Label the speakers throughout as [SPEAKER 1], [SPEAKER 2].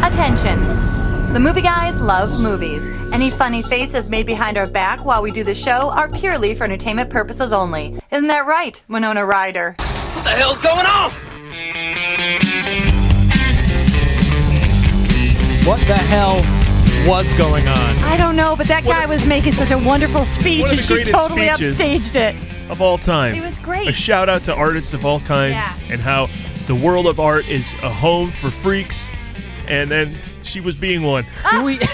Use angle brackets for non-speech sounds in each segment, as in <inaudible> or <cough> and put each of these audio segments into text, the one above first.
[SPEAKER 1] Attention! The movie guys love movies. Any funny faces made behind our back while we do the show are purely for entertainment purposes only. Isn't that right, Winona Ryder?
[SPEAKER 2] What the hell's going on?
[SPEAKER 3] What the hell was going on?
[SPEAKER 1] I don't know, but that guy was making such a wonderful speech
[SPEAKER 3] one of
[SPEAKER 1] and
[SPEAKER 3] the
[SPEAKER 1] she
[SPEAKER 3] greatest
[SPEAKER 1] totally
[SPEAKER 3] speeches.
[SPEAKER 1] upstaged it.
[SPEAKER 3] Of all time.
[SPEAKER 1] It was great.
[SPEAKER 3] A shout out to artists of all kinds
[SPEAKER 1] Yeah.
[SPEAKER 3] and how the world of art is a home for freaks. And then she was being one.
[SPEAKER 1] <laughs>
[SPEAKER 4] Do we, <laughs>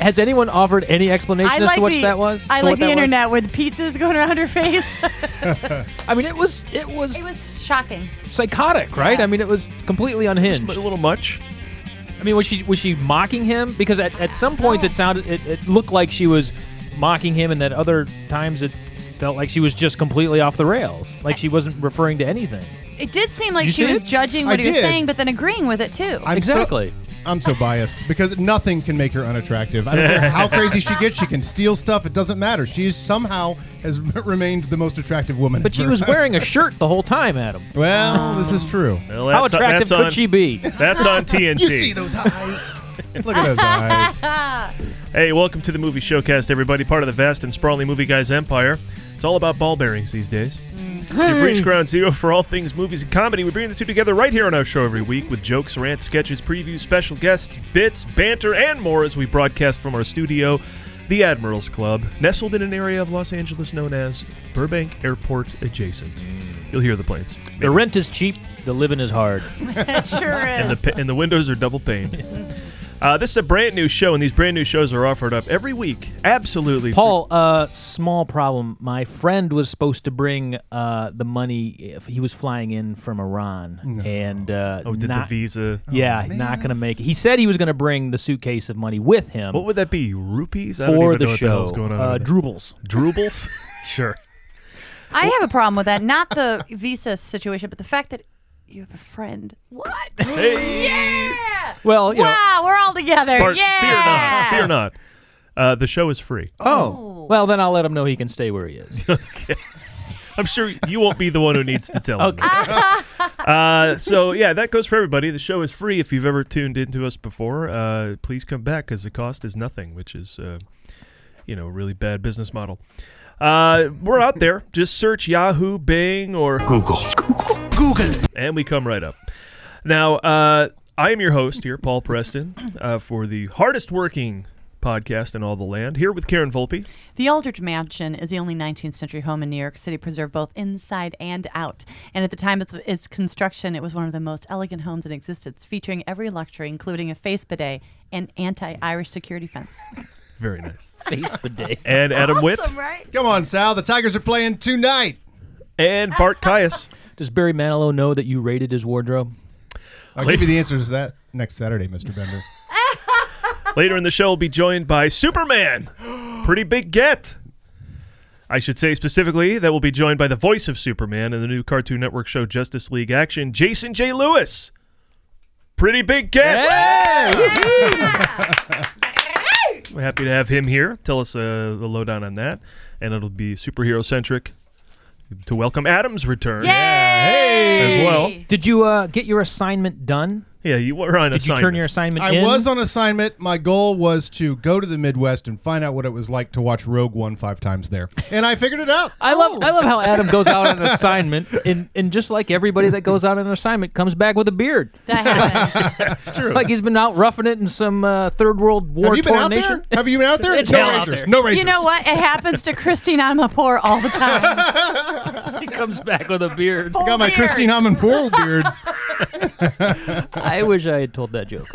[SPEAKER 4] has anyone offered any explanation
[SPEAKER 1] Ah. I
[SPEAKER 4] as
[SPEAKER 1] like
[SPEAKER 4] to what
[SPEAKER 1] the,
[SPEAKER 4] that was?
[SPEAKER 1] I
[SPEAKER 4] To
[SPEAKER 1] like
[SPEAKER 4] what
[SPEAKER 1] the
[SPEAKER 4] that was?
[SPEAKER 1] internet with pizzas going around her face.
[SPEAKER 4] I mean, it was it
[SPEAKER 1] <laughs>
[SPEAKER 4] was
[SPEAKER 1] it was shocking.
[SPEAKER 4] psychotic, right? I mean, it was completely unhinged.
[SPEAKER 3] A little much.
[SPEAKER 4] I mean, was she was she mocking him? Because at, at some points it sounded it, it looked like she was mocking him, and at other times it felt like she was just completely off the rails, like she wasn't referring to anything.
[SPEAKER 1] It did seem like
[SPEAKER 4] You
[SPEAKER 1] she was
[SPEAKER 4] did?
[SPEAKER 1] judging
[SPEAKER 5] I
[SPEAKER 1] what he was
[SPEAKER 5] did.
[SPEAKER 1] saying, but then agreeing with it too.
[SPEAKER 5] I'm so-
[SPEAKER 4] exactly.
[SPEAKER 5] I'm so biased because nothing can make her unattractive. I don't care how crazy she gets. She can steal stuff. It doesn't matter. She is somehow has <laughs> remained the most attractive woman.
[SPEAKER 4] But she
[SPEAKER 5] ever.
[SPEAKER 4] was wearing a shirt the whole time, Adam.
[SPEAKER 5] Well, this is true.
[SPEAKER 3] Well,
[SPEAKER 4] How
[SPEAKER 3] that's on-
[SPEAKER 4] attractive
[SPEAKER 3] that's on,
[SPEAKER 4] could she be? <laughs>
[SPEAKER 3] That's on TNT.
[SPEAKER 5] those eyes? Look at those
[SPEAKER 4] <laughs>
[SPEAKER 5] eyes.
[SPEAKER 3] Hey, welcome to the Movie Showcast, everybody. Part of the vast and sprawling Movie Guys empire. It's all about ball bearings these days. You've reached ground zero for all things movies and comedy. We bring the two together right here on our show every week with jokes, rants, sketches, previews, special guests, bits, banter, and more as we broadcast from our studio, the Admirals Club, nestled in an area of Los Angeles known as Burbank Airport adjacent. You'll hear the planes.
[SPEAKER 4] The rent is cheap. The living is hard.
[SPEAKER 1] it
[SPEAKER 4] <laughs>
[SPEAKER 1] sure is.
[SPEAKER 3] and the, pa- and the windows are double paned. Uh, this is a brand new show, and these brand new shows are offered up every week. Absolutely.
[SPEAKER 4] Paul, uh, small problem. My friend was supposed to bring uh, the money. If he was flying in from Iran, and uh,
[SPEAKER 3] Oh, did
[SPEAKER 4] not,
[SPEAKER 3] the Oh, visa?
[SPEAKER 4] Yeah, not gonna make it. He said he was gonna bring the suitcase of money with him
[SPEAKER 3] What would that be? Rupees? I don't
[SPEAKER 4] for
[SPEAKER 3] even
[SPEAKER 4] the
[SPEAKER 3] know
[SPEAKER 4] show.
[SPEAKER 3] what the hell's going on.
[SPEAKER 4] uh,
[SPEAKER 3] over there.
[SPEAKER 4] Drupals. <laughs>
[SPEAKER 3] Drupals? sure.
[SPEAKER 1] I have a problem with that. Not the visa situation, but the fact that you have a friend. What?
[SPEAKER 3] <laughs> Hey.
[SPEAKER 1] Yeah!
[SPEAKER 4] Well, you know-
[SPEAKER 1] wow, we're all together.
[SPEAKER 3] Bart,
[SPEAKER 1] yeah!
[SPEAKER 3] Fear not. Fear not. Uh, the show is free.
[SPEAKER 5] Oh,
[SPEAKER 4] Well, then I'll let him know he can stay where he
[SPEAKER 3] <laughs>
[SPEAKER 4] is.
[SPEAKER 3] I'm sure you won't be the one who needs to tell him.
[SPEAKER 4] Okay.
[SPEAKER 3] <laughs> Uh, so yeah, that goes for everybody. The show is free. If you've ever tuned into us before, uh, please come back because the cost is nothing, which is, uh, you know, a really bad business model. Uh, we're out there. Just search Yahoo, Bing, or Google. Google. Google. And we come right up. Now, uh, I am your host here, Paul Preston, uh, for the hardest working podcast in all the land. Here with Karen Volpe.
[SPEAKER 1] The Aldrich Mansion is the only 19th century home in New York City preserved both inside and out. And at the time of its, its construction, it was one of the most elegant homes in existence, featuring every luxury, including a face bidet and anti Irish security <laughs> fence.
[SPEAKER 3] Very nice.
[SPEAKER 4] Face bidet.
[SPEAKER 3] And Adam Witt
[SPEAKER 1] right?
[SPEAKER 5] come on, Sal. The Tigers are playing tonight.
[SPEAKER 3] and Bart Caius.
[SPEAKER 4] Does Barry Manilow know that you raided his wardrobe?
[SPEAKER 5] I'll give you the answers to that next Saturday, Mr. Bender.
[SPEAKER 4] <laughs>
[SPEAKER 3] Later in the show, we'll be joined by Superman. Pretty big get. I should say specifically that we'll be joined by the voice of Superman in the new Cartoon Network show Justice League Action, Jason J. Lewis. Pretty big get. We're happy to have him here. Tell us uh, the lowdown on that, and it'll be superhero centric. To welcome Adam's return as well.
[SPEAKER 4] Did you uh, get your assignment done?
[SPEAKER 3] Yeah, you were on
[SPEAKER 4] Did
[SPEAKER 3] assignment.
[SPEAKER 4] you turn your assignment
[SPEAKER 5] I
[SPEAKER 4] in?
[SPEAKER 5] was on assignment. My goal was to go to the Midwest and find out what it was like to watch Rogue One five times there, and I figured it out.
[SPEAKER 4] I love I love how Adam goes out <laughs> on an assignment, and, and just like everybody that goes out on an assignment comes back with a beard,
[SPEAKER 1] That happened.
[SPEAKER 3] <laughs>
[SPEAKER 4] like he's been out roughing it in some uh, third world war
[SPEAKER 5] Have you been
[SPEAKER 4] torn
[SPEAKER 5] out
[SPEAKER 4] nation.
[SPEAKER 5] there? Have you been out there?
[SPEAKER 4] It's
[SPEAKER 5] no
[SPEAKER 4] hell out
[SPEAKER 5] razors.
[SPEAKER 4] there.
[SPEAKER 5] No razors.
[SPEAKER 1] You know what? It happens to Christine Amapour all the time.
[SPEAKER 4] <laughs> He comes back with a beard.
[SPEAKER 5] I got my
[SPEAKER 1] Beard.
[SPEAKER 5] Christine Amanpour
[SPEAKER 4] <laughs>
[SPEAKER 5] beard.
[SPEAKER 4] I wish I had told that joke.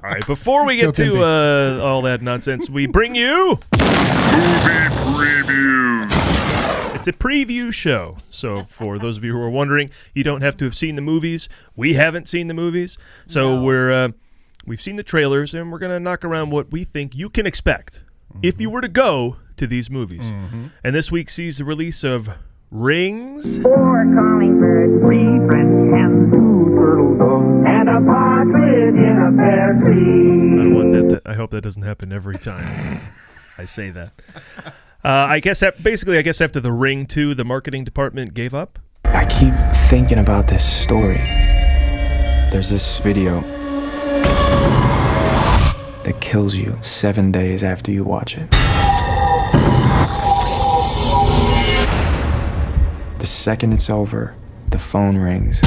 [SPEAKER 3] All right, before we get
[SPEAKER 5] Joke
[SPEAKER 3] to uh, all that nonsense, we bring you movie previews. It's a preview show, so for those of you who are wondering, you don't have to have seen the movies. We haven't seen the movies, so we're uh, we've seen the trailers, and we're gonna knock around what we think you can expect if you were to go to these movies. And this week sees the release of Rings.
[SPEAKER 6] four calling birds, three French hens, two turtle doves, and a partridge in a pear tree.
[SPEAKER 3] I don't want that. To, I hope that doesn't happen every time I say that. Uh, I guess that, basically, I guess after the ring too, the marketing department gave up.
[SPEAKER 7] I keep thinking about this story.
[SPEAKER 2] There's this video that kills you seven days after you watch it. The second it's over, the phone rings.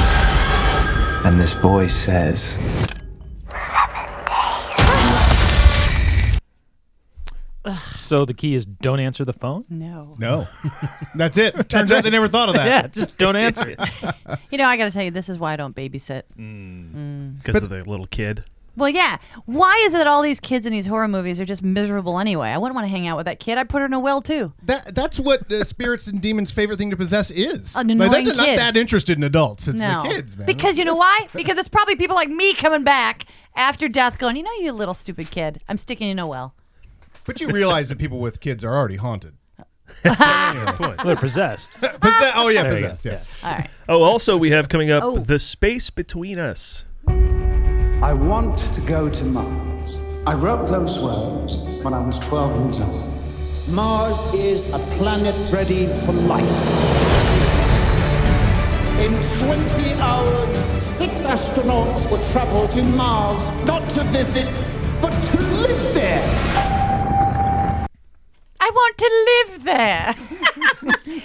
[SPEAKER 2] And this voice says,
[SPEAKER 4] <laughs> So the key is don't answer the phone.
[SPEAKER 1] No.
[SPEAKER 5] <laughs> No, that's it. Turns out they never thought of that.
[SPEAKER 4] Yeah, just don't answer it.
[SPEAKER 1] You know, I got to tell you, this is why I don't babysit.
[SPEAKER 5] Mm.
[SPEAKER 3] because of the little
[SPEAKER 4] <laughs>
[SPEAKER 3] kid. <laughs>
[SPEAKER 1] Well, yeah. Why is it that all these kids in these horror movies are just miserable anyway? I wouldn't want to hang out with that kid. I'd put her in a well, too.
[SPEAKER 5] That that's what uh, spirits and demons' favorite thing to possess is.
[SPEAKER 1] An
[SPEAKER 5] like, they're
[SPEAKER 1] annoying
[SPEAKER 5] not
[SPEAKER 1] kid.
[SPEAKER 5] that interested in adults. It's
[SPEAKER 1] No.
[SPEAKER 5] the kids, man.
[SPEAKER 1] Because you know
[SPEAKER 5] <laughs>
[SPEAKER 1] why? Because it's probably people like me coming back after death going, you know, you little stupid kid. I'm sticking you in a well.
[SPEAKER 5] but you realize that people with kids are already <laughs> haunted.
[SPEAKER 4] They're possessed.
[SPEAKER 5] Possess- oh yeah,
[SPEAKER 4] There you go.
[SPEAKER 5] possessed. Yeah.
[SPEAKER 1] All right.
[SPEAKER 3] Oh, also we have coming up
[SPEAKER 1] Oh.
[SPEAKER 3] the space between us.
[SPEAKER 7] I want to go to Mars. I wrote those words when I was 12 years old. Mars is a planet ready for life. In 20 hours, six astronauts will travel to Mars, not to visit, but to live there.
[SPEAKER 1] I want to live there.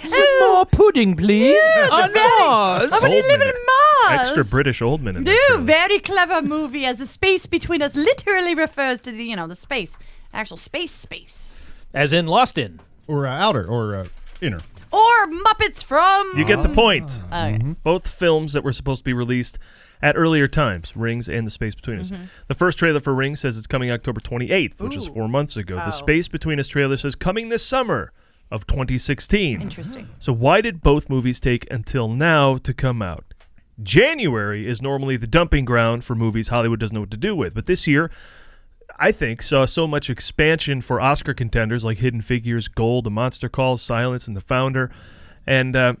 [SPEAKER 4] <laughs>
[SPEAKER 1] <laughs>
[SPEAKER 4] Some more pudding, please. Oh, On Mars.
[SPEAKER 1] I'm going to live in
[SPEAKER 3] Oldman.
[SPEAKER 1] Mars.
[SPEAKER 3] Extra British old man. In that
[SPEAKER 1] No,
[SPEAKER 3] show.
[SPEAKER 1] very clever movie as the space between us literally refers to the, you know, the space, actual space space.
[SPEAKER 4] As in Lost in.
[SPEAKER 5] Or uh, outer or uh, inner.
[SPEAKER 1] Or Muppets from.
[SPEAKER 3] You get the point.
[SPEAKER 1] Okay.
[SPEAKER 3] Both films that were supposed to be released at earlier times, Rings and The Space Between Us. The first trailer for Rings says it's coming October 28th, which is
[SPEAKER 1] Mm-hmm. Ooh.
[SPEAKER 3] four months ago.
[SPEAKER 1] Oh.
[SPEAKER 3] The Space Between Us trailer says coming this summer of 2016.
[SPEAKER 1] Interesting.
[SPEAKER 3] So why did both movies take until now to come out? January is normally the dumping ground for movies Hollywood doesn't know what to do with, but this year I think saw so much expansion for Oscar contenders like Hidden Figures, Gold, A Monster Calls, Silence, and The Founder, and uh,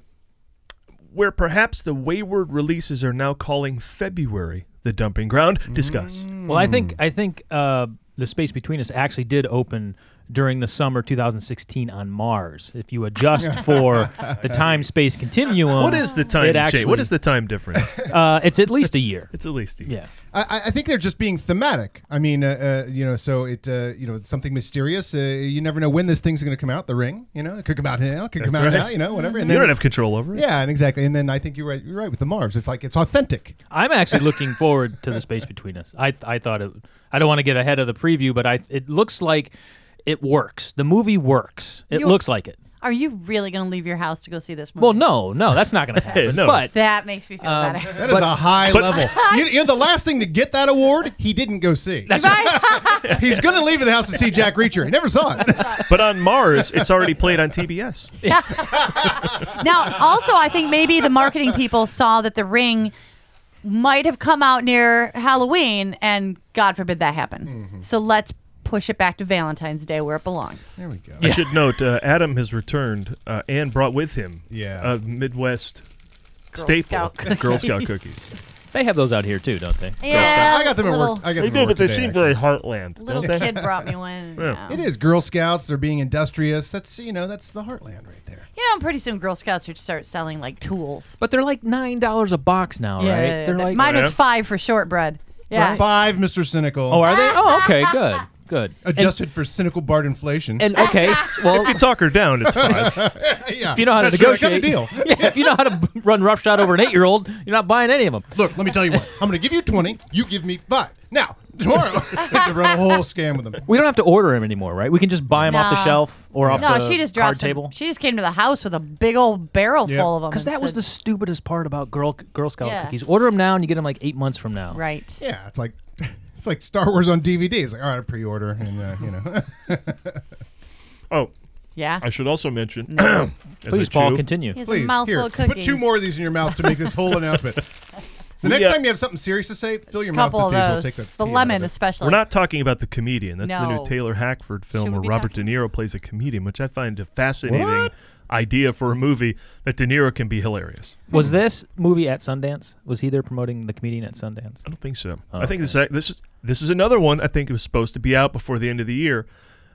[SPEAKER 3] where perhaps the wayward releases are now calling February the dumping ground. Discuss.
[SPEAKER 4] Well, I think
[SPEAKER 3] Hmm.
[SPEAKER 4] I think uh, the space between us actually did open during the summer 2016 on Mars. If you adjust
[SPEAKER 3] <laughs>
[SPEAKER 4] for the time space continuum,
[SPEAKER 3] What is the time
[SPEAKER 4] It
[SPEAKER 3] change?
[SPEAKER 4] actually-
[SPEAKER 3] What is the time difference?
[SPEAKER 4] Uh, it's at least a
[SPEAKER 3] <laughs>
[SPEAKER 4] year.
[SPEAKER 3] it's at least a year.
[SPEAKER 4] Yeah.
[SPEAKER 5] I, I- I think they're just being thematic. I mean, uh, uh, you know, so it, uh, you know, it's something mysterious. Uh, you never know when this thing's going to come out. The Ring, you know, it could come out now, it could come
[SPEAKER 3] That's
[SPEAKER 5] out
[SPEAKER 3] right.
[SPEAKER 5] now, you know, whatever. And
[SPEAKER 3] You
[SPEAKER 5] then,
[SPEAKER 3] don't have control over it.
[SPEAKER 5] yeah, and exactly. And then I think you're right. You're right with the Marvs. It's like it's authentic.
[SPEAKER 4] I'm actually looking forward to the space between us. I I thought it. I don't want to get ahead of the preview, but I it looks like it works. The movie works. It
[SPEAKER 1] You-
[SPEAKER 4] looks like it.
[SPEAKER 1] Are you really going to leave your house to go see this movie?
[SPEAKER 4] Well, no, no, that's not going to
[SPEAKER 3] <laughs>
[SPEAKER 4] happen.
[SPEAKER 3] No.
[SPEAKER 4] But
[SPEAKER 1] That makes me feel better.
[SPEAKER 5] <laughs>
[SPEAKER 1] <laughs>
[SPEAKER 5] That is a high
[SPEAKER 4] <laughs>
[SPEAKER 5] level. you, you know, the last thing to get that award, he didn't go see.
[SPEAKER 1] Right?
[SPEAKER 5] He's going to leave the house to see Jack Reacher. He never saw it.
[SPEAKER 3] But on Mars, it's already played on TBS.
[SPEAKER 1] now, also, I think maybe the marketing people saw that the ring might have come out near Halloween, and God forbid that happen.
[SPEAKER 5] Mm-hmm.
[SPEAKER 1] So let's push it back to Valentine's Day where it belongs.
[SPEAKER 5] there we go.
[SPEAKER 3] I should note uh, Adam has returned uh, and brought with him
[SPEAKER 5] Yeah.
[SPEAKER 3] a Midwest staple
[SPEAKER 1] Scout cookies.
[SPEAKER 3] Girl Scout cookies.
[SPEAKER 4] they have those out here too, don't they?
[SPEAKER 1] Yeah,
[SPEAKER 5] I got them at
[SPEAKER 1] little,
[SPEAKER 5] work. I got them at work today, actually.
[SPEAKER 3] heartland.
[SPEAKER 1] Little
[SPEAKER 3] <laughs>
[SPEAKER 1] kid brought
[SPEAKER 4] <laughs>
[SPEAKER 1] me one.
[SPEAKER 3] Yeah.
[SPEAKER 1] you
[SPEAKER 5] It
[SPEAKER 1] know.
[SPEAKER 5] is Girl Scouts. They're being industrious. That's you know that's the heartland right there.
[SPEAKER 1] You know, pretty soon Girl Scouts would start selling like tools.
[SPEAKER 4] But they're like nine dollars a box now, right? They're like
[SPEAKER 1] mine
[SPEAKER 3] Yeah.
[SPEAKER 1] was five for shortbread. Yeah.
[SPEAKER 5] Five, Mr. Cynical.
[SPEAKER 4] Oh, are they? Oh, okay, good, good.
[SPEAKER 5] adjusted for cynical bard inflation.
[SPEAKER 4] And, and okay, well,
[SPEAKER 3] You talk her down, it's
[SPEAKER 1] <laughs>
[SPEAKER 3] fine.
[SPEAKER 5] yeah,
[SPEAKER 4] if you know how to
[SPEAKER 5] that's
[SPEAKER 4] negotiate,
[SPEAKER 5] right, I got a deal.
[SPEAKER 4] Yeah, <laughs> if you know how to b- run roughshod over an eight-year-old, you're not buying any of them.
[SPEAKER 5] Look, let me tell you what. I'm going to give you 20. You give me five. Now, tomorrow, <laughs> to run a whole scam with them.
[SPEAKER 4] We don't have to order them anymore, right? We can just buy them off the
[SPEAKER 1] No.
[SPEAKER 4] shelf or off
[SPEAKER 1] no,
[SPEAKER 4] the
[SPEAKER 1] she just
[SPEAKER 4] card
[SPEAKER 1] dropped. some-
[SPEAKER 4] table.
[SPEAKER 1] she just came to the house with a big old barrel
[SPEAKER 5] Yeah.
[SPEAKER 1] full of them.
[SPEAKER 4] Because
[SPEAKER 1] and
[SPEAKER 4] that was
[SPEAKER 1] said-
[SPEAKER 4] the stupidest part about Girl Girl Scout
[SPEAKER 1] Yeah.
[SPEAKER 4] cookies. Order them now, and you get them like eight months from now.
[SPEAKER 1] right.
[SPEAKER 5] Yeah, it's like <laughs> it's like Star Wars on DVD. It's like all right, pre-order, and uh, you know,
[SPEAKER 3] Oh,
[SPEAKER 1] Yeah.
[SPEAKER 3] I should also mention. <clears throat> as I
[SPEAKER 4] Please, Paul,
[SPEAKER 3] chew,
[SPEAKER 4] continue.
[SPEAKER 1] Here's a
[SPEAKER 5] please
[SPEAKER 1] mouthful
[SPEAKER 5] here,
[SPEAKER 1] of cookies.
[SPEAKER 5] put two more of these in your mouth to make
[SPEAKER 1] <laughs>
[SPEAKER 5] this whole announcement. The next
[SPEAKER 3] Yeah.
[SPEAKER 5] time you have something serious to say, fill your
[SPEAKER 1] couple of
[SPEAKER 5] mouth with these.
[SPEAKER 1] those.
[SPEAKER 5] We'll take the,
[SPEAKER 1] the
[SPEAKER 5] pee out
[SPEAKER 1] lemon,
[SPEAKER 5] of it.
[SPEAKER 1] especially.
[SPEAKER 3] We're not talking about the comedian. That's the
[SPEAKER 1] No.
[SPEAKER 3] new Taylor Hackford
[SPEAKER 1] Should
[SPEAKER 3] film
[SPEAKER 1] we
[SPEAKER 3] where
[SPEAKER 1] be
[SPEAKER 3] Robert
[SPEAKER 1] talking-
[SPEAKER 3] De Niro plays a comedian, which I find a fascinating
[SPEAKER 5] What?
[SPEAKER 3] idea for a movie that De Niro can be hilarious.
[SPEAKER 4] Was this movie at Sundance? Was he there promoting the comedian at Sundance?
[SPEAKER 3] I don't think so. I think this this is this is another one. I think it was supposed to be out before the end of the year.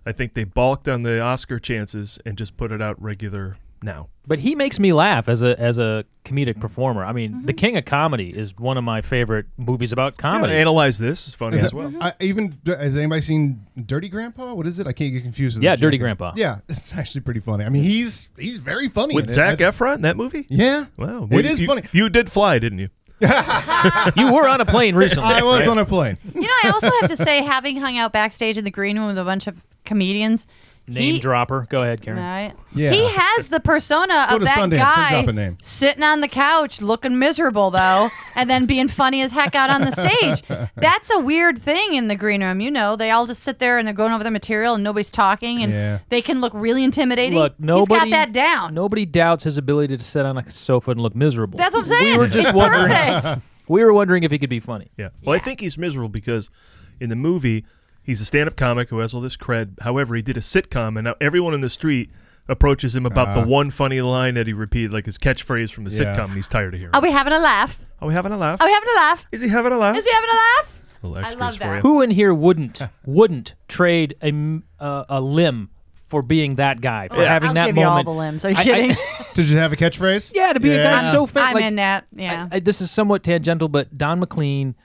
[SPEAKER 3] I think they balked on the Oscar chances and just put it out regular now.
[SPEAKER 4] But he makes me laugh as a as a comedic performer. I mean,
[SPEAKER 1] Mm-hmm.
[SPEAKER 4] The King of Comedy is one of my favorite movies about comedy.
[SPEAKER 3] Yeah, analyze this. It's funny
[SPEAKER 5] Is
[SPEAKER 3] as
[SPEAKER 5] it-
[SPEAKER 3] well.
[SPEAKER 5] I, even has anybody seen Dirty Grandpa? What is it? I can't get confused. With
[SPEAKER 4] Yeah,
[SPEAKER 5] the
[SPEAKER 4] Dirty
[SPEAKER 5] joke.
[SPEAKER 4] Grandpa.
[SPEAKER 5] Yeah, <laughs> it's actually pretty funny. I mean, he's he's very funny
[SPEAKER 3] With
[SPEAKER 5] in it.
[SPEAKER 3] Zach
[SPEAKER 5] I just-
[SPEAKER 3] Efron in that movie?
[SPEAKER 5] Yeah,
[SPEAKER 3] Wow.
[SPEAKER 5] it
[SPEAKER 3] you-
[SPEAKER 5] is
[SPEAKER 3] you-
[SPEAKER 5] funny.
[SPEAKER 3] <laughs> You did fly, didn't you?
[SPEAKER 4] you were on a plane recently.
[SPEAKER 5] <laughs> I was on a plane. <laughs>
[SPEAKER 1] You know, I also have to say, having hung out backstage in the green room with a bunch of comedians,
[SPEAKER 4] Name
[SPEAKER 1] he,
[SPEAKER 4] dropper. Go ahead, Karen.
[SPEAKER 1] Right?
[SPEAKER 5] Yeah.
[SPEAKER 1] He has the persona
[SPEAKER 5] Go
[SPEAKER 1] of
[SPEAKER 5] to
[SPEAKER 1] that
[SPEAKER 5] Sundance, they
[SPEAKER 1] guy
[SPEAKER 5] drop a name.
[SPEAKER 1] sitting on the couch looking miserable
[SPEAKER 5] <laughs>
[SPEAKER 1] though, and then being funny as heck out on the stage. That's a weird thing in the green room. You know, they all just sit there and they're going over their material and nobody's talking, and
[SPEAKER 5] Yeah.
[SPEAKER 1] they can look really intimidating.
[SPEAKER 4] Look, nobody
[SPEAKER 1] He's got that down.
[SPEAKER 4] Nobody doubts his ability to sit on a sofa and look miserable.
[SPEAKER 1] That's what I'm saying.
[SPEAKER 4] We were just
[SPEAKER 1] It's
[SPEAKER 4] wondering.
[SPEAKER 5] <laughs>
[SPEAKER 1] perfect.
[SPEAKER 4] We were wondering if he could be funny.
[SPEAKER 3] Yeah. Well, I think he's miserable because in the movie, he's a stand up comic who has all this cred. However, he did a sitcom, and now everyone in the street approaches him about the one funny line that he repeated, like his catchphrase from the
[SPEAKER 5] Uh-huh. Yeah.
[SPEAKER 3] sitcom, and he's tired of hearing.
[SPEAKER 1] Are we having a laugh?
[SPEAKER 3] Are we having a laugh?
[SPEAKER 1] Are we having a laugh?
[SPEAKER 3] Is he having a laugh?
[SPEAKER 1] Is he having a laugh?
[SPEAKER 3] Little
[SPEAKER 1] I
[SPEAKER 3] extras
[SPEAKER 1] love
[SPEAKER 3] for
[SPEAKER 1] that.
[SPEAKER 3] you.
[SPEAKER 4] Who in here wouldn't wouldn't trade a m- uh, a limb for being that guy for having
[SPEAKER 1] I'll
[SPEAKER 4] that
[SPEAKER 1] give you all
[SPEAKER 4] moment?
[SPEAKER 1] the limbs. Are you
[SPEAKER 4] I- I-
[SPEAKER 1] kidding?
[SPEAKER 4] <laughs>
[SPEAKER 5] Did you have a catchphrase?
[SPEAKER 4] yeah, to be a guy so fit.
[SPEAKER 1] I'm
[SPEAKER 4] like,
[SPEAKER 1] in that. Yeah.
[SPEAKER 4] I- this is somewhat tangential, but Don McLean,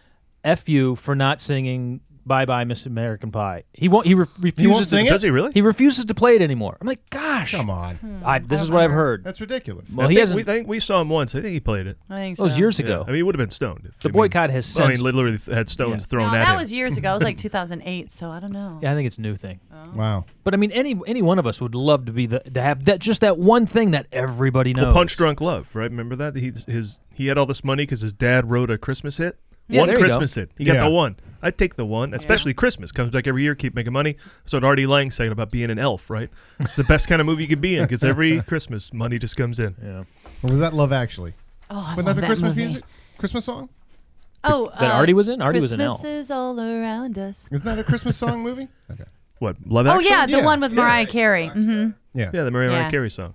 [SPEAKER 4] f you for not singing "Bye Bye Miss American Pie." He won't. He re- refuses.
[SPEAKER 5] won't
[SPEAKER 4] to,
[SPEAKER 5] sing it?
[SPEAKER 3] Does he really?
[SPEAKER 4] He refuses to play it anymore. I'm like, gosh,
[SPEAKER 5] Come
[SPEAKER 1] Hmm.
[SPEAKER 5] on,
[SPEAKER 4] I, this is what I've heard.
[SPEAKER 5] that's ridiculous.
[SPEAKER 4] well,
[SPEAKER 3] I
[SPEAKER 4] he
[SPEAKER 3] think
[SPEAKER 4] hasn't.
[SPEAKER 3] we, I think we saw him once. I think he played it.
[SPEAKER 1] I think
[SPEAKER 4] that was
[SPEAKER 1] so.
[SPEAKER 4] oh, years
[SPEAKER 3] Yeah.
[SPEAKER 4] ago.
[SPEAKER 3] I mean, he would have been stoned. If,
[SPEAKER 4] The
[SPEAKER 3] I mean-
[SPEAKER 4] boycott has
[SPEAKER 3] Well, I mean,
[SPEAKER 4] since-
[SPEAKER 3] literally th- had stones
[SPEAKER 4] Yeah.
[SPEAKER 3] thrown
[SPEAKER 1] No,
[SPEAKER 3] at
[SPEAKER 1] that
[SPEAKER 3] him.
[SPEAKER 1] was years ago. It was like <laughs> 2008, so I don't know.
[SPEAKER 4] yeah, I think it's a new thing.
[SPEAKER 5] Wow.
[SPEAKER 4] But I mean, any any one of us would love to be the to have that just that one thing that everybody knows.
[SPEAKER 3] Well, Punch Drunk Love, right? Remember that? He, his, he had all this money because his dad wrote a Christmas hit.
[SPEAKER 4] Yeah,
[SPEAKER 3] one
[SPEAKER 4] there you go.
[SPEAKER 3] Christmas hit. He
[SPEAKER 5] Yeah.
[SPEAKER 3] got the one. I'd take the one, especially Christmas. Comes back every year, keep making money. So what Artie Lang saying about being an elf, right? It's the best kind of movie you could be in because
[SPEAKER 4] <laughs>
[SPEAKER 3] every Christmas, money just comes in. Yeah.
[SPEAKER 5] Or was that Love Actually?
[SPEAKER 1] Oh, I
[SPEAKER 5] Wasn't
[SPEAKER 1] love
[SPEAKER 5] that the
[SPEAKER 1] that
[SPEAKER 5] Christmas
[SPEAKER 1] movie.
[SPEAKER 5] music? Christmas song?
[SPEAKER 1] Oh,
[SPEAKER 4] that
[SPEAKER 1] uh,
[SPEAKER 4] Artie was in? Artie was
[SPEAKER 1] Christmas
[SPEAKER 4] in L.
[SPEAKER 1] is all around us.
[SPEAKER 5] Isn't that a Christmas
[SPEAKER 1] <laughs>
[SPEAKER 5] song movie? Okay.
[SPEAKER 3] What? Love
[SPEAKER 1] Oh
[SPEAKER 3] Actually?
[SPEAKER 1] yeah, the
[SPEAKER 5] yeah.
[SPEAKER 1] one with Mariah Carey, hmm
[SPEAKER 4] Mm-hmm.
[SPEAKER 5] Yeah.
[SPEAKER 3] Yeah, the Mariah
[SPEAKER 1] Yeah.
[SPEAKER 3] Carey song.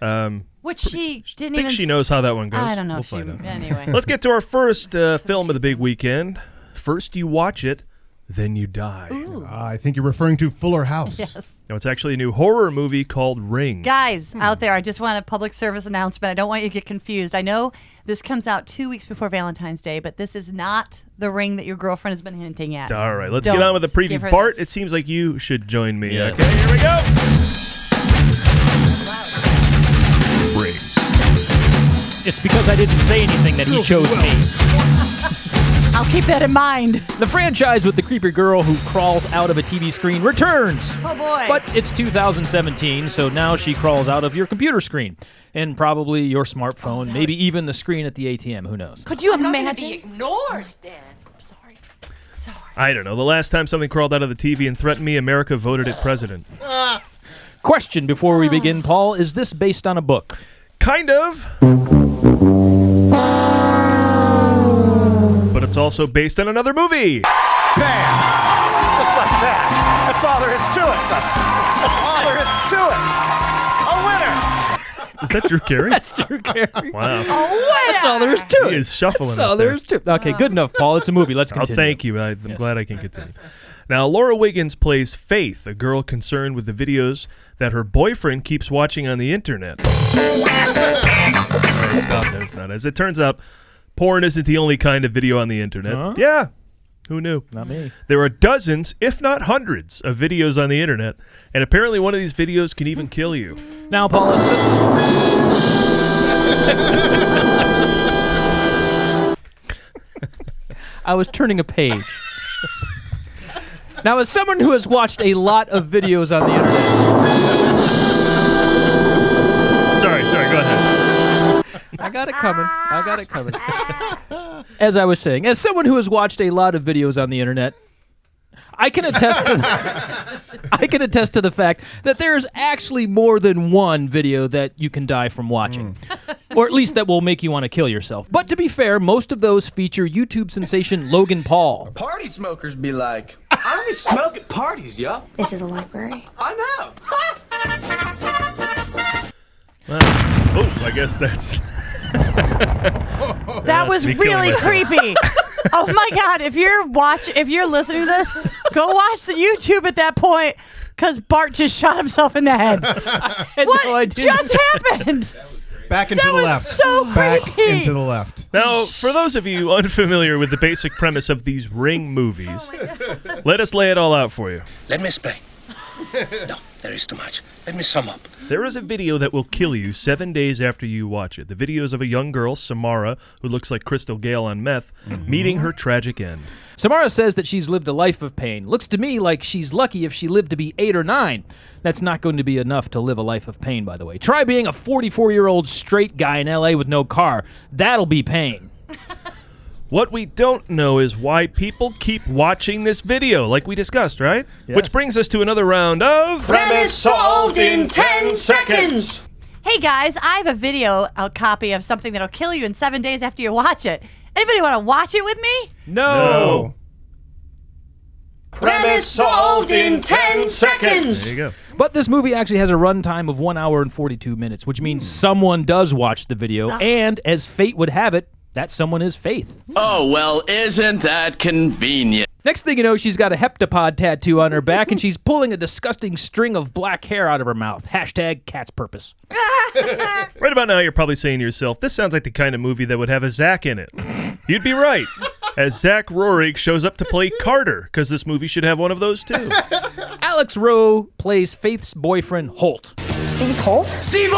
[SPEAKER 3] Um,
[SPEAKER 1] which she didn't
[SPEAKER 3] think
[SPEAKER 1] even.
[SPEAKER 3] she knows how that one
[SPEAKER 1] s-
[SPEAKER 3] goes.
[SPEAKER 1] I don't know.
[SPEAKER 3] We'll
[SPEAKER 1] if she,
[SPEAKER 3] find out.
[SPEAKER 1] anyway,
[SPEAKER 3] Let's get to our first uh, film of the big weekend. First, you watch it, then you die.
[SPEAKER 5] Uh, I think you're referring to Fuller House.
[SPEAKER 4] <laughs>
[SPEAKER 3] Now, it's actually a new horror movie called Ring.
[SPEAKER 1] guys
[SPEAKER 3] Hmm.
[SPEAKER 1] out there, I just want a public service announcement. I don't want you to get confused. I know this comes out two weeks before Valentine's Day, but this is not the ring that your girlfriend has been hinting at.
[SPEAKER 3] All right, let's
[SPEAKER 1] Don't
[SPEAKER 3] get on with the
[SPEAKER 1] give
[SPEAKER 3] preview.
[SPEAKER 1] her
[SPEAKER 3] Bart, it
[SPEAKER 1] this.
[SPEAKER 3] seems like you should join me.
[SPEAKER 4] Yeah.
[SPEAKER 3] Okay, here we go.
[SPEAKER 4] It's because I didn't say anything that he chose me.
[SPEAKER 1] I'll keep that in mind.
[SPEAKER 4] The franchise with the creepy girl who crawls out of a TV screen returns.
[SPEAKER 1] Oh boy.
[SPEAKER 4] But it's 2017, so now she crawls out of your computer screen and probably your smartphone, maybe even the screen at the ATM. Who knows?
[SPEAKER 1] Could you imagine?
[SPEAKER 8] ignored then. Sorry.
[SPEAKER 3] I don't know. The last time something crawled out of the TV and threatened me, America voted it president.
[SPEAKER 4] Question before we begin, Paul: Is this based on a book?
[SPEAKER 3] Kind of. But it's also based on another movie.
[SPEAKER 9] Just like that. That's all there is to it. That's, that's all there is to it. A winner.
[SPEAKER 3] Is that Drew
[SPEAKER 4] <laughs>
[SPEAKER 3] Carey?
[SPEAKER 4] Drew <laughs> Carey.
[SPEAKER 3] wow.
[SPEAKER 4] That's all there is to it.
[SPEAKER 3] He is shuffling.
[SPEAKER 4] That's all
[SPEAKER 3] out
[SPEAKER 4] there
[SPEAKER 3] there.
[SPEAKER 4] is to it. Okay, good enough, Paul. It's a movie. Let's
[SPEAKER 3] Oh,
[SPEAKER 4] continue.
[SPEAKER 3] thank you. I, I'm glad I can continue. Now, Laura Wiggins plays Faith, a girl concerned with the videos that her boyfriend keeps watching on the internet. that's not. That's not. As it turns out, porn isn't the only kind of video on the internet. Yeah. Who knew?
[SPEAKER 4] Not me.
[SPEAKER 3] There are dozens, if not hundreds, of videos on the internet, and apparently one of these videos can even kill you.
[SPEAKER 4] Now, Paul. Is- I was turning a page. now, as someone who has watched a lot of videos on the internet,
[SPEAKER 3] Sorry, sorry, go ahead.
[SPEAKER 4] I got it covered. I got it covered. <laughs> as I was saying, as someone who has watched a lot of videos on the internet, I can attest to I can attest to the <laughs> fact that there is actually more than one video that you can die from watching. or at least that will make you want to kill yourself. But to be fair, most of those feature YouTube sensation Logan Paul. <laughs>
[SPEAKER 9] Party smokers be like, I only smoke at parties, yo.
[SPEAKER 8] This is a library.
[SPEAKER 9] I know.
[SPEAKER 3] Oh, I guess that's.
[SPEAKER 1] That was
[SPEAKER 3] me killing
[SPEAKER 1] really
[SPEAKER 3] myself.
[SPEAKER 1] creepy.
[SPEAKER 3] <laughs>
[SPEAKER 1] oh my god! If you're watch, if you're listening to this, go watch the YouTube at that point. because Bart just shot himself in the head.
[SPEAKER 3] <laughs>
[SPEAKER 1] what just happened?
[SPEAKER 5] Back into
[SPEAKER 1] That
[SPEAKER 5] the
[SPEAKER 1] was
[SPEAKER 5] left.
[SPEAKER 1] so
[SPEAKER 5] Back
[SPEAKER 1] creepy.
[SPEAKER 5] into the left.
[SPEAKER 3] Now, for those of you unfamiliar with the basic premise of these Ring movies,
[SPEAKER 9] Oh
[SPEAKER 3] let us lay it all out for you.
[SPEAKER 10] Let me
[SPEAKER 11] <laughs>
[SPEAKER 10] explain. no, there is too much. Let me sum up.
[SPEAKER 3] There is a video that will kill you seven days after you watch it. The video is of a young girl, Samara, who looks like Crystal Gale on meth,
[SPEAKER 9] Mm-hmm.
[SPEAKER 3] meeting her tragic end.
[SPEAKER 4] Samara says that she's lived a life of pain. Looks to me like she's lucky if she lived to be eight or nine. That's not going to be enough to live a life of pain, by the way. Try being a 44 year old straight guy in LA with no car. That'll be pain.
[SPEAKER 3] What we don't know is why people keep watching this video, like we discussed, right? Which brings us to another round of.
[SPEAKER 9] Premise solved in 10 seconds.
[SPEAKER 1] Hey guys, I have a video, a copy of something that'll kill you in seven days after you watch it. Anybody want to watch it with me?
[SPEAKER 3] No.
[SPEAKER 9] Premise solved in 10 seconds.
[SPEAKER 3] There you go.
[SPEAKER 4] But this movie actually has a runtime of 1 hour and 42 minutes, which means someone does watch the video, and as fate would have it, that someone is Faith.
[SPEAKER 11] Oh, well, isn't that convenient?
[SPEAKER 4] Next thing you know, she's got a heptapod tattoo on her back, and she's pulling a disgusting string of black hair out of her mouth. Hashtag cat's purpose.
[SPEAKER 3] Right about now, you're probably saying to yourself, this sounds like the kind of movie that would have a Zach in it. You'd be right. As Zach Rorig shows up to play Carter, because this movie should have one of those too.
[SPEAKER 4] Alex Rowe plays Faith's boyfriend, Holt.
[SPEAKER 8] Steve Holt?
[SPEAKER 11] Steve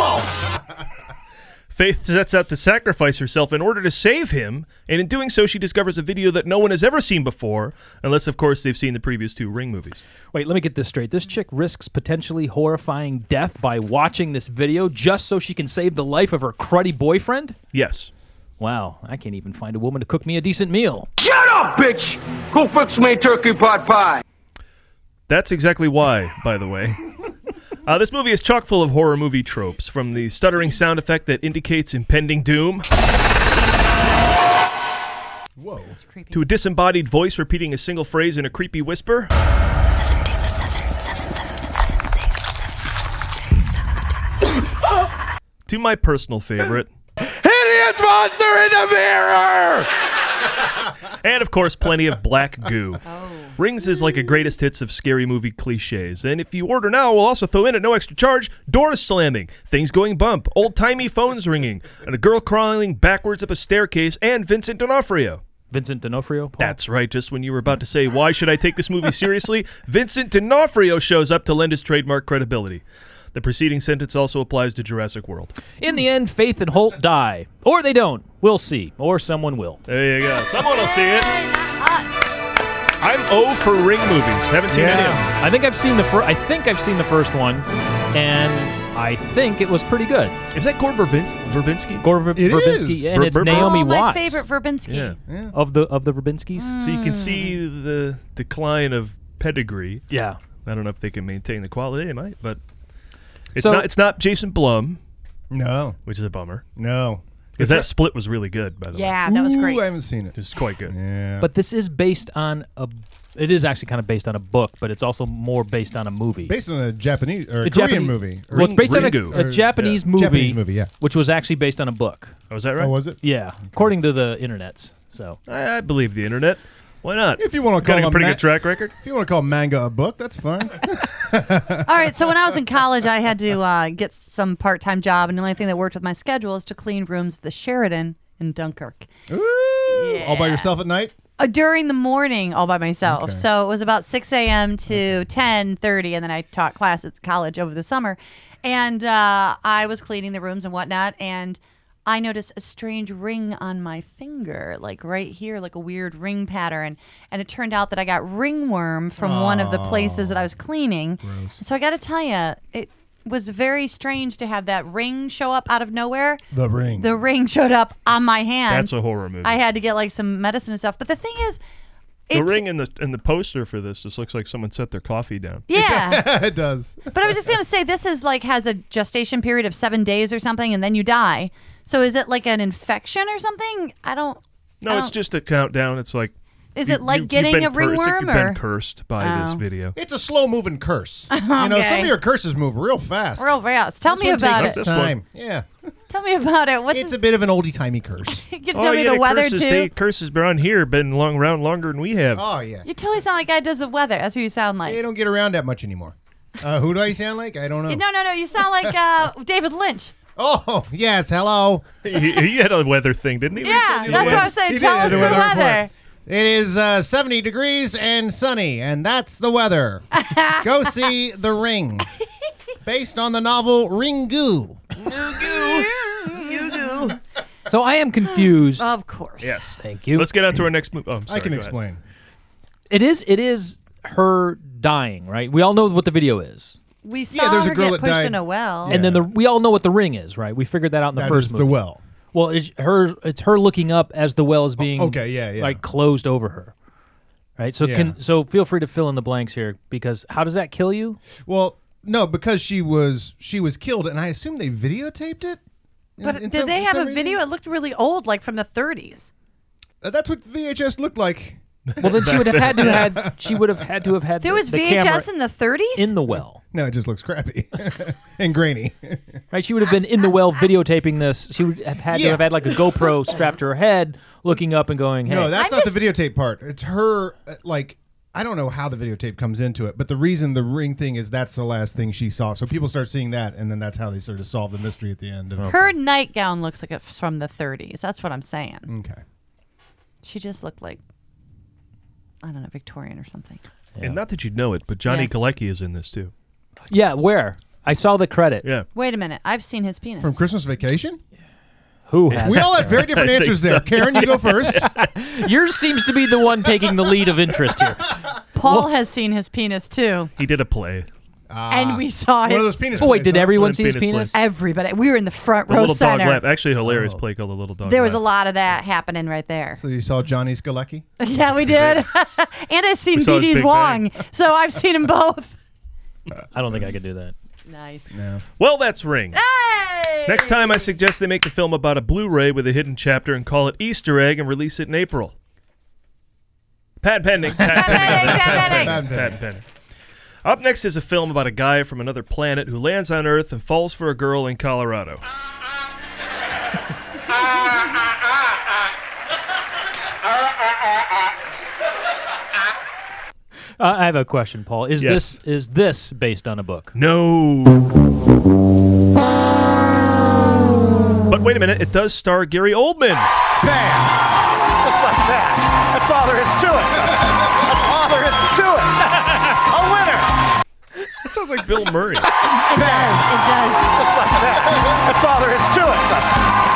[SPEAKER 3] Faith sets out to sacrifice herself in order to save him, and in doing so, she discovers a video that no one has ever seen before, unless, of course, they've seen the previous two Ring movies.
[SPEAKER 4] Wait, let me get this straight. This chick risks potentially horrifying death by watching this video just so she can save the life of her cruddy boyfriend?
[SPEAKER 3] Yes.
[SPEAKER 4] Wow, I can't even find a woman to cook me a decent meal.
[SPEAKER 9] Shut up, bitch! Who fixed me turkey pot pie?
[SPEAKER 3] That's exactly why, by the way. Uh, this movie is chock full of horror movie tropes, from the stuttering sound effect that indicates impending doom. To a disembodied voice repeating a single phrase in a creepy whisper. to my personal favorite.
[SPEAKER 9] Idiot monster in the mirror!
[SPEAKER 3] And of course, plenty of black goo. Rings is like a greatest hits of scary movie cliches. And if you order now, we'll also throw in at no extra charge doors slamming, things going bump, old timey phones ringing, and a girl crawling backwards up a staircase, and Vincent D'Onofrio.
[SPEAKER 4] Vincent D'Onofrio? Paul?
[SPEAKER 3] That's right, just when you were about to say, why should I take this movie seriously? Vincent D'Onofrio shows up to lend his trademark credibility. The preceding sentence also applies to Jurassic World.
[SPEAKER 4] In the end, Faith and Holt die. Or they don't. We'll see. Or someone will.
[SPEAKER 3] There you go. Someone will see it.
[SPEAKER 1] Uh,
[SPEAKER 3] I'm O for ring movies. Haven't seen any of them.
[SPEAKER 4] I think I've seen the first. I think I've seen the first one, and I think it was pretty good.
[SPEAKER 3] Is that Gore Verbins- Verbinski?
[SPEAKER 4] Gore Ver-
[SPEAKER 5] It
[SPEAKER 4] Verbinski
[SPEAKER 5] is.
[SPEAKER 4] and it's
[SPEAKER 3] Ver- Ver-
[SPEAKER 4] Naomi
[SPEAKER 1] oh, my
[SPEAKER 4] Watts
[SPEAKER 1] favorite Verbinski.
[SPEAKER 3] Yeah.
[SPEAKER 4] of the of the Verbinskis.
[SPEAKER 3] So
[SPEAKER 1] Hmm.
[SPEAKER 3] you can see the decline of pedigree.
[SPEAKER 4] Yeah.
[SPEAKER 3] I don't know if they can maintain the quality. They might, but it's
[SPEAKER 4] So-
[SPEAKER 3] not. It's not Jason Blum,
[SPEAKER 5] No,
[SPEAKER 3] which is a bummer.
[SPEAKER 5] no.
[SPEAKER 3] Because that split was really good, by the way.
[SPEAKER 1] Yeah, that was
[SPEAKER 5] Ooh,
[SPEAKER 1] great.
[SPEAKER 5] I haven't seen it.
[SPEAKER 3] It was quite good.
[SPEAKER 5] Yeah.
[SPEAKER 4] But this is based on a. It is actually kind of based on a book, but it's also more based on a movie.
[SPEAKER 5] Based on a Japanese or
[SPEAKER 4] a
[SPEAKER 5] a Korean
[SPEAKER 4] Japanese-
[SPEAKER 5] movie. Or-
[SPEAKER 4] Well, it's based
[SPEAKER 3] Ringu.
[SPEAKER 4] on a- a,
[SPEAKER 3] Or-
[SPEAKER 4] Japanese movie,
[SPEAKER 5] Japanese movie, yeah.
[SPEAKER 4] which was actually based on a book.
[SPEAKER 3] Oh, is that right?
[SPEAKER 5] oh, was it?
[SPEAKER 4] Yeah, according to the internets. So
[SPEAKER 3] I, I believe the internet. Why not?
[SPEAKER 5] If you want to
[SPEAKER 3] got
[SPEAKER 5] call
[SPEAKER 3] a
[SPEAKER 5] a
[SPEAKER 3] pretty
[SPEAKER 5] ma-
[SPEAKER 3] good track record.
[SPEAKER 5] If you want to call manga a book, that's
[SPEAKER 1] <laughs>
[SPEAKER 5] fine.
[SPEAKER 1] All right, so when I was in college, I had to uh, get some part time job, and the only thing that worked with my schedule is to clean rooms at the Sheridan in Dunkirk.
[SPEAKER 5] Ooh, All by
[SPEAKER 1] Yeah.
[SPEAKER 5] yourself at night?
[SPEAKER 1] uh, during the morning all by myself.
[SPEAKER 5] Okay.
[SPEAKER 1] So it was about 6 a.m. to 10:30, and then I taught class at college over the summer, and uh, I was cleaning the rooms and whatnot, and I noticed a strange ring on my finger, like right here, like a weird ring pattern, and it turned out that I got ringworm from one of the places that I was cleaning. So I got to tell you, it was very strange to have that ring show up out of nowhere.
[SPEAKER 5] The ring. <laughs>
[SPEAKER 1] The ring showed up on my hand.
[SPEAKER 3] That's a horror movie.
[SPEAKER 1] I had to get like some medicine and stuff. But the thing is,
[SPEAKER 3] the
[SPEAKER 1] it's-
[SPEAKER 3] ring in the in the poster for this just looks like someone set their coffee down. <laughs>
[SPEAKER 1] Yeah,
[SPEAKER 5] it does.
[SPEAKER 1] but I was just gonna say this is like has a gestation period of seven days or something, and then you die. So is it like an infection or something? I don't. I
[SPEAKER 3] No, it's
[SPEAKER 1] don't-
[SPEAKER 3] just a countdown. It's like.
[SPEAKER 1] Oh. Is
[SPEAKER 3] you-
[SPEAKER 1] it like
[SPEAKER 3] you- you've
[SPEAKER 1] getting
[SPEAKER 3] been
[SPEAKER 1] a
[SPEAKER 3] cur- it's like
[SPEAKER 1] ringworm
[SPEAKER 3] you've been
[SPEAKER 1] or-
[SPEAKER 3] cursed by this
[SPEAKER 1] Oh.
[SPEAKER 3] video?
[SPEAKER 5] It's a slow moving
[SPEAKER 1] <laughs>
[SPEAKER 5] curse. You know, some
[SPEAKER 1] Okay.
[SPEAKER 5] of your curses move real fast.
[SPEAKER 1] Real fast. Oh, Tell
[SPEAKER 5] This
[SPEAKER 1] me
[SPEAKER 5] one
[SPEAKER 1] about
[SPEAKER 5] takes
[SPEAKER 1] it.
[SPEAKER 3] This
[SPEAKER 5] its
[SPEAKER 3] one.
[SPEAKER 5] time. Yeah.
[SPEAKER 1] Tell me about it. What's
[SPEAKER 5] It's
[SPEAKER 1] this,
[SPEAKER 5] a bit of an oldie timey curse.
[SPEAKER 1] <laughs> you can tell me the weather
[SPEAKER 3] Oh, curses,
[SPEAKER 1] too?
[SPEAKER 3] They, curses around here been long around longer than we have.
[SPEAKER 5] Oh yeah.
[SPEAKER 1] you totally sound like I does the weather. That's who you sound like.
[SPEAKER 5] They don't get around that much anymore. Uh, who do I sound like? I don't know.
[SPEAKER 1] No, no, no. You sound like uh, David
[SPEAKER 3] <laughs>
[SPEAKER 1] Lynch.
[SPEAKER 5] Oh, yes. Hello.
[SPEAKER 3] he, he had a weather thing, didn't he?
[SPEAKER 1] Yeah, that's what I'm saying.
[SPEAKER 5] He
[SPEAKER 1] Tell
[SPEAKER 5] did
[SPEAKER 1] us the
[SPEAKER 5] have a report.
[SPEAKER 1] weather.
[SPEAKER 5] It is uh, 70 degrees and sunny, and that's
[SPEAKER 1] <laughs>
[SPEAKER 5] the weather. Go see The Ring, based on the novel Ringu.
[SPEAKER 4] So I am confused.
[SPEAKER 1] Of course.
[SPEAKER 3] Yes.
[SPEAKER 4] Thank you.
[SPEAKER 3] Let's get on to our next movie. Oh, I'm
[SPEAKER 5] I
[SPEAKER 3] sorry,
[SPEAKER 5] can
[SPEAKER 3] go ahead.
[SPEAKER 5] explain.
[SPEAKER 4] It is. It is her dying. Right. We all know what the video is,
[SPEAKER 1] We saw
[SPEAKER 5] there's a
[SPEAKER 1] her
[SPEAKER 5] girl
[SPEAKER 1] get
[SPEAKER 5] that
[SPEAKER 1] pushed
[SPEAKER 5] died.
[SPEAKER 1] in a well.
[SPEAKER 4] and then the we all know what the ring is. Right. We figured that out in the
[SPEAKER 5] That
[SPEAKER 4] first
[SPEAKER 5] is
[SPEAKER 4] movie.
[SPEAKER 5] the well.
[SPEAKER 4] Well, it's her. It's her looking up as the well is being
[SPEAKER 5] Oh, okay, yeah, yeah.
[SPEAKER 4] like closed over her. Right. So
[SPEAKER 5] Yeah.
[SPEAKER 4] can so feel free to fill in the blanks here because how does that kill you?
[SPEAKER 5] Well, no, because she was she was killed, and I assume they videotaped it. In-
[SPEAKER 1] but
[SPEAKER 5] in
[SPEAKER 1] did
[SPEAKER 5] some-
[SPEAKER 1] they
[SPEAKER 5] for
[SPEAKER 1] have
[SPEAKER 5] some
[SPEAKER 1] a
[SPEAKER 5] reason?
[SPEAKER 1] video? It looked really old, like from the 30s.
[SPEAKER 5] Uh, That's what VHS looked like.
[SPEAKER 4] Well, then she would have had to had she would have had to have had
[SPEAKER 1] There
[SPEAKER 4] the,
[SPEAKER 1] was
[SPEAKER 4] the
[SPEAKER 1] VHS
[SPEAKER 4] camera
[SPEAKER 1] in the 30s?
[SPEAKER 4] in the well.
[SPEAKER 5] No, it just looks crappy <laughs> and grainy.
[SPEAKER 4] Right, she would have been in the well videotaping this. She would have had
[SPEAKER 5] Yeah.
[SPEAKER 4] to have had like a GoPro strapped to her head, looking up and going, "Hey,
[SPEAKER 5] No, that's
[SPEAKER 1] I'm
[SPEAKER 5] not the videotape part. It's her uh, like I don't know how the videotape comes into it, but the reason the ring thing is that's the last thing she saw. So people start seeing that, and then that's how they sort of solve the mystery at the end. Of,
[SPEAKER 1] her nightgown looks like it's from the 30s. That's what I'm saying.
[SPEAKER 5] Okay.
[SPEAKER 1] She just looked like, I don't know, Victorian or something.
[SPEAKER 3] And not that you'd know it, but Johnny
[SPEAKER 1] Yes.
[SPEAKER 3] Galecki is in this too.
[SPEAKER 4] yeah, where?" I saw the credit.
[SPEAKER 3] Yeah.
[SPEAKER 1] Wait a minute. I've seen his penis.
[SPEAKER 5] From Christmas Vacation?
[SPEAKER 4] Who has?
[SPEAKER 5] We all had very different
[SPEAKER 3] <laughs> I think
[SPEAKER 5] answers there.
[SPEAKER 3] so.
[SPEAKER 5] Karen, you
[SPEAKER 3] <laughs>
[SPEAKER 5] go first.
[SPEAKER 4] Yours seems to be the one taking the lead of interest here.
[SPEAKER 1] Paul has seen his penis too.
[SPEAKER 3] He did a play.
[SPEAKER 1] and we saw
[SPEAKER 5] One of
[SPEAKER 1] his
[SPEAKER 5] Ah. those penis.
[SPEAKER 4] Oh, <laughs> wait,
[SPEAKER 5] plays,
[SPEAKER 4] did
[SPEAKER 5] huh?
[SPEAKER 4] everyone
[SPEAKER 3] Put
[SPEAKER 4] see his
[SPEAKER 3] in penis
[SPEAKER 4] penis?
[SPEAKER 3] place.
[SPEAKER 1] everybody. We were in the front
[SPEAKER 3] The
[SPEAKER 1] row
[SPEAKER 3] Little
[SPEAKER 1] center.
[SPEAKER 3] Dog Lap. Actually, hilarious play called The Little Dog
[SPEAKER 1] There was a
[SPEAKER 3] Lap.
[SPEAKER 1] lot of that happening right there.
[SPEAKER 5] So you saw Johnny Scalecki?
[SPEAKER 1] <laughs> Yeah, we
[SPEAKER 5] <laughs>
[SPEAKER 1] did. and I've seen
[SPEAKER 3] We saw his
[SPEAKER 1] BD's
[SPEAKER 3] Big
[SPEAKER 1] Wong, so I've seen them both.
[SPEAKER 4] I don't think I could do that.
[SPEAKER 1] Nice.
[SPEAKER 3] Well, that's Ring.
[SPEAKER 1] Hey!
[SPEAKER 3] Next time, I suggest they make the film about a Blu-ray with a hidden chapter and call it Easter Egg and release it in April. Pat pending. Pat pending.
[SPEAKER 1] Padding, padding.
[SPEAKER 5] Bad
[SPEAKER 3] Pat
[SPEAKER 5] bit.
[SPEAKER 3] Penny. Up next is a film about a guy from another planet who lands on Earth and falls for a girl in Colorado.
[SPEAKER 4] Uh, I have a question, Paul. Is
[SPEAKER 3] Yes.
[SPEAKER 4] this is this based on a book?
[SPEAKER 3] No. But wait a minute, it does star Gary Oldman.
[SPEAKER 9] Bam! Just like that. That's all there is to it. That's all there is to it. A winner.
[SPEAKER 3] That sounds like Bill
[SPEAKER 1] <laughs>
[SPEAKER 3] Murray.
[SPEAKER 1] It does. It does.
[SPEAKER 9] Just like that. That's all there is to it. That's,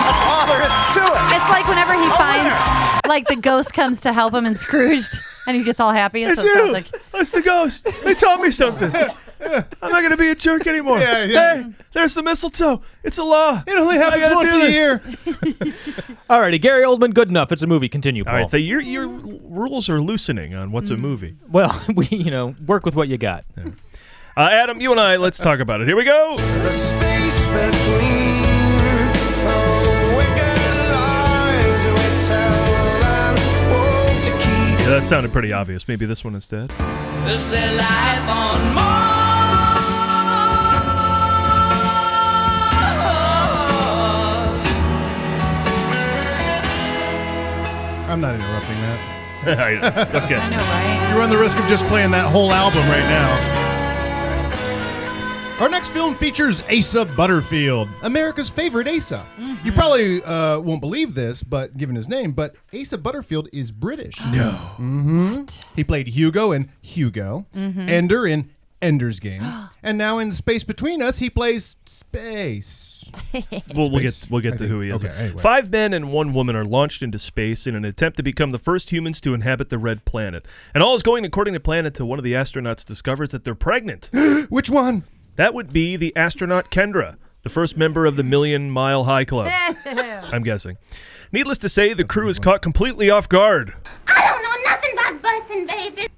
[SPEAKER 9] that's all there is to it.
[SPEAKER 1] It's like whenever
[SPEAKER 5] Oh,
[SPEAKER 1] he finds, like the ghost comes to help him and Scrooged, and he gets all happy. And so it sounds like
[SPEAKER 3] That's the ghost. They taught me something. I'm not going to be a jerk anymore.
[SPEAKER 5] Yeah, yeah. Hey,
[SPEAKER 3] there's the mistletoe. It's a law.
[SPEAKER 5] It only happens
[SPEAKER 3] gotta
[SPEAKER 5] once
[SPEAKER 3] do
[SPEAKER 5] a
[SPEAKER 3] this.
[SPEAKER 5] year.
[SPEAKER 4] Alrighty, Gary Oldman, good enough. It's a movie. Continue, Paul.
[SPEAKER 3] All right, the, your, your rules are loosening on what's a movie.
[SPEAKER 4] well, <laughs> we you know work with what you got.
[SPEAKER 3] Uh, Adam, you and I, let's talk about it. Here we go. Yeah, that sounded pretty obvious. Maybe this one instead. <laughs>
[SPEAKER 11] Is there life on Mars?
[SPEAKER 5] I'm not interrupting that.
[SPEAKER 1] I
[SPEAKER 3] okay.
[SPEAKER 1] know, right?
[SPEAKER 5] You run the risk of just playing that whole album right now. Our next film features Asa Butterfield, America's favorite Asa. You probably uh, won't believe this, but given his name, but Asa Butterfield is British. No. hmm He played Hugo in Hugo, Ender in Ender's Game, and now in Space Between Us, he plays Space.
[SPEAKER 3] We'll, we'll get
[SPEAKER 5] Space.
[SPEAKER 3] we'll
[SPEAKER 5] I
[SPEAKER 3] get to
[SPEAKER 5] think-
[SPEAKER 3] who he is.
[SPEAKER 5] okay, anyway.
[SPEAKER 3] Five men and one woman are launched into space in an attempt to become the first humans to inhabit the red planet. And all is going according to plan until one of the astronauts discovers that they're
[SPEAKER 5] <gasps>
[SPEAKER 3] pregnant.
[SPEAKER 5] Which one?
[SPEAKER 3] that would be the astronaut Kendra, the first member of the Million Mile High Club. I'm guessing. Needless to say, the crew is caught completely off guard.
[SPEAKER 12] I don't know nothing about birthing babies.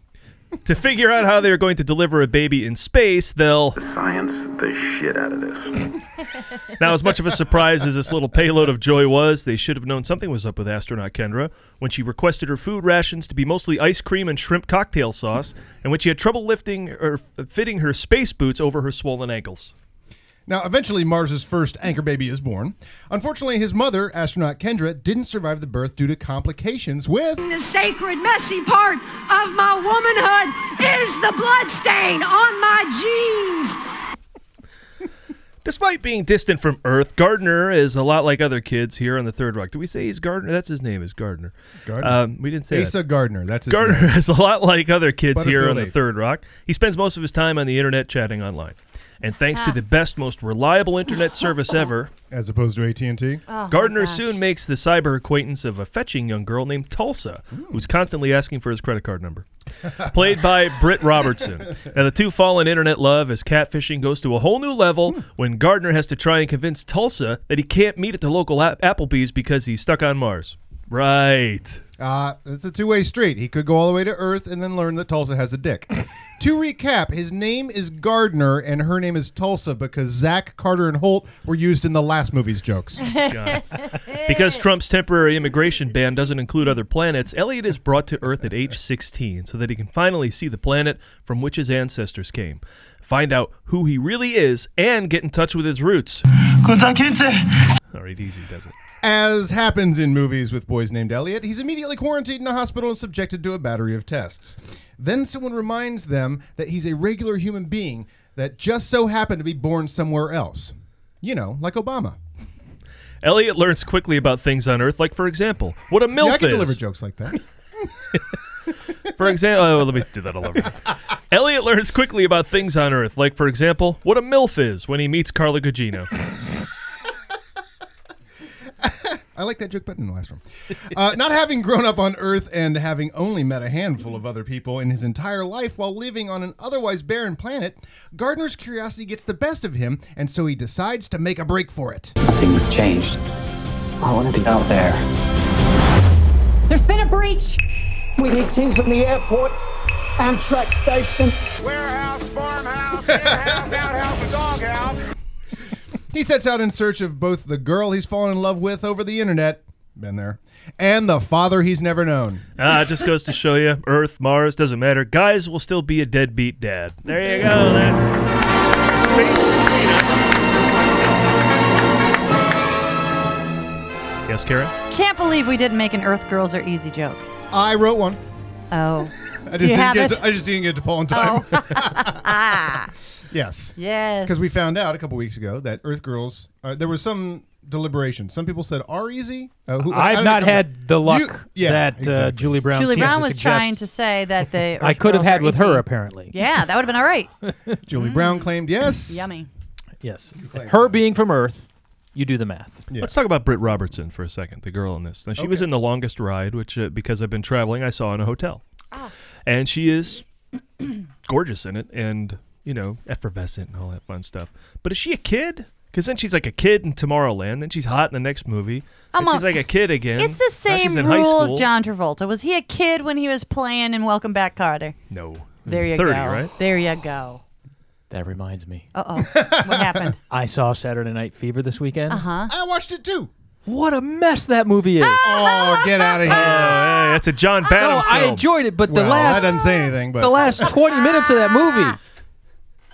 [SPEAKER 3] To figure out how they are going to deliver a baby in space, they'll
[SPEAKER 10] Science the shit out of this.
[SPEAKER 3] Now, as much of a surprise as this little payload of joy was, they should have known something was up with astronaut Kendra when she requested her food rations to be mostly ice cream and shrimp cocktail sauce, and when she had trouble lifting or fitting her space boots over her swollen ankles.
[SPEAKER 5] Now, eventually, Mars's first anchor baby is born. Unfortunately, his mother, astronaut Kendra, didn't survive the birth due to complications with.
[SPEAKER 13] The sacred, messy part of my womanhood is the bloodstain on my jeans.
[SPEAKER 3] Despite being distant from Earth, Gardner is a lot like other kids here on the Third Rock. Do we say he's Gardner? That's his name is Gardner.
[SPEAKER 5] Gardner.
[SPEAKER 3] Um, we didn't say
[SPEAKER 5] Asa
[SPEAKER 3] that.
[SPEAKER 5] Gardner, that's his
[SPEAKER 3] Gardner
[SPEAKER 5] name.
[SPEAKER 3] is a lot like other kids here on
[SPEAKER 5] Butterfield
[SPEAKER 3] the
[SPEAKER 5] eight.
[SPEAKER 3] Third Rock. He spends most of his time on the internet chatting online, and thanks to the best, most reliable internet service ever,
[SPEAKER 5] as opposed to AT and T.
[SPEAKER 1] Oh, my
[SPEAKER 3] Gardner
[SPEAKER 1] gosh.
[SPEAKER 3] soon makes the cyber acquaintance of a fetching young girl named Tulsa,
[SPEAKER 1] Hmm.
[SPEAKER 3] who's constantly asking for his credit card number.
[SPEAKER 1] <laughs>
[SPEAKER 3] Played by Britt Robertson. Now, the two fall in internet love as catfishing goes to a whole new level
[SPEAKER 1] Hmm.
[SPEAKER 3] when Gardner has to try and convince Tulsa that he can't meet at the local a- Applebee's because he's stuck on Mars. Right.
[SPEAKER 5] Uh, it's a two way street. He could go all the way to Earth and then learn that Tulsa has a dick. to recap, his name is Gardner and her name is Tulsa because Zach, Carter, and Holt were used in the last movie's jokes.
[SPEAKER 3] God. Because Trump's temporary immigration ban doesn't include other planets, Elliot is brought to Earth at age 16 so that he can finally see the planet from which his ancestors came, find out who he really is, and get in touch with his roots. All right, easy does it.
[SPEAKER 5] As happens in movies with boys named Elliot, he's immediately quarantined in a hospital and subjected to a battery of tests. Then someone reminds them that he's a regular human being that just so happened to be born somewhere else. You know, like Obama.
[SPEAKER 3] Elliot learns quickly about things on Earth, like, for example, what a MILF
[SPEAKER 5] yeah, I can
[SPEAKER 3] is.
[SPEAKER 5] deliver jokes like that.
[SPEAKER 3] For example, oh, let me do that all over.
[SPEAKER 5] <laughs>
[SPEAKER 3] Elliot learns quickly about things on Earth, like, for example, what a MILF is when he meets Carla Gugino.
[SPEAKER 5] I like that joke better than the last one. Uh, not having grown up on Earth and having only met a handful of other people in his entire life while living on an otherwise barren planet, Gardner's curiosity gets the best of him, and so he decides to make a break for it.
[SPEAKER 7] Nothing's changed. I want to be out there.
[SPEAKER 14] There's been a breach.
[SPEAKER 7] We need teams from the airport, Amtrak station.
[SPEAKER 9] Warehouse, farmhouse, in-house, outhouse, and doghouse.
[SPEAKER 5] He sets out in search of both the girl he's fallen in love with over the internet, been there, and the father he's never known.
[SPEAKER 3] Ah, it just goes to show you, Earth, Mars, doesn't matter. Guys will still be a deadbeat dad. There you go. That's yes, Karen.
[SPEAKER 1] Can't believe we didn't make an Earth Girls Are Easy joke.
[SPEAKER 5] I wrote one.
[SPEAKER 1] Oh.
[SPEAKER 5] I
[SPEAKER 1] Do
[SPEAKER 5] just,
[SPEAKER 1] you
[SPEAKER 5] didn't
[SPEAKER 1] have
[SPEAKER 5] get
[SPEAKER 1] it?
[SPEAKER 5] to, <laughs> I just didn't get to Paul in time.
[SPEAKER 1] ah.
[SPEAKER 5] yes.
[SPEAKER 1] Yes.
[SPEAKER 5] Because we found out a couple weeks ago that Earth Girls, uh, there was some deliberation. Some people said are easy. Uh, who- I
[SPEAKER 4] I've
[SPEAKER 5] don't
[SPEAKER 4] not
[SPEAKER 5] know.
[SPEAKER 4] had the
[SPEAKER 5] You-
[SPEAKER 4] luck
[SPEAKER 5] yeah,
[SPEAKER 4] that uh,
[SPEAKER 5] exactly.
[SPEAKER 4] Julie Brown.
[SPEAKER 1] Julie
[SPEAKER 4] seems
[SPEAKER 1] Brown was
[SPEAKER 4] to suggest.
[SPEAKER 1] trying to say that
[SPEAKER 5] <laughs>
[SPEAKER 1] the.
[SPEAKER 4] I
[SPEAKER 1] Earth
[SPEAKER 4] could have
[SPEAKER 1] Girls
[SPEAKER 4] had
[SPEAKER 1] Are
[SPEAKER 4] with
[SPEAKER 1] Easy.
[SPEAKER 4] her apparently.
[SPEAKER 1] Yeah, that would have been all
[SPEAKER 4] <laughs>
[SPEAKER 1] right.
[SPEAKER 5] Julie Brown claimed yes.
[SPEAKER 1] Yummy.
[SPEAKER 4] Yes, her being from Earth, you do the math.
[SPEAKER 3] Let's talk about Britt Robertson for a second, the girl in this. Now, she was in The Longest Ride, which, uh, because I've been traveling, I saw in a hotel. And she is <clears throat> gorgeous in it and, you know, effervescent and all that fun stuff. But is she a kid? Because then she's like a kid in Tomorrowland. Then she's hot in the next movie.
[SPEAKER 1] I'm
[SPEAKER 3] Then she's
[SPEAKER 1] a-
[SPEAKER 3] like a kid again.
[SPEAKER 1] It's the
[SPEAKER 3] Now she's
[SPEAKER 1] same
[SPEAKER 3] in high
[SPEAKER 1] rule
[SPEAKER 3] school.
[SPEAKER 1] as John Travolta. Was he a kid when he was playing in Welcome Back, Carter?
[SPEAKER 3] No.
[SPEAKER 1] There you
[SPEAKER 4] 30,
[SPEAKER 1] go.
[SPEAKER 4] right?
[SPEAKER 1] There you go.
[SPEAKER 4] That reminds me.
[SPEAKER 1] Uh oh. what
[SPEAKER 4] <laughs>
[SPEAKER 1] happened?
[SPEAKER 4] I saw Saturday Night Fever this weekend.
[SPEAKER 1] Uh huh.
[SPEAKER 5] I watched it too.
[SPEAKER 4] What a mess that movie is.
[SPEAKER 1] Ah!
[SPEAKER 5] Oh, get out of here.
[SPEAKER 3] <laughs> Oh, hey, that's a John Badham
[SPEAKER 4] no, I
[SPEAKER 3] film.
[SPEAKER 4] enjoyed it, but the
[SPEAKER 5] Well,
[SPEAKER 4] last
[SPEAKER 5] that doesn't say anything, but
[SPEAKER 4] the last 20 minutes of that
[SPEAKER 1] Ah!
[SPEAKER 4] movie.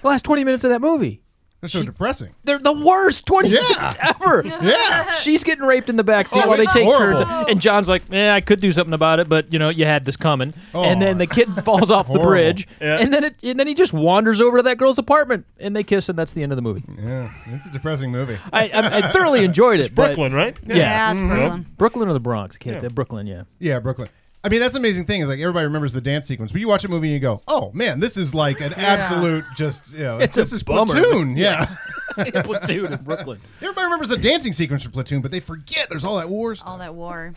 [SPEAKER 4] The last 20 minutes of that movie.
[SPEAKER 5] that's so depressing.
[SPEAKER 4] They're the worst 20 minutes ever.
[SPEAKER 5] Yeah.
[SPEAKER 4] She's getting raped in the back seat
[SPEAKER 5] Oh,
[SPEAKER 4] while they
[SPEAKER 5] it's
[SPEAKER 4] take
[SPEAKER 5] horrible.
[SPEAKER 4] turns. And John's like, "Yeah, I could do something about it, but you know, you had this coming." and then the
[SPEAKER 5] <laughs>
[SPEAKER 4] kid falls off the
[SPEAKER 5] Oh. Horrible.
[SPEAKER 4] bridge,
[SPEAKER 3] Yeah.
[SPEAKER 4] and then it, and then he just wanders over to that girl's apartment, and they kiss, and that's the end of the movie.
[SPEAKER 5] Yeah, it's a depressing movie.
[SPEAKER 4] I, I, I thoroughly enjoyed it. but-
[SPEAKER 3] Brooklyn, right?
[SPEAKER 4] Yeah.
[SPEAKER 1] Yeah, it's Brooklyn.
[SPEAKER 4] Brooklyn or the Bronx? Can't
[SPEAKER 3] Yeah.
[SPEAKER 4] yeah. Brooklyn, yeah.
[SPEAKER 5] Yeah, Brooklyn. I mean, that's the amazing thing is like everybody remembers the dance sequence, but you watch a movie and you go, "Oh man, this is like an absolute just you know,
[SPEAKER 4] It's a
[SPEAKER 5] this is
[SPEAKER 4] bummer.
[SPEAKER 5] Platoon." Yeah, <laughs>
[SPEAKER 4] Platoon in Brooklyn.
[SPEAKER 5] everybody remembers the dancing sequence from Platoon, but they forget there's all that war stuff.
[SPEAKER 1] All that war.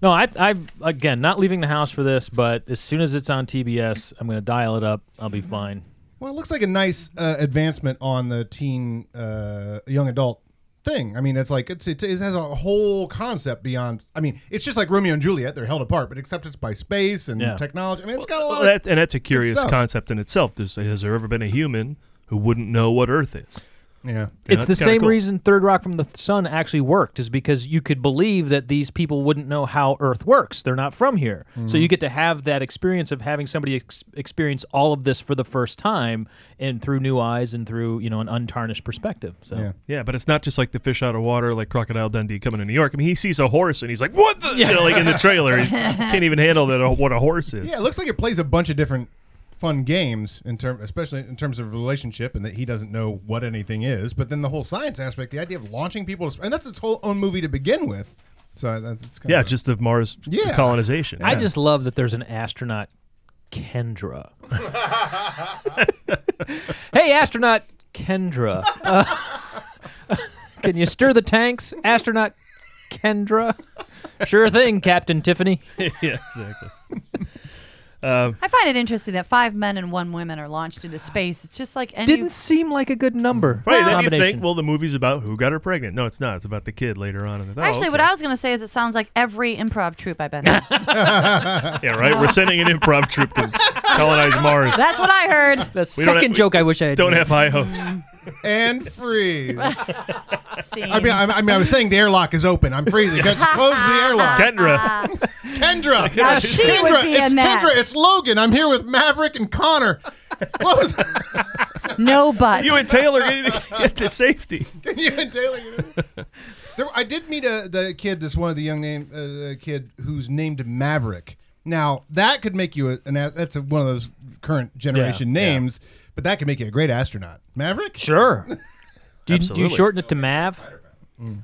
[SPEAKER 4] No, I, I again not leaving the house for this, but as soon as it's on TBS, I'm gonna dial it up. I'll be fine.
[SPEAKER 5] Well, it looks like a nice uh, advancement on the teen, uh, young adult thing. I mean, it's like it's, it's it has a whole concept beyond. I mean, it's just like Romeo and Juliet; they're held apart, but except it's by space and
[SPEAKER 4] Yeah.
[SPEAKER 5] technology. I mean, it's got a
[SPEAKER 3] Well,
[SPEAKER 5] lot. of,
[SPEAKER 3] that, and that's a curious
[SPEAKER 5] stuff.
[SPEAKER 3] concept in itself. Does, has there ever been a human who wouldn't know what Earth is?
[SPEAKER 5] Yeah.
[SPEAKER 4] it's the same reason Third Rock from the Sun actually worked, is because you could believe that these people wouldn't know how Earth works. They're not from here. So
[SPEAKER 15] Mhm.
[SPEAKER 4] you get to have that experience of having somebody ex- experience all of this for the first time and through new eyes and through, you know, an untarnished perspective. So
[SPEAKER 3] Yeah. but it's not just like the fish out of water, like Crocodile Dundee coming to New York. I mean, he sees a horse and he's like, "What the?"
[SPEAKER 5] Yeah.
[SPEAKER 3] You know, like in the
[SPEAKER 4] <laughs>
[SPEAKER 3] trailer, he can't even handle that. uh, What a horse is.
[SPEAKER 5] Yeah, it looks like it plays a bunch of different fun games in term, especially in terms of relationship, and that he doesn't know what anything is. But then the whole science aspect, the idea of launching people, to, sp- and that's its whole own movie to begin with. So that's kind
[SPEAKER 3] yeah,
[SPEAKER 5] of
[SPEAKER 3] just the Mars
[SPEAKER 5] Yeah.
[SPEAKER 3] colonization.
[SPEAKER 4] I just love that there's an astronaut, Kendra. <laughs> hey, astronaut Kendra. <laughs> Uh, can you stir the tanks, astronaut Kendra? Sure thing, Captain Tiffany.
[SPEAKER 3] <laughs> yeah,
[SPEAKER 5] <laughs>
[SPEAKER 3] exactly. Um,
[SPEAKER 1] I find it interesting that five men and one woman are launched into space. It's just like any
[SPEAKER 4] Didn't seem like a good number.
[SPEAKER 3] Right, then you
[SPEAKER 4] Combination.
[SPEAKER 3] think, well, the movie's about who got her pregnant. No, it's not. It's about the kid later on. In the, oh,
[SPEAKER 1] Actually,
[SPEAKER 3] okay.
[SPEAKER 1] what I was going to say is it sounds like every improv troupe I've been in.
[SPEAKER 3] yeah, right. We're sending an improv troupe
[SPEAKER 4] <laughs>
[SPEAKER 3] to colonize Mars.
[SPEAKER 1] That's what I heard.
[SPEAKER 4] The
[SPEAKER 3] We don't have-
[SPEAKER 4] second joke I wish I had.
[SPEAKER 3] Don't
[SPEAKER 4] known.
[SPEAKER 3] have high hopes.
[SPEAKER 5] and
[SPEAKER 3] <laughs>
[SPEAKER 5] freeze.
[SPEAKER 1] Scene.
[SPEAKER 5] I mean, I, I mean, I was saying the airlock is open. I'm freezing. Just close the airlock.
[SPEAKER 4] <laughs>
[SPEAKER 3] Kendra.
[SPEAKER 5] Kendra.
[SPEAKER 3] Now
[SPEAKER 5] It's
[SPEAKER 3] she
[SPEAKER 5] Kendra.
[SPEAKER 3] would be
[SPEAKER 5] it's
[SPEAKER 3] in that.
[SPEAKER 5] Kendra. It's Logan. I'm here with Maverick and Connor. Close.
[SPEAKER 1] no but.
[SPEAKER 3] You and Taylor get, get to <laughs> safety.
[SPEAKER 5] Can <laughs> you and Taylor? get in? <laughs> There, I did meet a the kid. This one of the young name uh, kid who's named Maverick. Now that could make you a, an. a- That's a, one of those current generation
[SPEAKER 4] Yeah, yeah.
[SPEAKER 5] names, but that could make you a great astronaut. Maverick.
[SPEAKER 3] <laughs>
[SPEAKER 4] Sure. Do you, do you
[SPEAKER 5] Absolutely.
[SPEAKER 4] shorten it to Mav?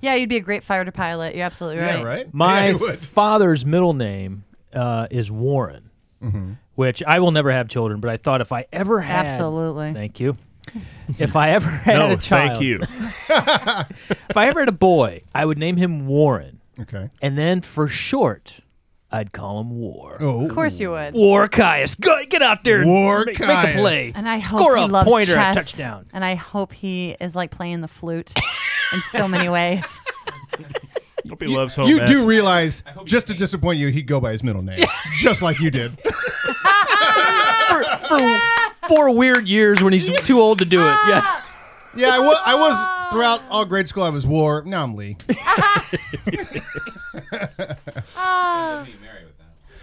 [SPEAKER 1] Yeah, you'd be a great fighter pilot. You're absolutely right.
[SPEAKER 4] My
[SPEAKER 1] Yeah,
[SPEAKER 4] father's middle name uh, is Warren,
[SPEAKER 3] Mm-hmm.
[SPEAKER 4] which I will never have children, but I thought if I ever had.
[SPEAKER 1] Absolutely.
[SPEAKER 4] Thank you. <laughs> if I ever had
[SPEAKER 3] No,
[SPEAKER 4] a child.
[SPEAKER 3] thank you.
[SPEAKER 4] if I ever had a boy, I would name him Warren.
[SPEAKER 5] Okay.
[SPEAKER 4] And then for short, I'd call him War.
[SPEAKER 5] Oh.
[SPEAKER 1] Of course you would.
[SPEAKER 4] War Caius. Go, get out there. and
[SPEAKER 5] War
[SPEAKER 4] make, make a play.
[SPEAKER 1] And I hope
[SPEAKER 4] Score
[SPEAKER 1] he
[SPEAKER 4] a
[SPEAKER 1] loves
[SPEAKER 4] pointer,
[SPEAKER 1] chess,
[SPEAKER 4] a touchdown.
[SPEAKER 1] And I hope he is like playing the flute in so many ways.
[SPEAKER 3] Hope he loves home.
[SPEAKER 5] you
[SPEAKER 3] ec.
[SPEAKER 5] do realize, just to disappoint you, he'd go by his middle name, <laughs> just like you did.
[SPEAKER 4] for, for four weird years when he's
[SPEAKER 16] <laughs>
[SPEAKER 4] too old to do it. Yeah.
[SPEAKER 5] Yeah, I was, I was throughout all grade school. I was War. Now I'm Lee.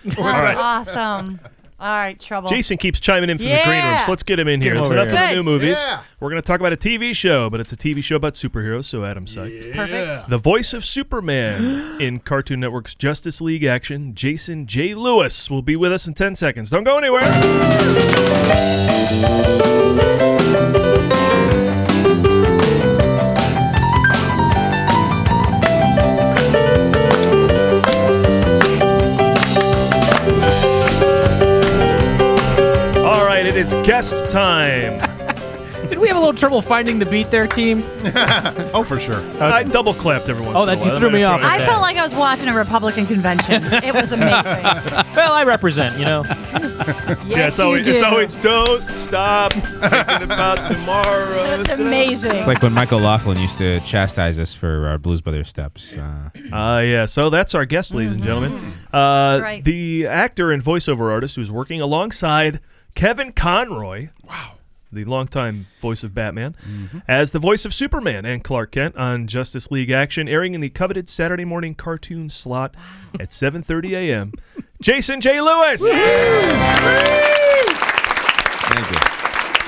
[SPEAKER 1] That's awesome. All right, trouble.
[SPEAKER 3] Jason keeps chiming in from the green
[SPEAKER 1] Yeah.
[SPEAKER 3] rooms. Let's get him in here.
[SPEAKER 4] Get him
[SPEAKER 3] That's
[SPEAKER 4] over
[SPEAKER 3] enough
[SPEAKER 4] here.
[SPEAKER 3] of the new movies.
[SPEAKER 4] Yeah.
[SPEAKER 3] We're going to talk about a TV show, but it's a TV show about superheroes, so Adam Sykes.
[SPEAKER 1] Perfect.
[SPEAKER 3] The voice of Superman in Cartoon Network's Justice League action, Jason J. Lewis, will be with us in 10 seconds. Don't go anywhere. All right, it is guest time.
[SPEAKER 4] Did we have a little trouble finding the beat there, team?
[SPEAKER 5] oh, for sure.
[SPEAKER 3] I double clapped every once
[SPEAKER 4] Oh,
[SPEAKER 3] in a
[SPEAKER 4] that- you
[SPEAKER 3] while.
[SPEAKER 4] threw
[SPEAKER 3] I'm
[SPEAKER 4] me
[SPEAKER 3] gonna
[SPEAKER 4] off
[SPEAKER 3] throw
[SPEAKER 1] I
[SPEAKER 3] it
[SPEAKER 1] felt like I was watching a Republican convention. It was amazing.
[SPEAKER 4] well, I represent, you know.
[SPEAKER 3] yeah, it's always, it's always don't stop thinking about tomorrow. That's
[SPEAKER 1] amazing.
[SPEAKER 16] It's like when Michael Laughlin used to chastise us for our Blues Brothers steps. Uh,
[SPEAKER 3] Uh, yeah, so that's our guest, ladies and gentlemen. Uh,
[SPEAKER 16] right.
[SPEAKER 3] The actor and voiceover artist who's working alongside Kevin Conroy. Wow. The longtime voice of Batman, as the voice of Superman and Clark Kent on Justice League Action, airing in the coveted Saturday morning cartoon slot at 7:30 a.m. Jason J. Lewis.
[SPEAKER 16] Thank you.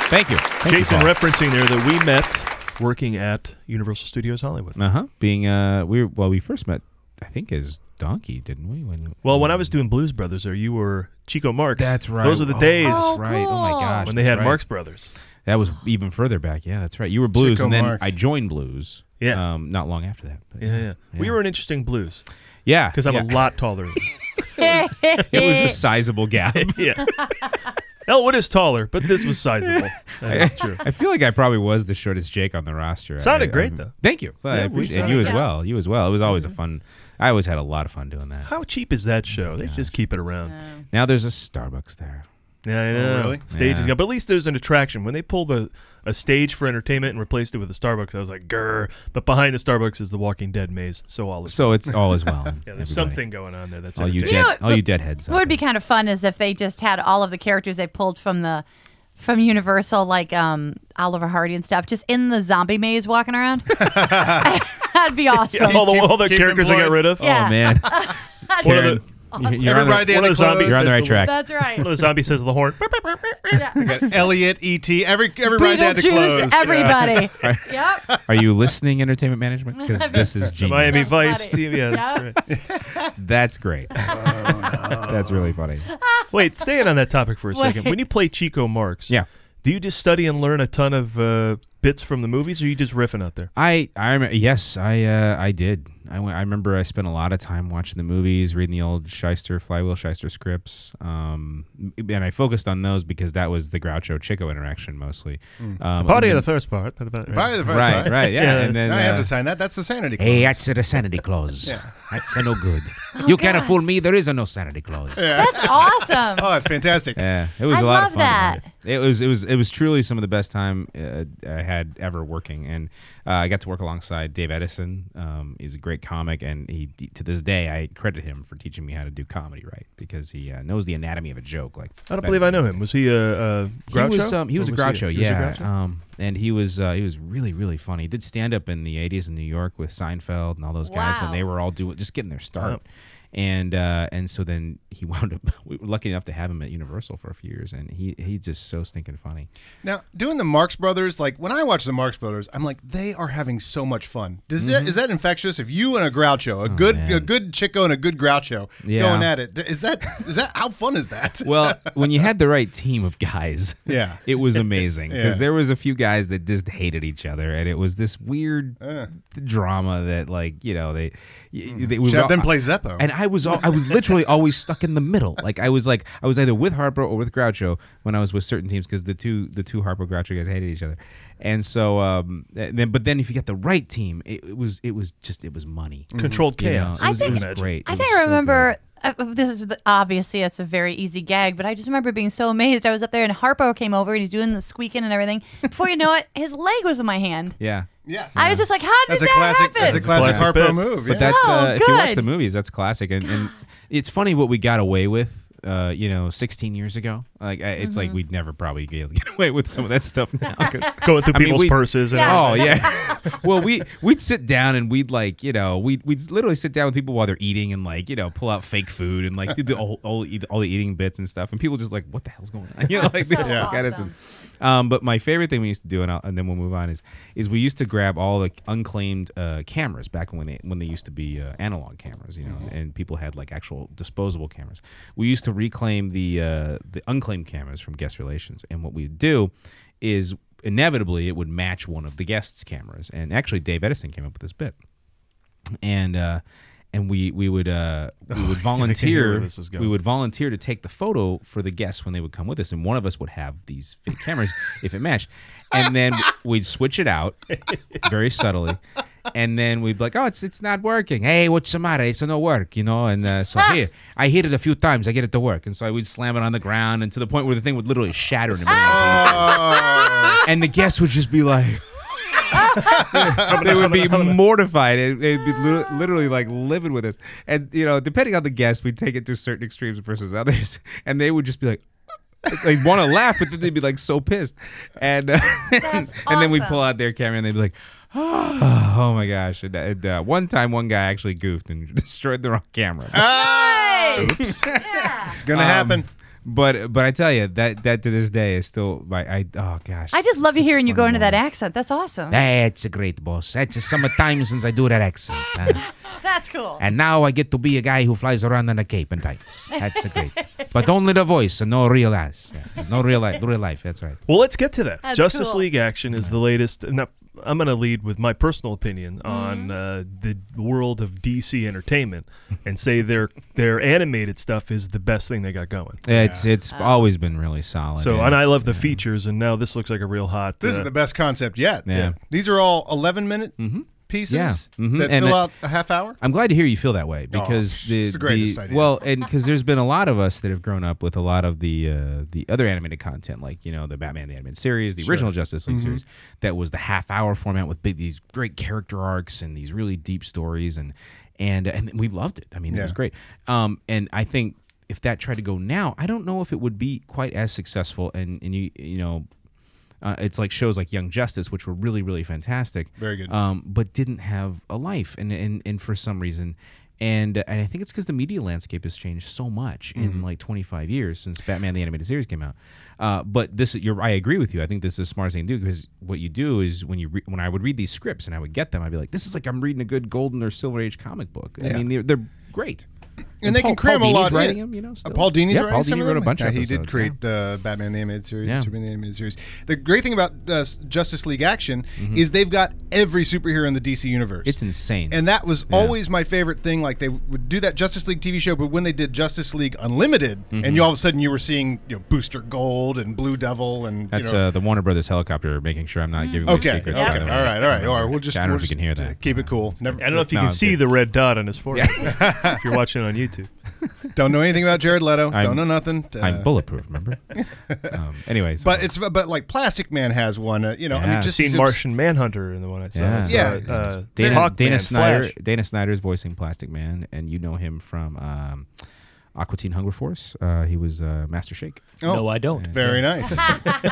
[SPEAKER 16] Thank you. Thank you,
[SPEAKER 3] Jason
[SPEAKER 16] Paul.
[SPEAKER 3] referencing there that we met working at Universal Studios Hollywood.
[SPEAKER 16] Uh huh. Being uh, we were- well, we first met, I think, as Donkey, didn't we? When
[SPEAKER 3] Well, when I was doing Blues Brothers there, you were Chico Marx.
[SPEAKER 16] That's right.
[SPEAKER 3] Those are the
[SPEAKER 16] Oh,
[SPEAKER 3] days.
[SPEAKER 16] that's right. Oh my gosh.
[SPEAKER 3] When they
[SPEAKER 16] that's
[SPEAKER 3] had
[SPEAKER 16] right.
[SPEAKER 3] Marx Brothers.
[SPEAKER 16] <laughs> That was even further back. Yeah, that's right. You were Blues,
[SPEAKER 3] Chico
[SPEAKER 16] and then
[SPEAKER 3] Marx.
[SPEAKER 16] I joined Blues.
[SPEAKER 3] Yeah.
[SPEAKER 16] Um, not long after that.
[SPEAKER 3] Yeah, yeah. We were an interesting Blues.
[SPEAKER 16] Yeah.
[SPEAKER 3] Because I'm a
[SPEAKER 16] yeah.
[SPEAKER 3] lot taller. than
[SPEAKER 16] It
[SPEAKER 4] Eh.
[SPEAKER 16] was a
[SPEAKER 4] <laughs>
[SPEAKER 16] sizable gap. <laughs>
[SPEAKER 3] you. yeah. Elwood is taller, but this was sizable.
[SPEAKER 16] <laughs>
[SPEAKER 3] That's true.
[SPEAKER 16] I feel like I probably was the shortest Jake on the roster.
[SPEAKER 3] Sounded
[SPEAKER 16] I-
[SPEAKER 3] great,
[SPEAKER 16] I'm-
[SPEAKER 3] though.
[SPEAKER 16] Thank you. Well, I
[SPEAKER 3] Yeah, we
[SPEAKER 16] appreciate- and
[SPEAKER 3] sounded
[SPEAKER 16] you as
[SPEAKER 3] good.
[SPEAKER 16] well. You as well. It was always a fun. I always had a lot of fun doing that.
[SPEAKER 3] How cheap is that show? They just keep it around.
[SPEAKER 16] Now there's a Starbucks there.
[SPEAKER 3] Yeah, I know.
[SPEAKER 16] really?
[SPEAKER 3] Stage is
[SPEAKER 16] Yeah.
[SPEAKER 3] gone, but at least there's an attraction. When they pulled a, a stage for entertainment and replaced it with a Starbucks, I was like, grr. But behind the Starbucks is the Walking Dead maze, so all is
[SPEAKER 16] So it's all
[SPEAKER 4] <laughs>
[SPEAKER 16] as well.
[SPEAKER 3] yeah, there's
[SPEAKER 16] everybody.
[SPEAKER 3] something going on there. That's
[SPEAKER 16] all you
[SPEAKER 3] entertaining.
[SPEAKER 16] dead, all you deadheads.
[SPEAKER 1] What would be kind of fun is if they just had all of the characters they pulled from the from Universal, like um, Oliver Hardy and stuff, just in the zombie maze walking around. <laughs> That'd be awesome.
[SPEAKER 3] Yeah, <laughs> all the, all the characters I got rid of.
[SPEAKER 1] Yeah. <laughs>
[SPEAKER 16] Oh
[SPEAKER 3] One
[SPEAKER 16] man,
[SPEAKER 3] of
[SPEAKER 16] Karen,
[SPEAKER 3] the-
[SPEAKER 16] you're- you're on the,
[SPEAKER 5] Everybody
[SPEAKER 3] one of the zombies
[SPEAKER 16] you're on the
[SPEAKER 3] says
[SPEAKER 16] right track.
[SPEAKER 1] That's right.
[SPEAKER 3] One of the zombies says the
[SPEAKER 16] <laughs>
[SPEAKER 3] horn.
[SPEAKER 5] They got Elliot, E.T., every, every ride they had
[SPEAKER 1] <laughs>
[SPEAKER 5] to
[SPEAKER 1] Beetlejuice,
[SPEAKER 5] close. Yeah.
[SPEAKER 1] everybody. <laughs> yep.
[SPEAKER 16] Are you listening, entertainment management? Because
[SPEAKER 1] <laughs>
[SPEAKER 16] this is
[SPEAKER 3] The
[SPEAKER 16] genius.
[SPEAKER 3] Miami Vice
[SPEAKER 1] Funny.
[SPEAKER 3] team. <laughs> Yeah, that's
[SPEAKER 1] Yep.
[SPEAKER 3] right.
[SPEAKER 16] That's great.
[SPEAKER 1] Oh,
[SPEAKER 16] That's really funny.
[SPEAKER 3] Wait, staying on that
[SPEAKER 1] <laughs>
[SPEAKER 3] topic for a second.
[SPEAKER 1] Wait.
[SPEAKER 3] When you play Chico Marx,
[SPEAKER 16] Yeah.
[SPEAKER 3] do you just study and learn a ton of uh, bits from the movies, or you just riffing out there?
[SPEAKER 16] I I remember, yes, I uh, I did. I, went, I remember I spent a lot of time watching the movies, reading the old Shyster flywheel Shyster scripts, um, and I focused on those because that was the Groucho Chico interaction mostly. Um,
[SPEAKER 3] Party of the
[SPEAKER 16] and
[SPEAKER 3] first part. Hmm. That about-
[SPEAKER 5] <laughs> Probably the first
[SPEAKER 16] Right,
[SPEAKER 3] <laughs>
[SPEAKER 5] part.
[SPEAKER 16] right, yeah, and then,
[SPEAKER 5] Now I have
[SPEAKER 16] uh,
[SPEAKER 5] to sign that. That's the sanity.
[SPEAKER 16] then- hey,
[SPEAKER 5] clause.
[SPEAKER 16] that's the sanity clause.
[SPEAKER 5] Yeah.
[SPEAKER 16] That's no good.
[SPEAKER 1] Oh
[SPEAKER 16] you cannot fool me. There is a no sanity clause.
[SPEAKER 5] Yeah.
[SPEAKER 1] That's awesome.
[SPEAKER 5] Oh, it's fantastic.
[SPEAKER 16] <laughs> Yeah, it was
[SPEAKER 1] I
[SPEAKER 16] a lot
[SPEAKER 1] love
[SPEAKER 16] of fun.
[SPEAKER 1] that.
[SPEAKER 16] It was it was it was truly some of the best time uh, I had ever working, and uh, I got to work alongside Dave Edison. Um, he's a great comic, and he to this day I credit him for teaching me how to do comedy right because he uh, knows the anatomy of a joke. Like
[SPEAKER 3] I don't believe I know him. Was he a, uh Groucho?
[SPEAKER 16] He was, um, he was
[SPEAKER 3] Or
[SPEAKER 16] a Groucho,
[SPEAKER 3] he- he was a
[SPEAKER 16] yeah.
[SPEAKER 3] Groucho?
[SPEAKER 16] Um, and he was uh, he was really really funny. He did stand up in the '80s in New York with Seinfeld and all those guys when
[SPEAKER 1] Wow.
[SPEAKER 16] they were all doing just getting their start.
[SPEAKER 3] Yep.
[SPEAKER 16] And uh, and so then he <laughs> wound up. We were lucky enough to have him at Universal for a few years, and he he's just so stinking funny.
[SPEAKER 5] Now, doing the Marx Brothers, like when I watch the Marx Brothers, I'm like, they are having so much fun. Does that is that infectious? If you and a Groucho, a good a
[SPEAKER 16] Mm-hmm. Oh, man.
[SPEAKER 5] good Chico and a good Groucho
[SPEAKER 16] Yeah.
[SPEAKER 5] going at it, is that is that how fun is that?
[SPEAKER 16] <laughs>
[SPEAKER 3] <laughs>
[SPEAKER 16] Well, when you had the right team of guys,
[SPEAKER 5] <laughs> Yeah.
[SPEAKER 16] it was amazing because
[SPEAKER 5] Yeah.
[SPEAKER 16] there was a few guys that just hated each other, and it was this weird
[SPEAKER 5] Uh.
[SPEAKER 16] th- drama that, like, you know, they, y- they we
[SPEAKER 5] Should
[SPEAKER 16] were
[SPEAKER 5] have them
[SPEAKER 16] all-
[SPEAKER 5] play Zeppo.
[SPEAKER 16] and I was all, I was literally always stuck in the middle. Like I was like I was either with Harpo or with Groucho when I was with certain teams because the two the two Harpo Groucho guys hated each other, and so um and then but then if you got the right team, it, it was it was just it was money.
[SPEAKER 3] Controlled
[SPEAKER 16] You know,
[SPEAKER 3] chaos.
[SPEAKER 16] it was,
[SPEAKER 1] I
[SPEAKER 16] it
[SPEAKER 1] think-
[SPEAKER 16] was great.
[SPEAKER 1] I
[SPEAKER 16] It
[SPEAKER 1] think
[SPEAKER 16] was
[SPEAKER 1] I
[SPEAKER 16] so
[SPEAKER 1] remember. Uh, this is the, obviously it's a very easy gag, but I just remember being so amazed. I was up there and Harpo came over and he's doing the squeaking and everything. Before you know it, his leg was in my hand.
[SPEAKER 16] good. yeah.
[SPEAKER 5] yes,
[SPEAKER 1] I was just like, "How did
[SPEAKER 5] that's a
[SPEAKER 1] that
[SPEAKER 5] classic.
[SPEAKER 1] happen?"
[SPEAKER 5] That's a classic,
[SPEAKER 3] Classic
[SPEAKER 5] Harpo
[SPEAKER 3] bit.
[SPEAKER 5] move.
[SPEAKER 16] But
[SPEAKER 5] yeah.
[SPEAKER 16] that's
[SPEAKER 1] So
[SPEAKER 16] uh, if you watch
[SPEAKER 1] Oh, good.
[SPEAKER 16] the movies, that's classic, and, and it's funny what we got away with. Uh, you know, 16 years ago, like I- it's
[SPEAKER 1] Mm-hmm.
[SPEAKER 16] like we'd never probably be able to get away with some of that stuff now. 'cause-
[SPEAKER 3] <laughs> Going through
[SPEAKER 16] I mean,
[SPEAKER 3] people's
[SPEAKER 16] we-
[SPEAKER 3] purses. And
[SPEAKER 1] <laughs>
[SPEAKER 16] Oh yeah. well, we we'd sit down and we'd like you know we'd we'd literally sit down with people while they're eating and like you know pull out fake food and like do the all all, eat- all the eating bits and stuff and people just like what the hell's going on you know like they
[SPEAKER 1] So
[SPEAKER 16] just look at us
[SPEAKER 1] awesome.
[SPEAKER 16] and- um, but my favorite thing we used to do and, I'll, and then we'll move on is is we used to grab all the unclaimed uh, cameras back when they when they used to be uh, analog cameras you know and people had like actual disposable cameras we used to reclaim the uh, the unclaimed cameras from guest relations and what we'd do is inevitably it would match one of the guests' cameras. And actually, Dave Edison came up with this bit, and uh, and we we would uh, we
[SPEAKER 3] <laughs>
[SPEAKER 16] would
[SPEAKER 3] Oh, hear where
[SPEAKER 16] volunteer
[SPEAKER 3] this is going.
[SPEAKER 16] we would volunteer to take the photo for the guests when they would come with us, and one of us would have these fake
[SPEAKER 3] <laughs>
[SPEAKER 16] cameras if it matched, and then we'd switch it out very subtly. And then we'd be like, "Oh, it's it's not working. Hey, what's the matter? It's no work, you know." And uh, so here, I hit it a few times. I get it to work, and so I would slam it on the ground, and to the point where the thing would literally shatter in the middle. of the pieces and the guests would just be like <laughs> they <laughs> would be mortified and they'd be li- literally like livid with us and you know depending on the guest we'd take it to certain extremes versus others <laughs> and they would just be like they'd want to laugh but then they'd be like so pissed and uh, <laughs> and, then we'd pull out their camera and they'd be like oh, my gosh and, and, uh, one time one guy actually goofed and destroyed the wrong
[SPEAKER 1] <laughs>
[SPEAKER 16] camera
[SPEAKER 5] it's gonna happen.
[SPEAKER 16] but but i tell you that that to this day is still like i oh gosh
[SPEAKER 1] I just love you
[SPEAKER 16] such
[SPEAKER 1] hearing you
[SPEAKER 16] funny
[SPEAKER 1] go into that
[SPEAKER 16] moments.
[SPEAKER 1] accent. That's awesome.
[SPEAKER 16] That's a great boss. That's a summertime since I do that accent. Uh,
[SPEAKER 1] That's cool.
[SPEAKER 16] and now I get to be a guy who flies around on a cape and tights. That's a great. But only the voice and no real ass. Yeah, No real life. Real life. That's right.
[SPEAKER 3] Well, let's get to that.
[SPEAKER 1] That's
[SPEAKER 3] Justice
[SPEAKER 1] cool.
[SPEAKER 3] League action is the latest. And that- I'm going to lead with my personal opinion
[SPEAKER 1] Mm-hmm.
[SPEAKER 3] on uh, the world of DC entertainment and say their their animated stuff is the best thing they got going.
[SPEAKER 16] It's it's always been really solid.
[SPEAKER 3] So,
[SPEAKER 16] yeah,
[SPEAKER 3] and I
[SPEAKER 16] it's-
[SPEAKER 3] love the
[SPEAKER 16] yeah.
[SPEAKER 3] features, and now this looks like a real hot.
[SPEAKER 5] This
[SPEAKER 3] uh,
[SPEAKER 5] is the best concept yet.
[SPEAKER 16] Um, Yeah. Mm-hmm.
[SPEAKER 5] These are all 11 minute pieces
[SPEAKER 16] Yeah. Mhm.
[SPEAKER 5] that
[SPEAKER 16] And
[SPEAKER 5] fill
[SPEAKER 16] I-
[SPEAKER 5] out a half hour.
[SPEAKER 16] I'm glad to hear you feel that way because
[SPEAKER 5] Oh, it's
[SPEAKER 16] the,
[SPEAKER 5] the greatest idea.
[SPEAKER 16] well, and because there's been a lot of us that have grown up with a lot of the uh, the other animated content, like you know the Batman the animated series, the original Justice
[SPEAKER 5] Mm-hmm.
[SPEAKER 16] League series, that was the half hour format with big, these great character arcs and these really deep stories, and and and we loved it. I mean, it was
[SPEAKER 5] Yeah.
[SPEAKER 16] great. Um, and I think if that tried to go now, I don't know if it would be quite as successful. And and you you know, uh, it's like shows like Young Justice, which were really really fantastic,
[SPEAKER 5] Very good.
[SPEAKER 16] um, but didn't have a life, and and and for some reason. And, uh, and I think it's because the media landscape has changed so much in
[SPEAKER 5] Mhm.
[SPEAKER 16] like 25 years since Batman the animated series came out. Uh, but this, you're, I agree with you. I think this is as smart as they can do because what you do is when you re- when I would read these scripts and I would get them, I'd be like, this is like I'm reading a good golden or silver age comic book. I
[SPEAKER 5] Yeah.
[SPEAKER 16] mean, they're, they're great.
[SPEAKER 5] And, they
[SPEAKER 16] Paul-
[SPEAKER 5] can cram
[SPEAKER 16] Paul
[SPEAKER 5] a
[SPEAKER 16] Dini's
[SPEAKER 5] lot. in.
[SPEAKER 16] writing them, you know.
[SPEAKER 5] Uh,
[SPEAKER 16] still.
[SPEAKER 5] Paul Dini's
[SPEAKER 16] yeah,
[SPEAKER 5] writing
[SPEAKER 16] Paul
[SPEAKER 5] some
[SPEAKER 16] Dini
[SPEAKER 5] of
[SPEAKER 16] wrote a
[SPEAKER 5] them?
[SPEAKER 16] bunch
[SPEAKER 5] Yeah,
[SPEAKER 16] of
[SPEAKER 5] He
[SPEAKER 16] episodes.
[SPEAKER 5] did create uh, Batman the animated series,
[SPEAKER 16] Yeah.
[SPEAKER 5] Superman the animated series. The great thing about uh, s- Justice League Action is they've got every superhero in the DC universe.
[SPEAKER 16] Mm-hmm. It's insane.
[SPEAKER 5] And that was
[SPEAKER 16] Yeah.
[SPEAKER 5] always my favorite thing. Like they would do that Justice League TV show, but when they did Justice League Unlimited,
[SPEAKER 16] Mhm.
[SPEAKER 5] and you all of a sudden you were seeing you know, Booster Gold and Blue Devil, and
[SPEAKER 16] That's
[SPEAKER 5] you know,
[SPEAKER 16] uh, the Warner Brothers helicopter making sure I'm not giving away
[SPEAKER 5] Mm. okay,
[SPEAKER 16] secrets.
[SPEAKER 5] okay,
[SPEAKER 16] by the way.
[SPEAKER 5] all right, all right, all right. We'll just
[SPEAKER 16] I don't know
[SPEAKER 5] we'll
[SPEAKER 16] if you
[SPEAKER 5] just
[SPEAKER 16] can hear that.
[SPEAKER 5] Keep it cool. Never,
[SPEAKER 3] I don't know if you can see the red dot on his forehead if you're watching on YouTube.
[SPEAKER 5] Don't know anything about Jared Leto.
[SPEAKER 16] I'm-
[SPEAKER 5] don't know nothing.
[SPEAKER 16] I'm <laughs> bulletproof, remember? um, anyways,
[SPEAKER 5] But it's but like Plastic Man has one. Uh, you know, I
[SPEAKER 16] Yeah.
[SPEAKER 5] mean, just
[SPEAKER 3] Seen
[SPEAKER 5] it's-
[SPEAKER 3] Martian Manhunter in the one I saw.
[SPEAKER 16] yeah,
[SPEAKER 3] I saw,
[SPEAKER 5] Yeah.
[SPEAKER 3] uh,
[SPEAKER 16] Dana,
[SPEAKER 3] Hawkman,
[SPEAKER 16] Dana Snyder.
[SPEAKER 3] Flash.
[SPEAKER 16] Dana Snyder is voicing Plastic Man, and you know him from um, Aqua Teen Hunger Force. Uh, he was uh, Master Shake.
[SPEAKER 5] Oh,
[SPEAKER 4] no, I don't.
[SPEAKER 5] Very nice.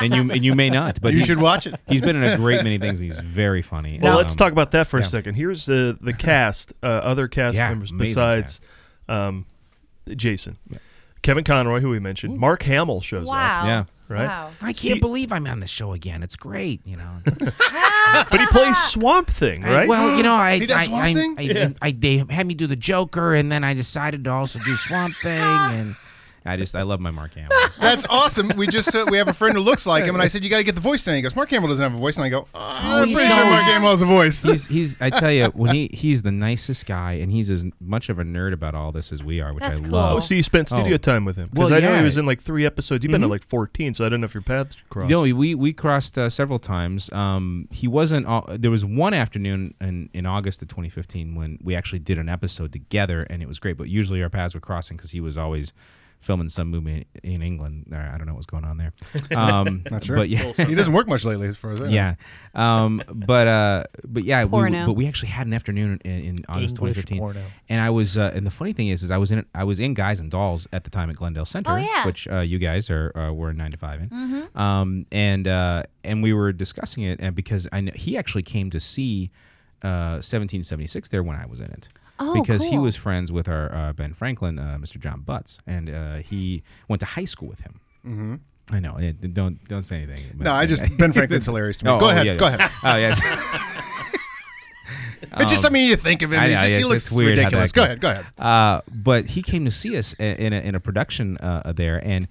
[SPEAKER 16] and you and you may not, <laughs>
[SPEAKER 5] <laughs>
[SPEAKER 16] but
[SPEAKER 5] You
[SPEAKER 16] he's-
[SPEAKER 5] should watch
[SPEAKER 16] <laughs>
[SPEAKER 5] it.
[SPEAKER 16] He's been in a great many things. and He's very funny.
[SPEAKER 3] Well, let's
[SPEAKER 16] Um,
[SPEAKER 3] talk about that for a
[SPEAKER 16] yeah.
[SPEAKER 3] second. Here's the the cast, uh, other cast
[SPEAKER 16] Yeah,
[SPEAKER 3] members
[SPEAKER 16] amazing
[SPEAKER 3] besides um, Jason, Kevin Conroy, who we mentioned, Mark Hamill shows
[SPEAKER 16] Wow.
[SPEAKER 3] up.
[SPEAKER 16] Yeah.
[SPEAKER 3] right.
[SPEAKER 16] Wow. I can't believe I'm on the show again. It's great, you
[SPEAKER 5] <laughs>
[SPEAKER 16] know.
[SPEAKER 3] but he plays Swamp Thing,
[SPEAKER 16] I-
[SPEAKER 3] right?
[SPEAKER 16] well, you know, I
[SPEAKER 5] He does
[SPEAKER 16] I,
[SPEAKER 5] Swamp
[SPEAKER 16] I,
[SPEAKER 5] Thing?
[SPEAKER 16] I,
[SPEAKER 5] Yeah.
[SPEAKER 16] I- they had me do the Joker, and then I decided to also do <laughs> Swamp Thing, and I just I love my Mark Hamill.
[SPEAKER 5] That's awesome. We just uh, we have a friend who looks like him, and I said you got to get the voice down. He goes, Mark Hamill doesn't have a voice, and I go, oh, I'm
[SPEAKER 16] he
[SPEAKER 5] pretty sure
[SPEAKER 16] does.
[SPEAKER 5] Mark Hamill has a voice. <laughs>
[SPEAKER 16] He's he's I tell you when he he's the nicest guy, and he's as much of a nerd about all this as we are, which
[SPEAKER 3] That's
[SPEAKER 16] I
[SPEAKER 3] cool.
[SPEAKER 16] love.
[SPEAKER 3] Oh, so you spent studio
[SPEAKER 16] Oh.
[SPEAKER 3] time with him? Because
[SPEAKER 16] Well,
[SPEAKER 3] I
[SPEAKER 16] yeah.
[SPEAKER 3] know he was in like three episodes. You've been to
[SPEAKER 16] Mhm.
[SPEAKER 3] like 14, so I don't know if your paths crossed.
[SPEAKER 16] No, we we crossed uh, several times. Um, he wasn't. All, there was one afternoon in, in August of 2015 when we actually did an episode together, and it was great. But usually our paths were crossing because he was always filming some movie in, in England. Or I don't know what's going on there. Um,
[SPEAKER 5] Not sure.
[SPEAKER 16] But yeah,
[SPEAKER 5] he doesn't work much lately, as far as I know.
[SPEAKER 16] yeah. Um, but uh, but yeah, we,
[SPEAKER 5] Porno.
[SPEAKER 16] but we actually had an afternoon in, in August
[SPEAKER 4] English
[SPEAKER 16] 2015,
[SPEAKER 4] porno.
[SPEAKER 16] and I was uh, and the funny thing is, is I was in I was in Guys and Dolls at the time at Glendale Center,
[SPEAKER 15] Oh, yeah.
[SPEAKER 16] which uh, you guys are uh, were nine to five in,
[SPEAKER 15] Mhm.
[SPEAKER 16] um, and uh, and we were discussing it, and because I know, he actually came to see. Uh, 1776 there when I was in it.
[SPEAKER 15] Oh,
[SPEAKER 16] because he
[SPEAKER 15] cool.
[SPEAKER 16] was friends with our uh, Ben Franklin, uh, Mr. John Butts, and uh, he went to high school with him.
[SPEAKER 4] Mm-hmm.
[SPEAKER 5] hmm
[SPEAKER 16] I know. yeah, Don't don't say anything.
[SPEAKER 5] No,
[SPEAKER 16] but-
[SPEAKER 5] I just- Ben Franklin's hilarious to
[SPEAKER 16] <laughs>
[SPEAKER 5] me. Go ahead,
[SPEAKER 16] yeah,
[SPEAKER 5] go
[SPEAKER 16] yeah.
[SPEAKER 5] ahead.
[SPEAKER 16] Oh yes.
[SPEAKER 5] It's just, I mean, you think of him, he just- he
[SPEAKER 16] Um, it's-
[SPEAKER 5] looks
[SPEAKER 16] it's weird how that
[SPEAKER 5] ridiculous. Go
[SPEAKER 16] goes.
[SPEAKER 5] ahead, go ahead.
[SPEAKER 16] Uh, but he came to see us i- in a, in a production uh, there, and.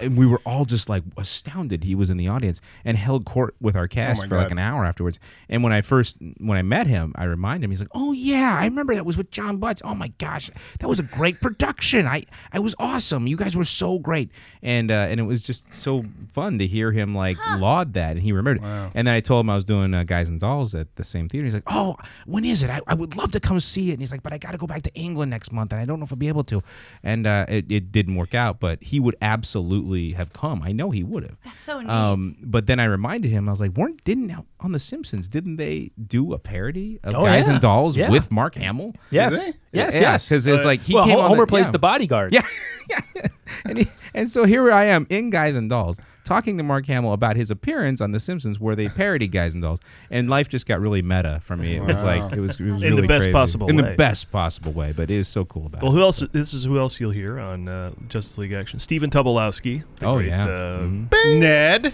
[SPEAKER 16] And we were all just like astounded. He was in the audience and held court with our cast
[SPEAKER 15] my
[SPEAKER 16] for like
[SPEAKER 15] God.
[SPEAKER 16] an hour afterwards. And when I first when I met him, I reminded him. He's like, "Oh yeah, I remember that was with John Butts. Oh my gosh, that was a great production. I I was awesome. You guys were so great." And uh, and it was just so fun to hear him like laud that, and he remembered. it. And then I told him I was doing uh, Guys and Dolls at the same theater. He's like, "Oh, when is it? I, I would love to come see it." And he's like, "But I got to go back to England next month, and I don't know if I'll be able to." And uh, it it didn't work out, but he would absolutely have come. I know he would have.
[SPEAKER 1] That's so neat.
[SPEAKER 16] Um, but then I reminded him, I was like, "Weren't didn't on the Simpsons? Didn't they do a parody of
[SPEAKER 4] Oh,
[SPEAKER 16] Guys
[SPEAKER 4] yeah.
[SPEAKER 16] and Dolls
[SPEAKER 4] Yeah.
[SPEAKER 16] with Mark Hamill?"
[SPEAKER 4] Yes. Did
[SPEAKER 16] Yeah.
[SPEAKER 4] they? Yes,
[SPEAKER 16] yeah,
[SPEAKER 4] yes.
[SPEAKER 16] Because it's
[SPEAKER 4] Uh,
[SPEAKER 16] like he
[SPEAKER 4] well,
[SPEAKER 16] came
[SPEAKER 4] Ho-
[SPEAKER 16] on
[SPEAKER 4] Homer
[SPEAKER 16] the,
[SPEAKER 4] plays
[SPEAKER 16] yeah.
[SPEAKER 4] the bodyguard.
[SPEAKER 16] Yeah, <laughs> and he, and so here I am in Guys and Dolls talking to Mark Hamill about his appearance on The Simpsons, where they parody Guys and Dolls, and life just got really meta for me. It was
[SPEAKER 3] Wow.
[SPEAKER 16] like it was, it was
[SPEAKER 3] In the
[SPEAKER 16] really
[SPEAKER 3] best
[SPEAKER 16] crazy.
[SPEAKER 3] possible
[SPEAKER 16] in
[SPEAKER 3] way.
[SPEAKER 16] the best possible way. But it was so cool about
[SPEAKER 3] Well,
[SPEAKER 16] it.
[SPEAKER 3] who else? This is who else you'll hear on uh, Justice League Action. Stephen Tobolowsky. the
[SPEAKER 16] Oh,
[SPEAKER 3] great,
[SPEAKER 16] yeah.
[SPEAKER 3] uh,
[SPEAKER 16] Mhm.
[SPEAKER 5] Ned.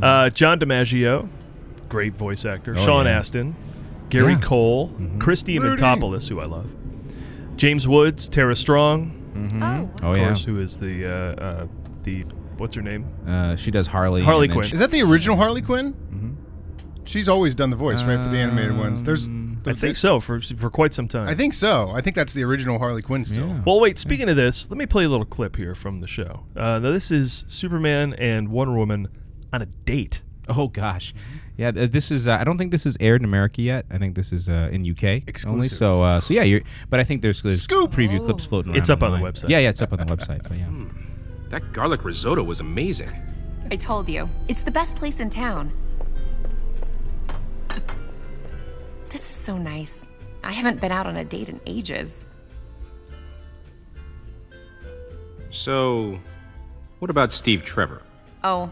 [SPEAKER 3] Uh, John DiMaggio, great voice actor.
[SPEAKER 16] Mm-hmm. Oh,
[SPEAKER 3] Sean
[SPEAKER 16] yeah.
[SPEAKER 3] Astin, Gary
[SPEAKER 16] Yeah. Mm-hmm.
[SPEAKER 3] Cole, Christy
[SPEAKER 16] Rudy.
[SPEAKER 3] Mantopoulos, who I love, James Woods, Tara Strong.
[SPEAKER 16] Mhm. Oh,
[SPEAKER 3] of
[SPEAKER 16] wow. yeah.
[SPEAKER 3] course, who is the uh, uh, the what's her name?
[SPEAKER 16] Uh, she does Harley.
[SPEAKER 3] Harley
[SPEAKER 16] and then
[SPEAKER 3] Quinn.
[SPEAKER 16] she-
[SPEAKER 5] Is that the original Harley Quinn?
[SPEAKER 16] Mm-hmm.
[SPEAKER 5] She's always done the voice, right, for the animated ones. There's,
[SPEAKER 3] I think so for for quite some time.
[SPEAKER 5] I think so. I think that's the original Harley Quinn still.
[SPEAKER 3] Well, wait. Speaking of this, let me play a little clip here from the show. Uh, now, this is Superman and Wonder Woman on a date.
[SPEAKER 16] Oh gosh, yeah. th- This is. Uh, I don't think this is aired in America yet. I think this is uh, in UK only.
[SPEAKER 5] Exclusive.
[SPEAKER 16] So, uh, so yeah. You're, but I think there's, there's
[SPEAKER 17] Scoop!
[SPEAKER 16] preview
[SPEAKER 17] Oh.
[SPEAKER 16] clips floating around.
[SPEAKER 17] It's up on the
[SPEAKER 16] online.
[SPEAKER 17] website. Hmm.
[SPEAKER 16] Yeah, yeah. It's up on the website. But yeah.
[SPEAKER 17] That garlic risotto was amazing.
[SPEAKER 18] I told you, it's the best place in town. This is so nice. I haven't been out on a date in ages.
[SPEAKER 17] So, what about Steve Trevor?
[SPEAKER 18] Oh,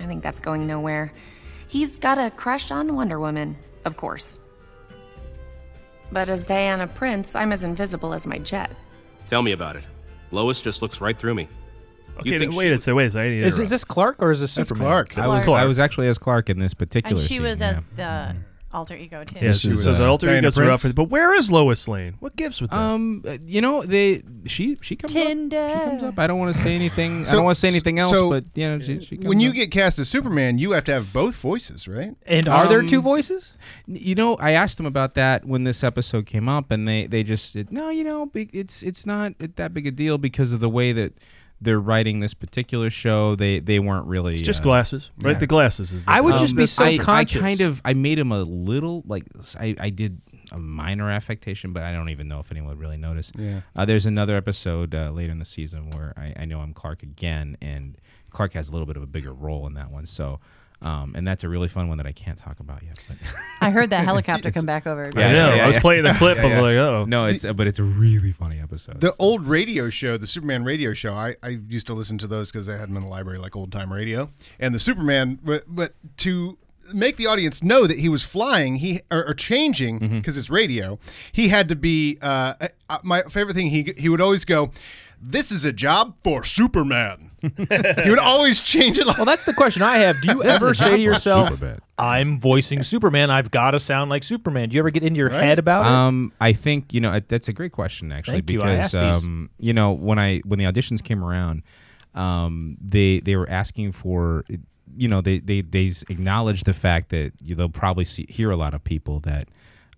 [SPEAKER 18] I think that's going nowhere. He's got a crush on Wonder Woman, of course. But as Diana Prince, I'm as invisible as my jet.
[SPEAKER 17] Tell me about it. Lois just looks right through me.
[SPEAKER 3] Okay,
[SPEAKER 17] You'd
[SPEAKER 3] wait a second. Wait a second. I need to
[SPEAKER 4] Is,
[SPEAKER 3] interrupt.
[SPEAKER 4] is this Clark or is this
[SPEAKER 5] That's
[SPEAKER 4] Superman?
[SPEAKER 5] Clark.
[SPEAKER 16] I was,
[SPEAKER 1] Clark.
[SPEAKER 16] I was actually as Clark in this particular
[SPEAKER 1] and she
[SPEAKER 16] scene,
[SPEAKER 1] was
[SPEAKER 16] yeah. Mm-hmm.
[SPEAKER 1] as the alter ego too.
[SPEAKER 3] Yeah,
[SPEAKER 16] This is,
[SPEAKER 3] so the
[SPEAKER 16] uh,
[SPEAKER 3] alter
[SPEAKER 16] Diana
[SPEAKER 3] egos are
[SPEAKER 16] Prince.
[SPEAKER 3] up. But where is Lois Lane? What gives with that?
[SPEAKER 16] Um, uh, you know, they she she comes
[SPEAKER 1] Tinder.
[SPEAKER 16] up. She comes up. I don't want to say anything. I
[SPEAKER 5] So-
[SPEAKER 16] don't want to say anything else.
[SPEAKER 5] so
[SPEAKER 16] but you know, she, she comes
[SPEAKER 5] when you
[SPEAKER 16] up.
[SPEAKER 5] get cast as Superman, you have to have both voices, right?
[SPEAKER 16] Um, n- You know, I asked them about that when this episode came up, and they they just said, no, you know, be- it's it's not that big a deal because of the way that they're writing this particular show. They they weren't really.
[SPEAKER 3] It's just
[SPEAKER 16] uh,
[SPEAKER 3] glasses, right?
[SPEAKER 16] yeah.
[SPEAKER 3] The glasses is. The
[SPEAKER 4] I would
[SPEAKER 3] thing.
[SPEAKER 4] just be so
[SPEAKER 16] Um, I, I
[SPEAKER 4] conscious.
[SPEAKER 16] kind of I made him a little like s- I, I did a minor affectation, but I don't even know if anyone would really notice.
[SPEAKER 5] Yeah.
[SPEAKER 16] Uh, there's another episode uh, later in the season where I, I know I'm Clark again, and Clark has a little bit of a bigger role in that one. So, um, and that's a really fun one that I can't talk about yet. But
[SPEAKER 1] I heard
[SPEAKER 16] <laughs>
[SPEAKER 1] that helicopter come back over.
[SPEAKER 3] I know. I was playing the clip, I'm like, oh.
[SPEAKER 16] no, it's uh, but it's a really funny episode.
[SPEAKER 5] The old radio show, the Superman radio show, I, I used to listen to those because I had them in the library, like old time radio. And the Superman, but, but to make the audience know that he was flying, he or, or changing
[SPEAKER 16] Mm-hmm.
[SPEAKER 5] because it's radio, he had to be. Uh, uh, uh, my favorite thing he he would always go, "This is a job for Superman." <laughs> he would always change it. Like,
[SPEAKER 4] Well, that's the question I have. Do you
[SPEAKER 5] This
[SPEAKER 4] ever
[SPEAKER 5] is
[SPEAKER 4] say to
[SPEAKER 5] not
[SPEAKER 4] yourself,
[SPEAKER 16] Superbad.
[SPEAKER 4] "I'm voicing Superman. I've got to sound like Superman"? Do you ever get into your head about it?
[SPEAKER 16] um, I think you know I- that's a great question actually
[SPEAKER 4] Thank you, I asked
[SPEAKER 16] because
[SPEAKER 4] these.
[SPEAKER 16] um, you know when I when the auditions came around, um, they they were asking for you know they they they acknowledged the fact that you, they'll probably see, hear a lot of people that.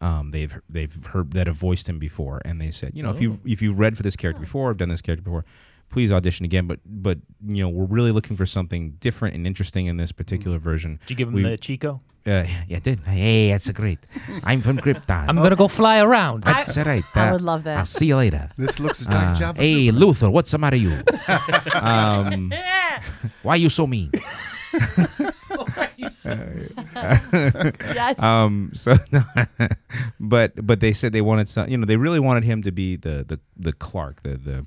[SPEAKER 16] Um, they've they've heard that have voiced him before, and they said, you know, if you if you read for this character before, I've done this character before, please audition again. But but you know, we're really looking for something different and interesting in this particular version.
[SPEAKER 4] Mm. Did you give him
[SPEAKER 16] We-
[SPEAKER 4] the Chico?
[SPEAKER 16] uh, yeah, I did. Hey, that's a great. I'm from Krypton.
[SPEAKER 4] I'm gonna go fly around.
[SPEAKER 16] That's all right.
[SPEAKER 1] I
[SPEAKER 16] Uh,
[SPEAKER 1] would love that.
[SPEAKER 16] I'll see you later.
[SPEAKER 5] This looks like
[SPEAKER 16] Uh,
[SPEAKER 5] Java
[SPEAKER 16] Hey, Luthor, what's the matter you?
[SPEAKER 1] <laughs>
[SPEAKER 16] um, why you so mean?
[SPEAKER 1] <laughs> Yes.
[SPEAKER 16] Um, so, no, but but they said they wanted some. You know, they really wanted him to be the the, the Clark, the the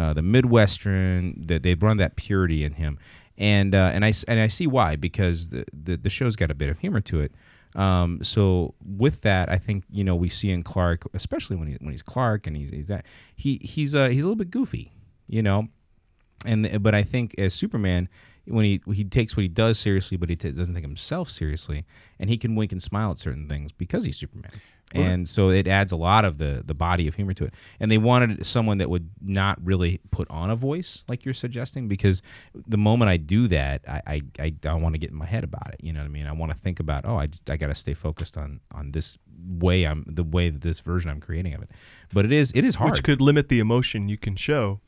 [SPEAKER 16] uh, the Midwestern. That they brought that purity in him, and uh, and I s- and I see why because the, the the show's got a bit of humor to it. Um, so with that, I think you know we see in Clark, especially when he when he's Clark and he's he's that he he's uh he's a little bit goofy, you know, and eh, but I think as Superman, when he he takes what he does seriously, but he t- doesn't take himself seriously, and he can wink and smile at certain things because he's Superman, and so it adds a lot of the the body of humor to it. And they wanted someone that would not really put on a voice like you're suggesting, because the moment I do that, I I, I don't want to get in my head about it. You know what I mean? I want to think about oh I I got to stay focused on on this way I'm the way that this version I'm creating of it. But it is it is hard.
[SPEAKER 3] Which could limit the emotion you can show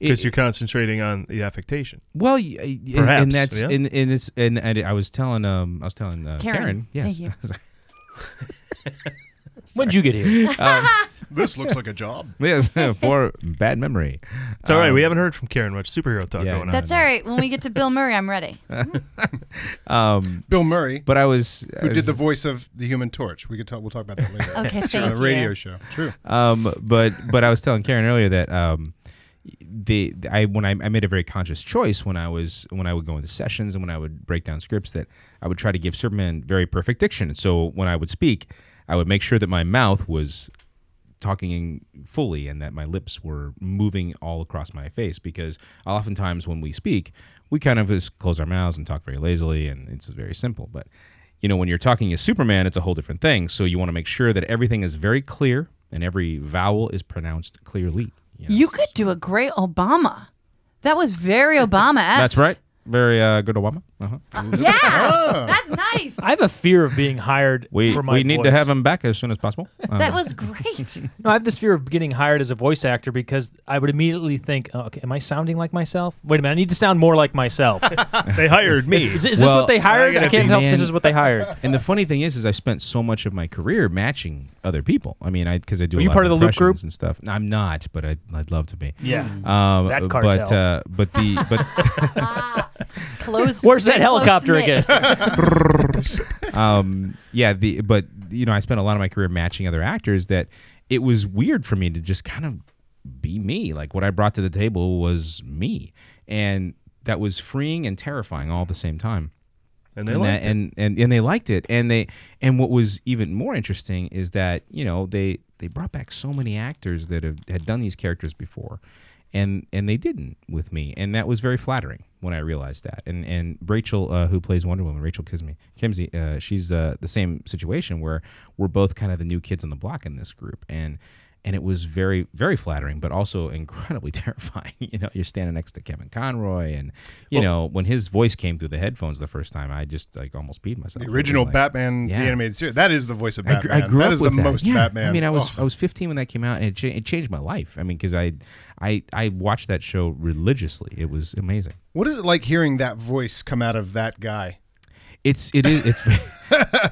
[SPEAKER 3] because
[SPEAKER 16] It-
[SPEAKER 3] you're concentrating on the affectation.
[SPEAKER 16] Well, y- y- and-
[SPEAKER 3] Perhaps,
[SPEAKER 16] and that's
[SPEAKER 3] yeah.
[SPEAKER 16] and, and it's and, and I was telling um I was telling uh,
[SPEAKER 1] Karen.
[SPEAKER 16] Karen. yes.
[SPEAKER 1] Thank
[SPEAKER 16] <laughs> Sorry.
[SPEAKER 4] When'd you get here?
[SPEAKER 16] um,
[SPEAKER 5] this looks like a job.
[SPEAKER 16] yes, <laughs> for bad memory.
[SPEAKER 3] It's all right.
[SPEAKER 16] Um,
[SPEAKER 3] We haven't heard from Karen much superhero talk
[SPEAKER 16] Yeah,
[SPEAKER 3] going on.
[SPEAKER 1] That's all right. When we get to Bill Murray, I'm
[SPEAKER 16] <laughs>
[SPEAKER 1] ready.
[SPEAKER 16] Um,
[SPEAKER 5] Bill Murray,
[SPEAKER 16] but I was I
[SPEAKER 5] who did
[SPEAKER 16] was-
[SPEAKER 5] the voice of the Human Torch. We could talk. We'll talk about that later.
[SPEAKER 1] <laughs> Okay,
[SPEAKER 5] It's
[SPEAKER 1] thank
[SPEAKER 5] on a radio
[SPEAKER 1] you.
[SPEAKER 5] show. True.
[SPEAKER 16] um, but but I was telling Karen earlier that um, the I when I, I made a very conscious choice when I was when I would go into sessions and when I would break down scripts that I would try to give Superman very perfect diction. And so when I would speak, I would make sure that my mouth was talking in fully and that my lips were moving all across my face because oftentimes when we speak, we kind of just close our mouths and talk very lazily and it's very simple. But you know, when you're talking as Superman, it's a whole different thing. So you want to make sure that everything is very clear and every vowel is pronounced clearly. you know?
[SPEAKER 1] You could do a great Obama. That was very Obama.
[SPEAKER 16] That's right. Oh. Very uh, good, Obama. Uh-huh.
[SPEAKER 1] Yeah,
[SPEAKER 16] <laughs>
[SPEAKER 1] that's nice.
[SPEAKER 4] <laughs> I have a fear of being hired.
[SPEAKER 16] We
[SPEAKER 4] for my
[SPEAKER 16] we need to
[SPEAKER 4] voice.
[SPEAKER 16] have him back as soon as <laughs> possible. Uh,
[SPEAKER 1] That was great.
[SPEAKER 4] No, I have this fear of getting hired as a voice actor because I would immediately think, oh, "Okay, am I sounding like myself? Wait a minute, I need to sound more like myself." <laughs>
[SPEAKER 3] They hired me.
[SPEAKER 4] Is, is- is
[SPEAKER 16] Well,
[SPEAKER 4] this what they hired?
[SPEAKER 3] gotta
[SPEAKER 4] I can't
[SPEAKER 3] be-
[SPEAKER 4] help. This
[SPEAKER 16] man.
[SPEAKER 4] is what they hired.
[SPEAKER 16] and the funny thing is, is I spent so much of my career matching other people. I mean, I because I do.
[SPEAKER 4] Are
[SPEAKER 16] a
[SPEAKER 4] you
[SPEAKER 16] lot
[SPEAKER 4] part of the Loop
[SPEAKER 16] impressions
[SPEAKER 4] group? Hmm.
[SPEAKER 16] and stuff. I'm not, but I'd, I'd love to be.
[SPEAKER 4] Yeah.
[SPEAKER 16] Um,
[SPEAKER 4] That
[SPEAKER 16] But
[SPEAKER 4] cartel.
[SPEAKER 16] uh,
[SPEAKER 4] <laughs>
[SPEAKER 16] but the but
[SPEAKER 1] Close.
[SPEAKER 4] Where's that
[SPEAKER 1] very
[SPEAKER 4] helicopter
[SPEAKER 1] close-knit.
[SPEAKER 4] again?
[SPEAKER 16] um, yeah the but you know I spent a lot of my career matching other actors that it was weird for me to just kind of be me. Like what I brought to the table was me, and that was freeing and terrifying all at the same time.
[SPEAKER 3] And they liked
[SPEAKER 16] that- and, and and they liked it. And they and what was even more interesting is that you know they they brought back so many actors that have had done these characters before, and and they didn't with me, and that was very flattering when I realized that. And and Rachel, uh, who plays Wonder Woman, Rachel Kimsey, Kimsey uh, she's uh, the same situation where we're both kind of the new kids on the block in this group, and and it was very very flattering but also incredibly <laughs> terrifying you know you're standing next to kevin conroy and you
[SPEAKER 5] Well-
[SPEAKER 16] know when his voice came through the headphones the first time i just like almost peed myself
[SPEAKER 5] The
[SPEAKER 16] It was
[SPEAKER 5] original
[SPEAKER 16] like-
[SPEAKER 5] Batman,
[SPEAKER 16] Yeah.
[SPEAKER 5] the animated series. That is the voice of
[SPEAKER 16] I gr- I
[SPEAKER 5] Batman.
[SPEAKER 16] grew
[SPEAKER 5] that
[SPEAKER 16] up
[SPEAKER 5] is
[SPEAKER 16] with
[SPEAKER 5] the
[SPEAKER 16] that.
[SPEAKER 5] most
[SPEAKER 16] Yeah.
[SPEAKER 5] Batman. Oh.
[SPEAKER 16] I mean, I was
[SPEAKER 5] Ugh.
[SPEAKER 16] I was 15 when that came out, and it, cha- it changed my life. I mean, because I, I I watched that show religiously. It was amazing.
[SPEAKER 5] What is it like hearing that voice come out of that guy?
[SPEAKER 16] It's it is it's <laughs>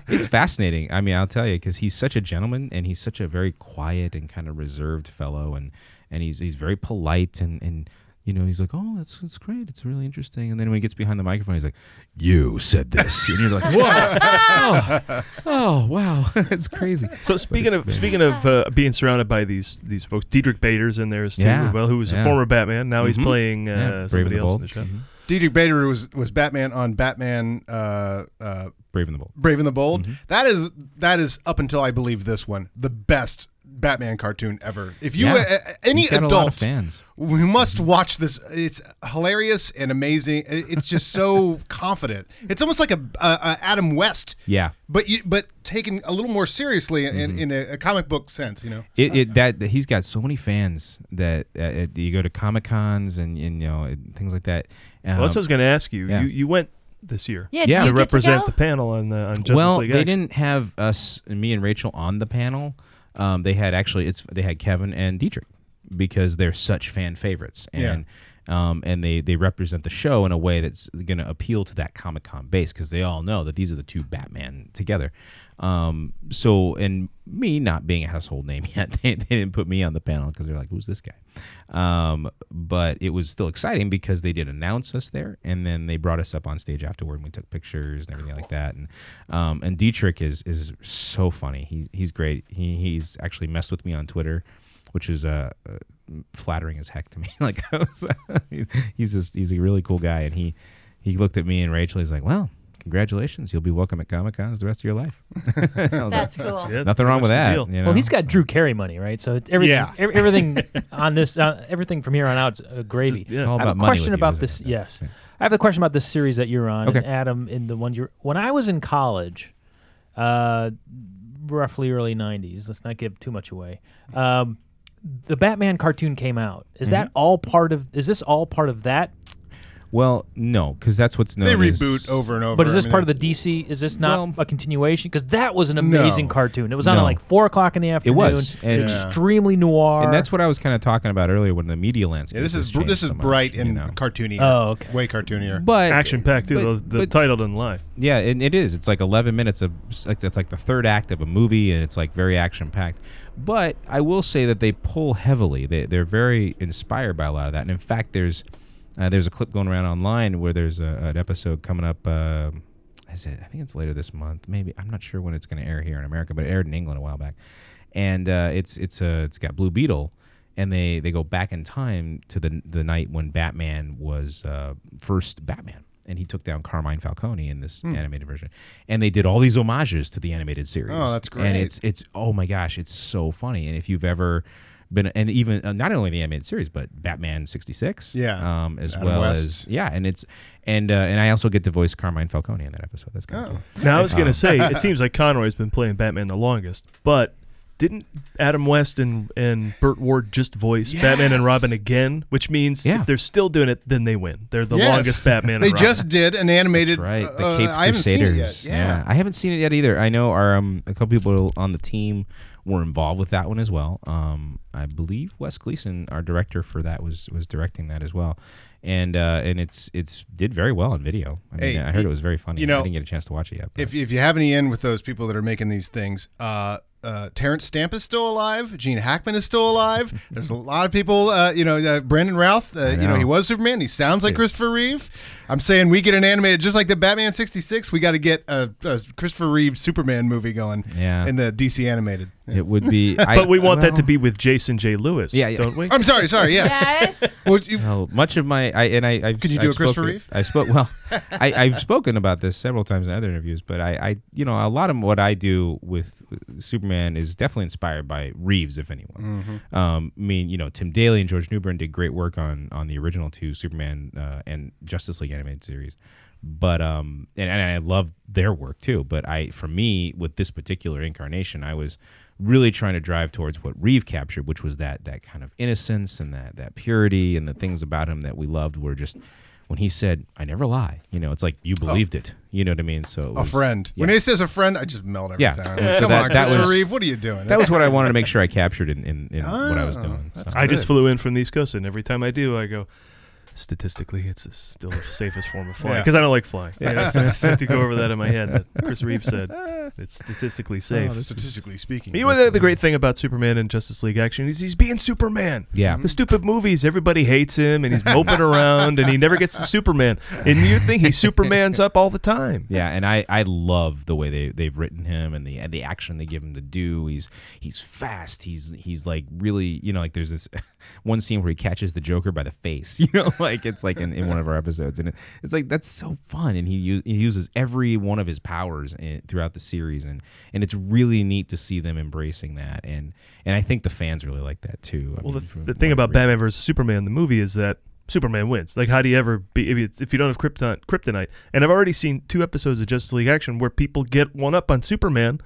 [SPEAKER 16] it's fascinating. I mean, I'll tell you because he's such a gentleman and he's such a very quiet and kind of reserved fellow, and and he's he's very polite and and you know he's like, oh, that's that's great, it's really interesting. And then when he gets behind the microphone, he's like, you said this, and you're like, what? oh, oh, wow, <laughs> it's crazy.
[SPEAKER 3] So speaking of speaking of uh, being surrounded by these these folks, Diedrich Bader's in there as too,
[SPEAKER 16] Yeah,
[SPEAKER 3] well, who was
[SPEAKER 16] yeah.
[SPEAKER 3] a former Batman. Now he's
[SPEAKER 16] Mhm.
[SPEAKER 3] playing uh,
[SPEAKER 16] Yeah, Brave and
[SPEAKER 3] somebody
[SPEAKER 16] the
[SPEAKER 3] else in
[SPEAKER 16] Bold. Mm-hmm.
[SPEAKER 3] the show.
[SPEAKER 5] Diedrich Bader was was Batman on Batman uh, uh,
[SPEAKER 16] Brave and the Bold.
[SPEAKER 5] Brave and the Bold.
[SPEAKER 16] Mm-hmm.
[SPEAKER 5] That is that is up until I believe this one the best Batman cartoon ever. If you
[SPEAKER 16] Yeah.
[SPEAKER 5] uh, any
[SPEAKER 16] He's got a
[SPEAKER 5] adult
[SPEAKER 16] lot of fans.
[SPEAKER 5] we must watch this. It's hilarious and amazing. It- It's just
[SPEAKER 16] <laughs>
[SPEAKER 5] so confident. It's almost like a, a, a Adam West.
[SPEAKER 16] Yeah.
[SPEAKER 5] But you but taken a little more seriously in,
[SPEAKER 16] Mm-hmm.
[SPEAKER 5] in a, a comic book sense, you know.
[SPEAKER 16] It, it that that he's got so many fans that uh, it, you go to comic cons and, and you know and things like that.
[SPEAKER 3] well, that's what I was going to ask you.
[SPEAKER 16] Um, yeah.
[SPEAKER 3] You you went this year.
[SPEAKER 16] Yeah, did Yeah. you
[SPEAKER 3] to
[SPEAKER 16] get to
[SPEAKER 3] represent
[SPEAKER 16] go?
[SPEAKER 3] the panel on the on Justice
[SPEAKER 16] well,
[SPEAKER 3] League.
[SPEAKER 16] they
[SPEAKER 3] Action.
[SPEAKER 16] didn't have us, me and Rachel, on the panel. Um, they had actually, it's they had Kevin and Dietrich because they're such fan favorites,
[SPEAKER 5] Yeah.
[SPEAKER 16] and um, and they they represent the show in a way that's going to appeal to that Comic Con base because they all know that these are the two Batman together. Um, so, and me not being a household name <laughs> yet, they, they didn't put me on the panel because they're like, "Who's this guy?" Um, but it was still exciting because they did announce us there, and then they brought us up on stage afterward, and we took pictures and everything like that. And um, and Dietrich is is so funny. He's he's great. He he's actually messed with me on Twitter, which is uh, uh, flattering as heck to me. <laughs> like I was, he's just he's a really cool guy, and he he looked at me and Rachel. He's like, well. Congratulations! You'll be welcome at Comic Cons the rest of your life. I was like,
[SPEAKER 4] That's cool. Yeah,
[SPEAKER 16] Nothing wrong with that. you know?
[SPEAKER 4] Well, he's got Drew Carey money, right? So it- everything,
[SPEAKER 16] Yeah.
[SPEAKER 4] ev-
[SPEAKER 16] <laughs>
[SPEAKER 4] everything on this, uh, everything from here on out, is uh, gravy.
[SPEAKER 16] It's all
[SPEAKER 4] I have
[SPEAKER 16] about
[SPEAKER 4] a
[SPEAKER 16] money with
[SPEAKER 4] question
[SPEAKER 16] you,
[SPEAKER 4] about
[SPEAKER 16] isn't
[SPEAKER 4] this. Yes, I have a question about this series that you're on, and Adam, in the one you're. When I was in college, uh, roughly early '90s. Let's not give too much away. Um, the Batman cartoon came out. Is
[SPEAKER 16] Mm-hmm.
[SPEAKER 4] that all part of? Is this all part of that?
[SPEAKER 16] Well, no, because that's what's known.
[SPEAKER 5] They
[SPEAKER 16] as-
[SPEAKER 5] reboot over and over.
[SPEAKER 4] But is this
[SPEAKER 5] I mean,
[SPEAKER 4] part of the DC? Is this not a continuation? Because that was an amazing cartoon. It was on
[SPEAKER 16] No.
[SPEAKER 4] at like four o'clock in the afternoon.
[SPEAKER 16] was, and-
[SPEAKER 4] extremely noir.
[SPEAKER 16] and that's what I was kind of talking about earlier when the media landscape.
[SPEAKER 5] Yeah, this
[SPEAKER 16] has
[SPEAKER 5] is br-
[SPEAKER 16] changed
[SPEAKER 5] this is
[SPEAKER 16] so much.
[SPEAKER 5] bright and cartoony.
[SPEAKER 16] Oh,
[SPEAKER 5] okay. Way cartoonier.
[SPEAKER 16] but
[SPEAKER 3] action packed too.
[SPEAKER 16] but-
[SPEAKER 3] the the
[SPEAKER 16] but-
[SPEAKER 3] title doesn't lie.
[SPEAKER 16] Yeah, and it is. It's like 11 minutes of it's like it's like the third act of a movie, and it's like very action packed. But I will say that they pull heavily. They they're very inspired by a lot of that. And in fact, there's uh, there's a clip going around online where there's a, an episode coming up. um is it? I think it's later this month. Maybe I'm not sure when it's going to air here in America, but it aired in England a while back. And uh, it's it's uh, it's got Blue Beetle, and they they go back in time to the the night when Batman was uh, first Batman, and he took down Carmine Falcone in this
[SPEAKER 5] Hmm.
[SPEAKER 16] animated version, and they did all these homages to the animated series.
[SPEAKER 5] Oh, that's great.
[SPEAKER 16] And it's it's oh my gosh, it's so funny. And if you've ever been and even uh, not only the animated series, but Batman '66,
[SPEAKER 5] Yeah.
[SPEAKER 16] um, as
[SPEAKER 5] Adam
[SPEAKER 16] well
[SPEAKER 5] West.
[SPEAKER 16] as yeah, and it's and uh, and I also get to voice Carmine Falcone in that episode. That's
[SPEAKER 5] Oh.
[SPEAKER 16] kind of cool.
[SPEAKER 3] Now I was gonna
[SPEAKER 16] Um,
[SPEAKER 3] say,
[SPEAKER 16] <laughs>
[SPEAKER 3] it seems like Conroy's been playing Batman the longest, but didn't Adam West and and Burt Ward just voice Batman and
[SPEAKER 5] Yes.
[SPEAKER 3] Robin again? Which means
[SPEAKER 5] Yeah.
[SPEAKER 3] if they're still doing it, then they win. They're the
[SPEAKER 5] Yes.
[SPEAKER 3] longest Batman.
[SPEAKER 5] <laughs> They
[SPEAKER 3] and Robin.
[SPEAKER 5] just did an animated.
[SPEAKER 16] That's right. The
[SPEAKER 5] uh,
[SPEAKER 16] Caped
[SPEAKER 5] I haven't seen it
[SPEAKER 16] Crusaders.
[SPEAKER 5] yet. Yeah.
[SPEAKER 16] I haven't seen it yet either. I know our um, a couple people on the team were involved with that one as well. Um, I believe Wes Gleason, our director for that, was was directing that as well, and uh, and it's it's did very well on video. I mean,
[SPEAKER 5] Hey,
[SPEAKER 16] I heard it was very funny.
[SPEAKER 5] you know,
[SPEAKER 16] I didn't get a chance to watch it yet. but-
[SPEAKER 5] If, if you have any in with those people that are making these things, uh, uh, Terrence Stamp is still alive. Gene Hackman is still alive. There's a lot of people, uh, you know, uh, Brandon Routh, uh,
[SPEAKER 16] I
[SPEAKER 5] you know,
[SPEAKER 16] know.
[SPEAKER 5] he was Superman. He sounds like
[SPEAKER 16] Yes.
[SPEAKER 5] Christopher Reeve. I'm saying we get an animated just like the Batman 66. We got to get a, a Christopher Reeve Superman movie going
[SPEAKER 16] Yeah.
[SPEAKER 5] in the DC animated.
[SPEAKER 16] It would
[SPEAKER 5] <laughs>
[SPEAKER 16] be.
[SPEAKER 3] but
[SPEAKER 16] I-
[SPEAKER 3] we want that to
[SPEAKER 16] well-
[SPEAKER 3] be with Jason J. Lewis,
[SPEAKER 16] Yeah, yeah.
[SPEAKER 3] don't we?
[SPEAKER 5] I'm sorry, sorry, yes.
[SPEAKER 16] Yes.
[SPEAKER 5] Would you-
[SPEAKER 16] Well, much of my I and I. I've,
[SPEAKER 5] Could you do
[SPEAKER 16] I've
[SPEAKER 5] a Christopher
[SPEAKER 16] spoken-
[SPEAKER 5] Reeve?
[SPEAKER 16] I spoke well. I, I've spoken about this several times in other interviews, but I, I, you know, a lot of what I do with uh, Superman is definitely inspired by Reeves, if anyone. Um, I mean, you know, Tim Daly and George Newbern did great work on on the original two Superman uh, and Justice League animated series. But um, and, and I love their work too. But I, for me, with this particular incarnation, I was really trying to drive towards what Reeve captured, which was that that kind of innocence and that that purity and the things about him that we loved were just when he said, "I never lie." You know, it's like you believed it. You know what I mean? So it
[SPEAKER 5] Oh. A
[SPEAKER 16] was-
[SPEAKER 5] friend.
[SPEAKER 16] yeah.
[SPEAKER 5] When it says a friend, I just melt every
[SPEAKER 16] yeah,
[SPEAKER 5] time.
[SPEAKER 16] and <laughs> so
[SPEAKER 5] Come
[SPEAKER 16] that,
[SPEAKER 5] on,
[SPEAKER 16] that
[SPEAKER 5] Christopher
[SPEAKER 16] was
[SPEAKER 5] Reeve, what are you doing?
[SPEAKER 16] That was what I
[SPEAKER 5] <laughs>
[SPEAKER 16] wanted to make sure I captured in, in, in what I was
[SPEAKER 5] Oh,
[SPEAKER 16] doing.
[SPEAKER 5] that's
[SPEAKER 3] I just flew in from the East Coast, and every time I do, I go. Statistically, it's the- still the safest form of flying
[SPEAKER 16] Yeah.
[SPEAKER 3] because I don't like flying.
[SPEAKER 16] Yeah.
[SPEAKER 3] You know, so <laughs> I have to go over that in my head. That Chris Reeve
[SPEAKER 5] <laughs>
[SPEAKER 3] said it's statistically
[SPEAKER 16] <laughs>
[SPEAKER 3] safe.
[SPEAKER 5] Oh, that's- Statistically speaking,
[SPEAKER 3] you know the, the great thing about Superman and Justice League action is he's being Superman.
[SPEAKER 16] Yeah.
[SPEAKER 3] the stupid movies, everybody hates him, and he's
[SPEAKER 16] <laughs>
[SPEAKER 3] moping around, and he never gets to Superman. And you think he Superman's up all the time.
[SPEAKER 16] Yeah, and I, I love the way they they've written him and the and the action they give him to do. He's he's fast. He's he's like really you know like there's this <laughs> one scene where he catches the Joker by the face. <laughs> You know like it's like in, in one of our episodes and it, it's like that's so fun and he u- he uses every one of his powers in, throughout the series and and it's really neat to see them embracing that and and I think the fans really like that too. I
[SPEAKER 3] Well,
[SPEAKER 16] mean,
[SPEAKER 3] the,
[SPEAKER 16] from
[SPEAKER 3] the thing
[SPEAKER 16] what I
[SPEAKER 3] about Batman versus Superman, the movie, is that Superman wins. Like, how do you ever be if you, if you don't have krypton, kryptonite? And I've already seen two episodes of Justice League Action where people get one up on Superman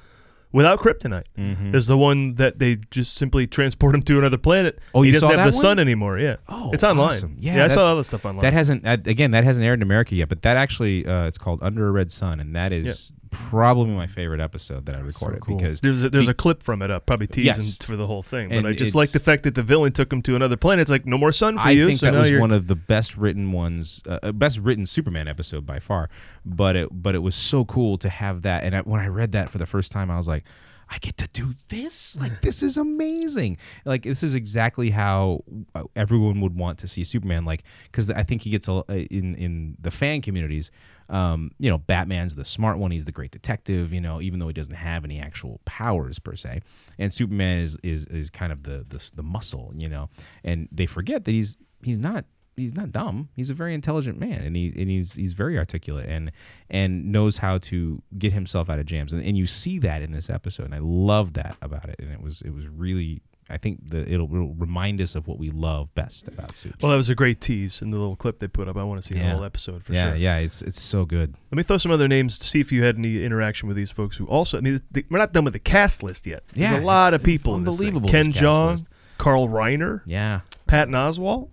[SPEAKER 3] without kryptonite.
[SPEAKER 16] Mhm.
[SPEAKER 3] There's the one that they just simply transport him to another planet.
[SPEAKER 16] Oh,
[SPEAKER 3] he
[SPEAKER 16] you
[SPEAKER 3] doesn't
[SPEAKER 16] saw
[SPEAKER 3] have
[SPEAKER 16] that
[SPEAKER 3] the
[SPEAKER 16] one?
[SPEAKER 3] sun anymore. Yeah,
[SPEAKER 16] Oh,
[SPEAKER 3] it's online.
[SPEAKER 16] awesome.
[SPEAKER 3] Yeah, I saw
[SPEAKER 16] that's-
[SPEAKER 3] all this stuff online.
[SPEAKER 16] That hasn't that, again that hasn't aired in America yet, but that actually uh, it's called Under a Red Sun, and that is probably my favorite episode that I recorded because
[SPEAKER 3] there's a, there's
[SPEAKER 16] be-
[SPEAKER 3] a clip from it up, probably teasing
[SPEAKER 16] Yes.
[SPEAKER 3] for the whole thing. But
[SPEAKER 16] And
[SPEAKER 3] I just
[SPEAKER 16] it's-
[SPEAKER 3] like the fact that the villain took him to another planet. It's like no more sun for
[SPEAKER 16] I
[SPEAKER 3] you.
[SPEAKER 16] think
[SPEAKER 3] so
[SPEAKER 16] that
[SPEAKER 3] now
[SPEAKER 16] was
[SPEAKER 3] you're-
[SPEAKER 16] one of the best written ones, uh, uh, best written Superman episode by far. But it but it was so cool to have that, and I, when I read that for the first time, I was like. I get to do this. Like this is amazing. Like this is exactly how uh, everyone would want to see Superman. Like because I think he gets a, uh, in in the fan communities. Um, you know, Batman's the smart one. He's the great detective. You know, even though he doesn't have any actual powers per se, and Superman is is is kind of the the, the muscle. You know, and they forget that he's he's not he's not dumb. He's a very intelligent man, and he and he's he's very articulate and and knows how to get himself out of jams. And, and you see that in this episode, and I love that about it. And it was it was really I think the it'll, it'll remind us of what we love best about Suits.
[SPEAKER 3] Well, that was a great tease in the little clip they put up. I want to see the
[SPEAKER 16] Yeah.
[SPEAKER 3] whole episode for
[SPEAKER 16] yeah,
[SPEAKER 3] sure.
[SPEAKER 16] yeah, it's it's so good.
[SPEAKER 3] Let me throw some other names to see if you had any interaction with these folks who also. I mean, th we're not done with the cast list yet.
[SPEAKER 16] Yeah,
[SPEAKER 3] There's a lot
[SPEAKER 16] it's-
[SPEAKER 3] of people.
[SPEAKER 16] it's
[SPEAKER 3] in this thing.
[SPEAKER 16] unbelievable,
[SPEAKER 3] Ken
[SPEAKER 16] this cast
[SPEAKER 3] John,
[SPEAKER 16] list.
[SPEAKER 3] Carl Reiner,
[SPEAKER 16] Yeah,
[SPEAKER 3] Patton Oswalt,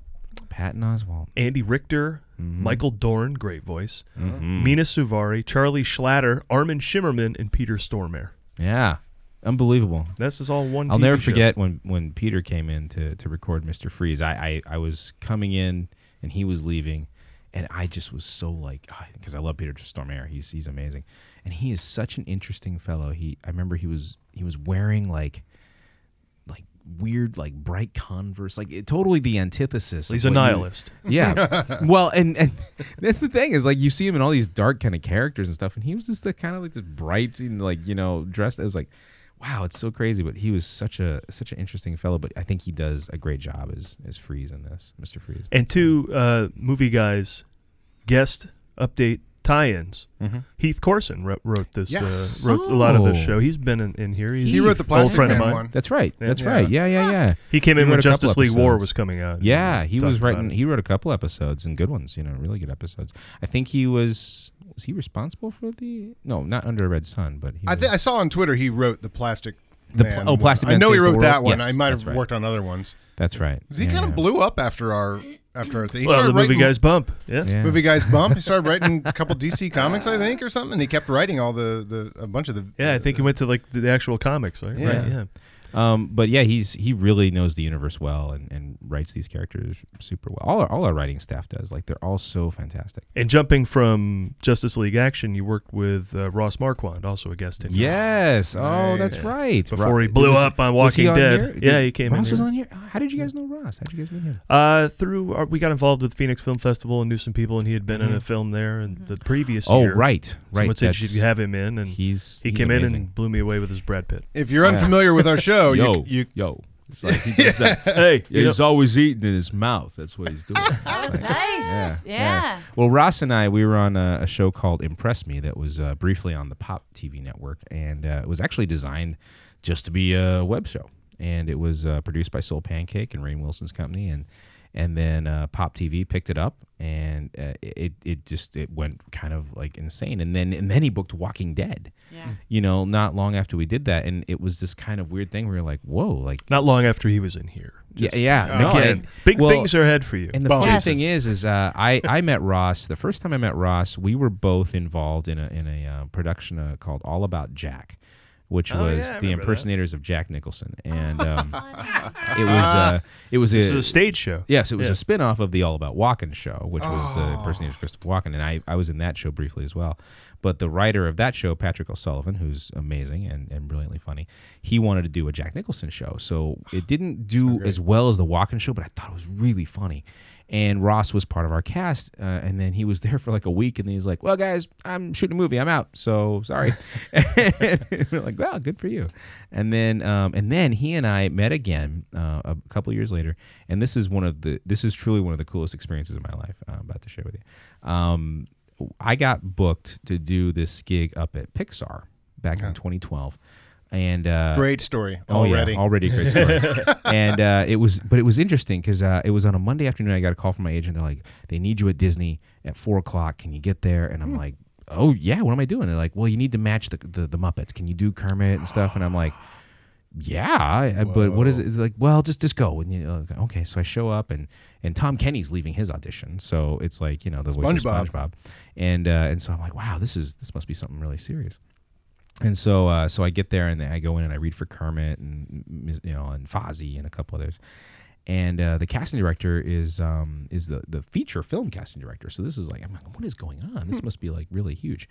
[SPEAKER 16] Patton Oswalt,
[SPEAKER 3] Andy Richter,
[SPEAKER 16] Mm-hmm.
[SPEAKER 3] Michael Dorn, great voice,
[SPEAKER 16] Mhm.
[SPEAKER 3] Mina Suvari, Charlie Schlatter, Armin Shimmerman, and Peter Stormare.
[SPEAKER 16] yeah, unbelievable.
[SPEAKER 3] This is all one.
[SPEAKER 16] I'll
[SPEAKER 3] TV
[SPEAKER 16] never
[SPEAKER 3] show.
[SPEAKER 16] forget when when Peter came in to to record Mr. Freeze. I I, I was coming in and he was leaving, and I just was so like because I love Peter Stormare. He's he's amazing, and he is such an interesting fellow. He I remember he was he was wearing like like weird like bright converse like it, totally the antithesis of
[SPEAKER 3] He's a
[SPEAKER 16] what you-
[SPEAKER 3] nihilist.
[SPEAKER 16] yeah well and <laughs> and <laughs> that's the thing is like you see him in all these dark kind of characters and stuff and he was just the kind of like this bright and like you know dressed it was like wow it's so crazy but he was such a such an interesting fellow but i think he does a great job as as freeze in this mr freeze
[SPEAKER 3] and two uh, movie guys guest update tie-ins.
[SPEAKER 16] Mhm.
[SPEAKER 3] Heath Corson wrote, wrote this.
[SPEAKER 16] Yes.
[SPEAKER 3] Uh, wrote a lot of this
[SPEAKER 16] Oh.
[SPEAKER 3] show. He's been in, in here. He's
[SPEAKER 5] He wrote the
[SPEAKER 3] an
[SPEAKER 5] Plastic
[SPEAKER 3] old friend
[SPEAKER 5] Man
[SPEAKER 3] of mine.
[SPEAKER 5] one.
[SPEAKER 16] that's right
[SPEAKER 3] Yeah.
[SPEAKER 16] that's
[SPEAKER 3] Yeah.
[SPEAKER 16] right yeah yeah yeah
[SPEAKER 3] He came in
[SPEAKER 16] wrote
[SPEAKER 3] when
[SPEAKER 16] a couple
[SPEAKER 3] Justice League War
[SPEAKER 16] episodes.
[SPEAKER 3] was coming out, and
[SPEAKER 16] yeah
[SPEAKER 3] we
[SPEAKER 16] he was
[SPEAKER 3] talked about
[SPEAKER 16] writing
[SPEAKER 3] it.
[SPEAKER 16] he wrote a couple episodes and good ones you know really good episodes i think he was was he responsible for the no not under a red sun but he
[SPEAKER 5] I,
[SPEAKER 16] was-
[SPEAKER 5] th- I saw on Twitter he wrote the Plastic
[SPEAKER 16] The pl-
[SPEAKER 5] Man.
[SPEAKER 16] oh,
[SPEAKER 5] one.
[SPEAKER 16] Plastic
[SPEAKER 5] I
[SPEAKER 16] Man
[SPEAKER 5] know he
[SPEAKER 16] Saves the
[SPEAKER 5] wrote that
[SPEAKER 16] World.
[SPEAKER 5] one.
[SPEAKER 16] Yes,
[SPEAKER 5] I might
[SPEAKER 16] that's
[SPEAKER 5] have
[SPEAKER 16] right.
[SPEAKER 5] worked on other ones.
[SPEAKER 16] that's right
[SPEAKER 5] 'Cause He
[SPEAKER 16] Yeah,
[SPEAKER 5] kind of
[SPEAKER 16] yeah.
[SPEAKER 5] blew up after our after our thing. He
[SPEAKER 3] Well, the
[SPEAKER 5] started
[SPEAKER 3] movie
[SPEAKER 5] writing-
[SPEAKER 3] guys bump. Yeah.
[SPEAKER 16] Yeah.
[SPEAKER 3] <laughs>
[SPEAKER 5] Movie guys bump. He started writing a couple DC comics, I think, or something, and he kept writing all the the a bunch of the.
[SPEAKER 3] Yeah, I think he went to like the actual comics, right?
[SPEAKER 5] Yeah.
[SPEAKER 3] Right, yeah.
[SPEAKER 16] Um, but yeah, he's he really knows the universe well and, and writes these characters super well. All our, all our writing staff does. Like they're all so fantastic.
[SPEAKER 3] And jumping from Justice League Action, you worked with uh, Ross Marquand, also a guest. In
[SPEAKER 16] Yes. Oh,
[SPEAKER 3] Nice.
[SPEAKER 16] that's right.
[SPEAKER 3] Before
[SPEAKER 16] Ro-
[SPEAKER 3] he blew
[SPEAKER 16] was-
[SPEAKER 3] up on
[SPEAKER 16] was he
[SPEAKER 3] Walking Dead.
[SPEAKER 16] here? Did-
[SPEAKER 3] Yeah, he came in
[SPEAKER 16] Ross was
[SPEAKER 3] here.
[SPEAKER 16] on here. How did you guys know Ross? How did you guys meet him?
[SPEAKER 3] Uh, through our, we got involved with Phoenix Film Festival and knew some people, and he had been in a
[SPEAKER 16] Mhm.
[SPEAKER 3] film there and the previous
[SPEAKER 16] Oh,
[SPEAKER 3] year.
[SPEAKER 16] right,
[SPEAKER 3] Someone
[SPEAKER 16] right,
[SPEAKER 3] said
[SPEAKER 16] that's-
[SPEAKER 3] you should have him in, and
[SPEAKER 16] he's-
[SPEAKER 3] he
[SPEAKER 16] he's
[SPEAKER 3] came in
[SPEAKER 16] amazing.
[SPEAKER 3] and blew me away with his Brad Pitt.
[SPEAKER 5] If you're unfamiliar with our show, Oh, you-
[SPEAKER 15] yo,
[SPEAKER 5] you- <laughs>
[SPEAKER 15] yo. It's like he does that.
[SPEAKER 3] Hey,
[SPEAKER 15] Yeah,
[SPEAKER 3] you
[SPEAKER 15] he's always eating in his mouth. That's what he's doing.
[SPEAKER 5] <laughs>
[SPEAKER 15] That
[SPEAKER 1] was nice. Yeah.
[SPEAKER 16] Well, Ross and I, we were on a, a show called Impress Me that was uh, briefly on the Pop TV network, and uh, it was actually designed just to be a web show. And it was uh, produced by Soul Pancake and Rain Wilson's company, and and then uh, Pop TV picked it up, and uh, it it just it went kind of like insane. And then and then he booked Walking Dead.
[SPEAKER 3] Hmm.
[SPEAKER 1] Yeah.
[SPEAKER 16] You know, not long after we did that, and it was this kind of weird thing where you're like, whoa, like
[SPEAKER 3] not long after he was in here. Just-
[SPEAKER 16] yeah, yeah. no,
[SPEAKER 3] again,
[SPEAKER 16] and-
[SPEAKER 3] big
[SPEAKER 16] well,
[SPEAKER 3] things are ahead for you.
[SPEAKER 16] And the funny thing is, is uh, I I met Ross the first time I met Ross. We were both involved in a in a uh, production uh, called All About Jack, which
[SPEAKER 15] Oh,
[SPEAKER 16] was
[SPEAKER 15] yeah, I remember
[SPEAKER 16] the
[SPEAKER 15] that.
[SPEAKER 16] impersonators of Jack Nicholson, and um, it was uh, it was
[SPEAKER 3] This
[SPEAKER 16] a,
[SPEAKER 3] was a stage show.
[SPEAKER 16] Yes, it was
[SPEAKER 3] Yeah.
[SPEAKER 16] a spin off of the All About Walken show, which was
[SPEAKER 15] Oh.
[SPEAKER 16] the impersonators of Christopher Walken, and I I was in that show briefly as well. But the writer of that show, Patrick O'Sullivan, who's amazing and, and brilliantly funny, he wanted to do a Jack Nicholson show. So it didn't do as well as the Walken show, but I thought it was really funny. And Ross was part of our cast, uh, and then he was <laughs> there for like a week, and then he's like, "Well, guys, I'm shooting a movie. I'm out. So sorry." <laughs> And we're like, "Well, good for you." And then, um, and then he and I met again uh, a couple years later, and this is one of the this is truly one of the coolest experiences of my life. uh, I'm about to share with you. Um, I got booked to do this gig up at Pixar back in 2012. And uh,
[SPEAKER 5] Great story
[SPEAKER 16] oh, yeah,
[SPEAKER 5] already.
[SPEAKER 16] already a great story. and uh, it was, but it was interesting because uh, it was on a Monday afternoon. I got a call from my agent. They're like, "They need you at Disney at four o'clock. Can you get there?" And I'm
[SPEAKER 15] Hmm.
[SPEAKER 16] like, "Oh yeah, what am I doing?" They're like, "Well, you need to match the the, the Muppets. Can you do Kermit and stuff?" And I'm like. Yeah, I, I- but what is it? It's like, well, just just go. And you know, like, okay, so I show up, and and Tom Kenny's leaving his audition, so it's like you know the voice
[SPEAKER 5] SpongeBob.
[SPEAKER 16] of SpongeBob, and uh, and so I'm like, wow, this is this must be something really serious. And so, uh, so I get there and I go in and I read for Kermit and mm, you know and Fozzie and a couple others. And uh, the casting director is um, is the the feature film casting director. So this is like, I'm like, what is going on?
[SPEAKER 5] Hmm.
[SPEAKER 16] This must be like really huge.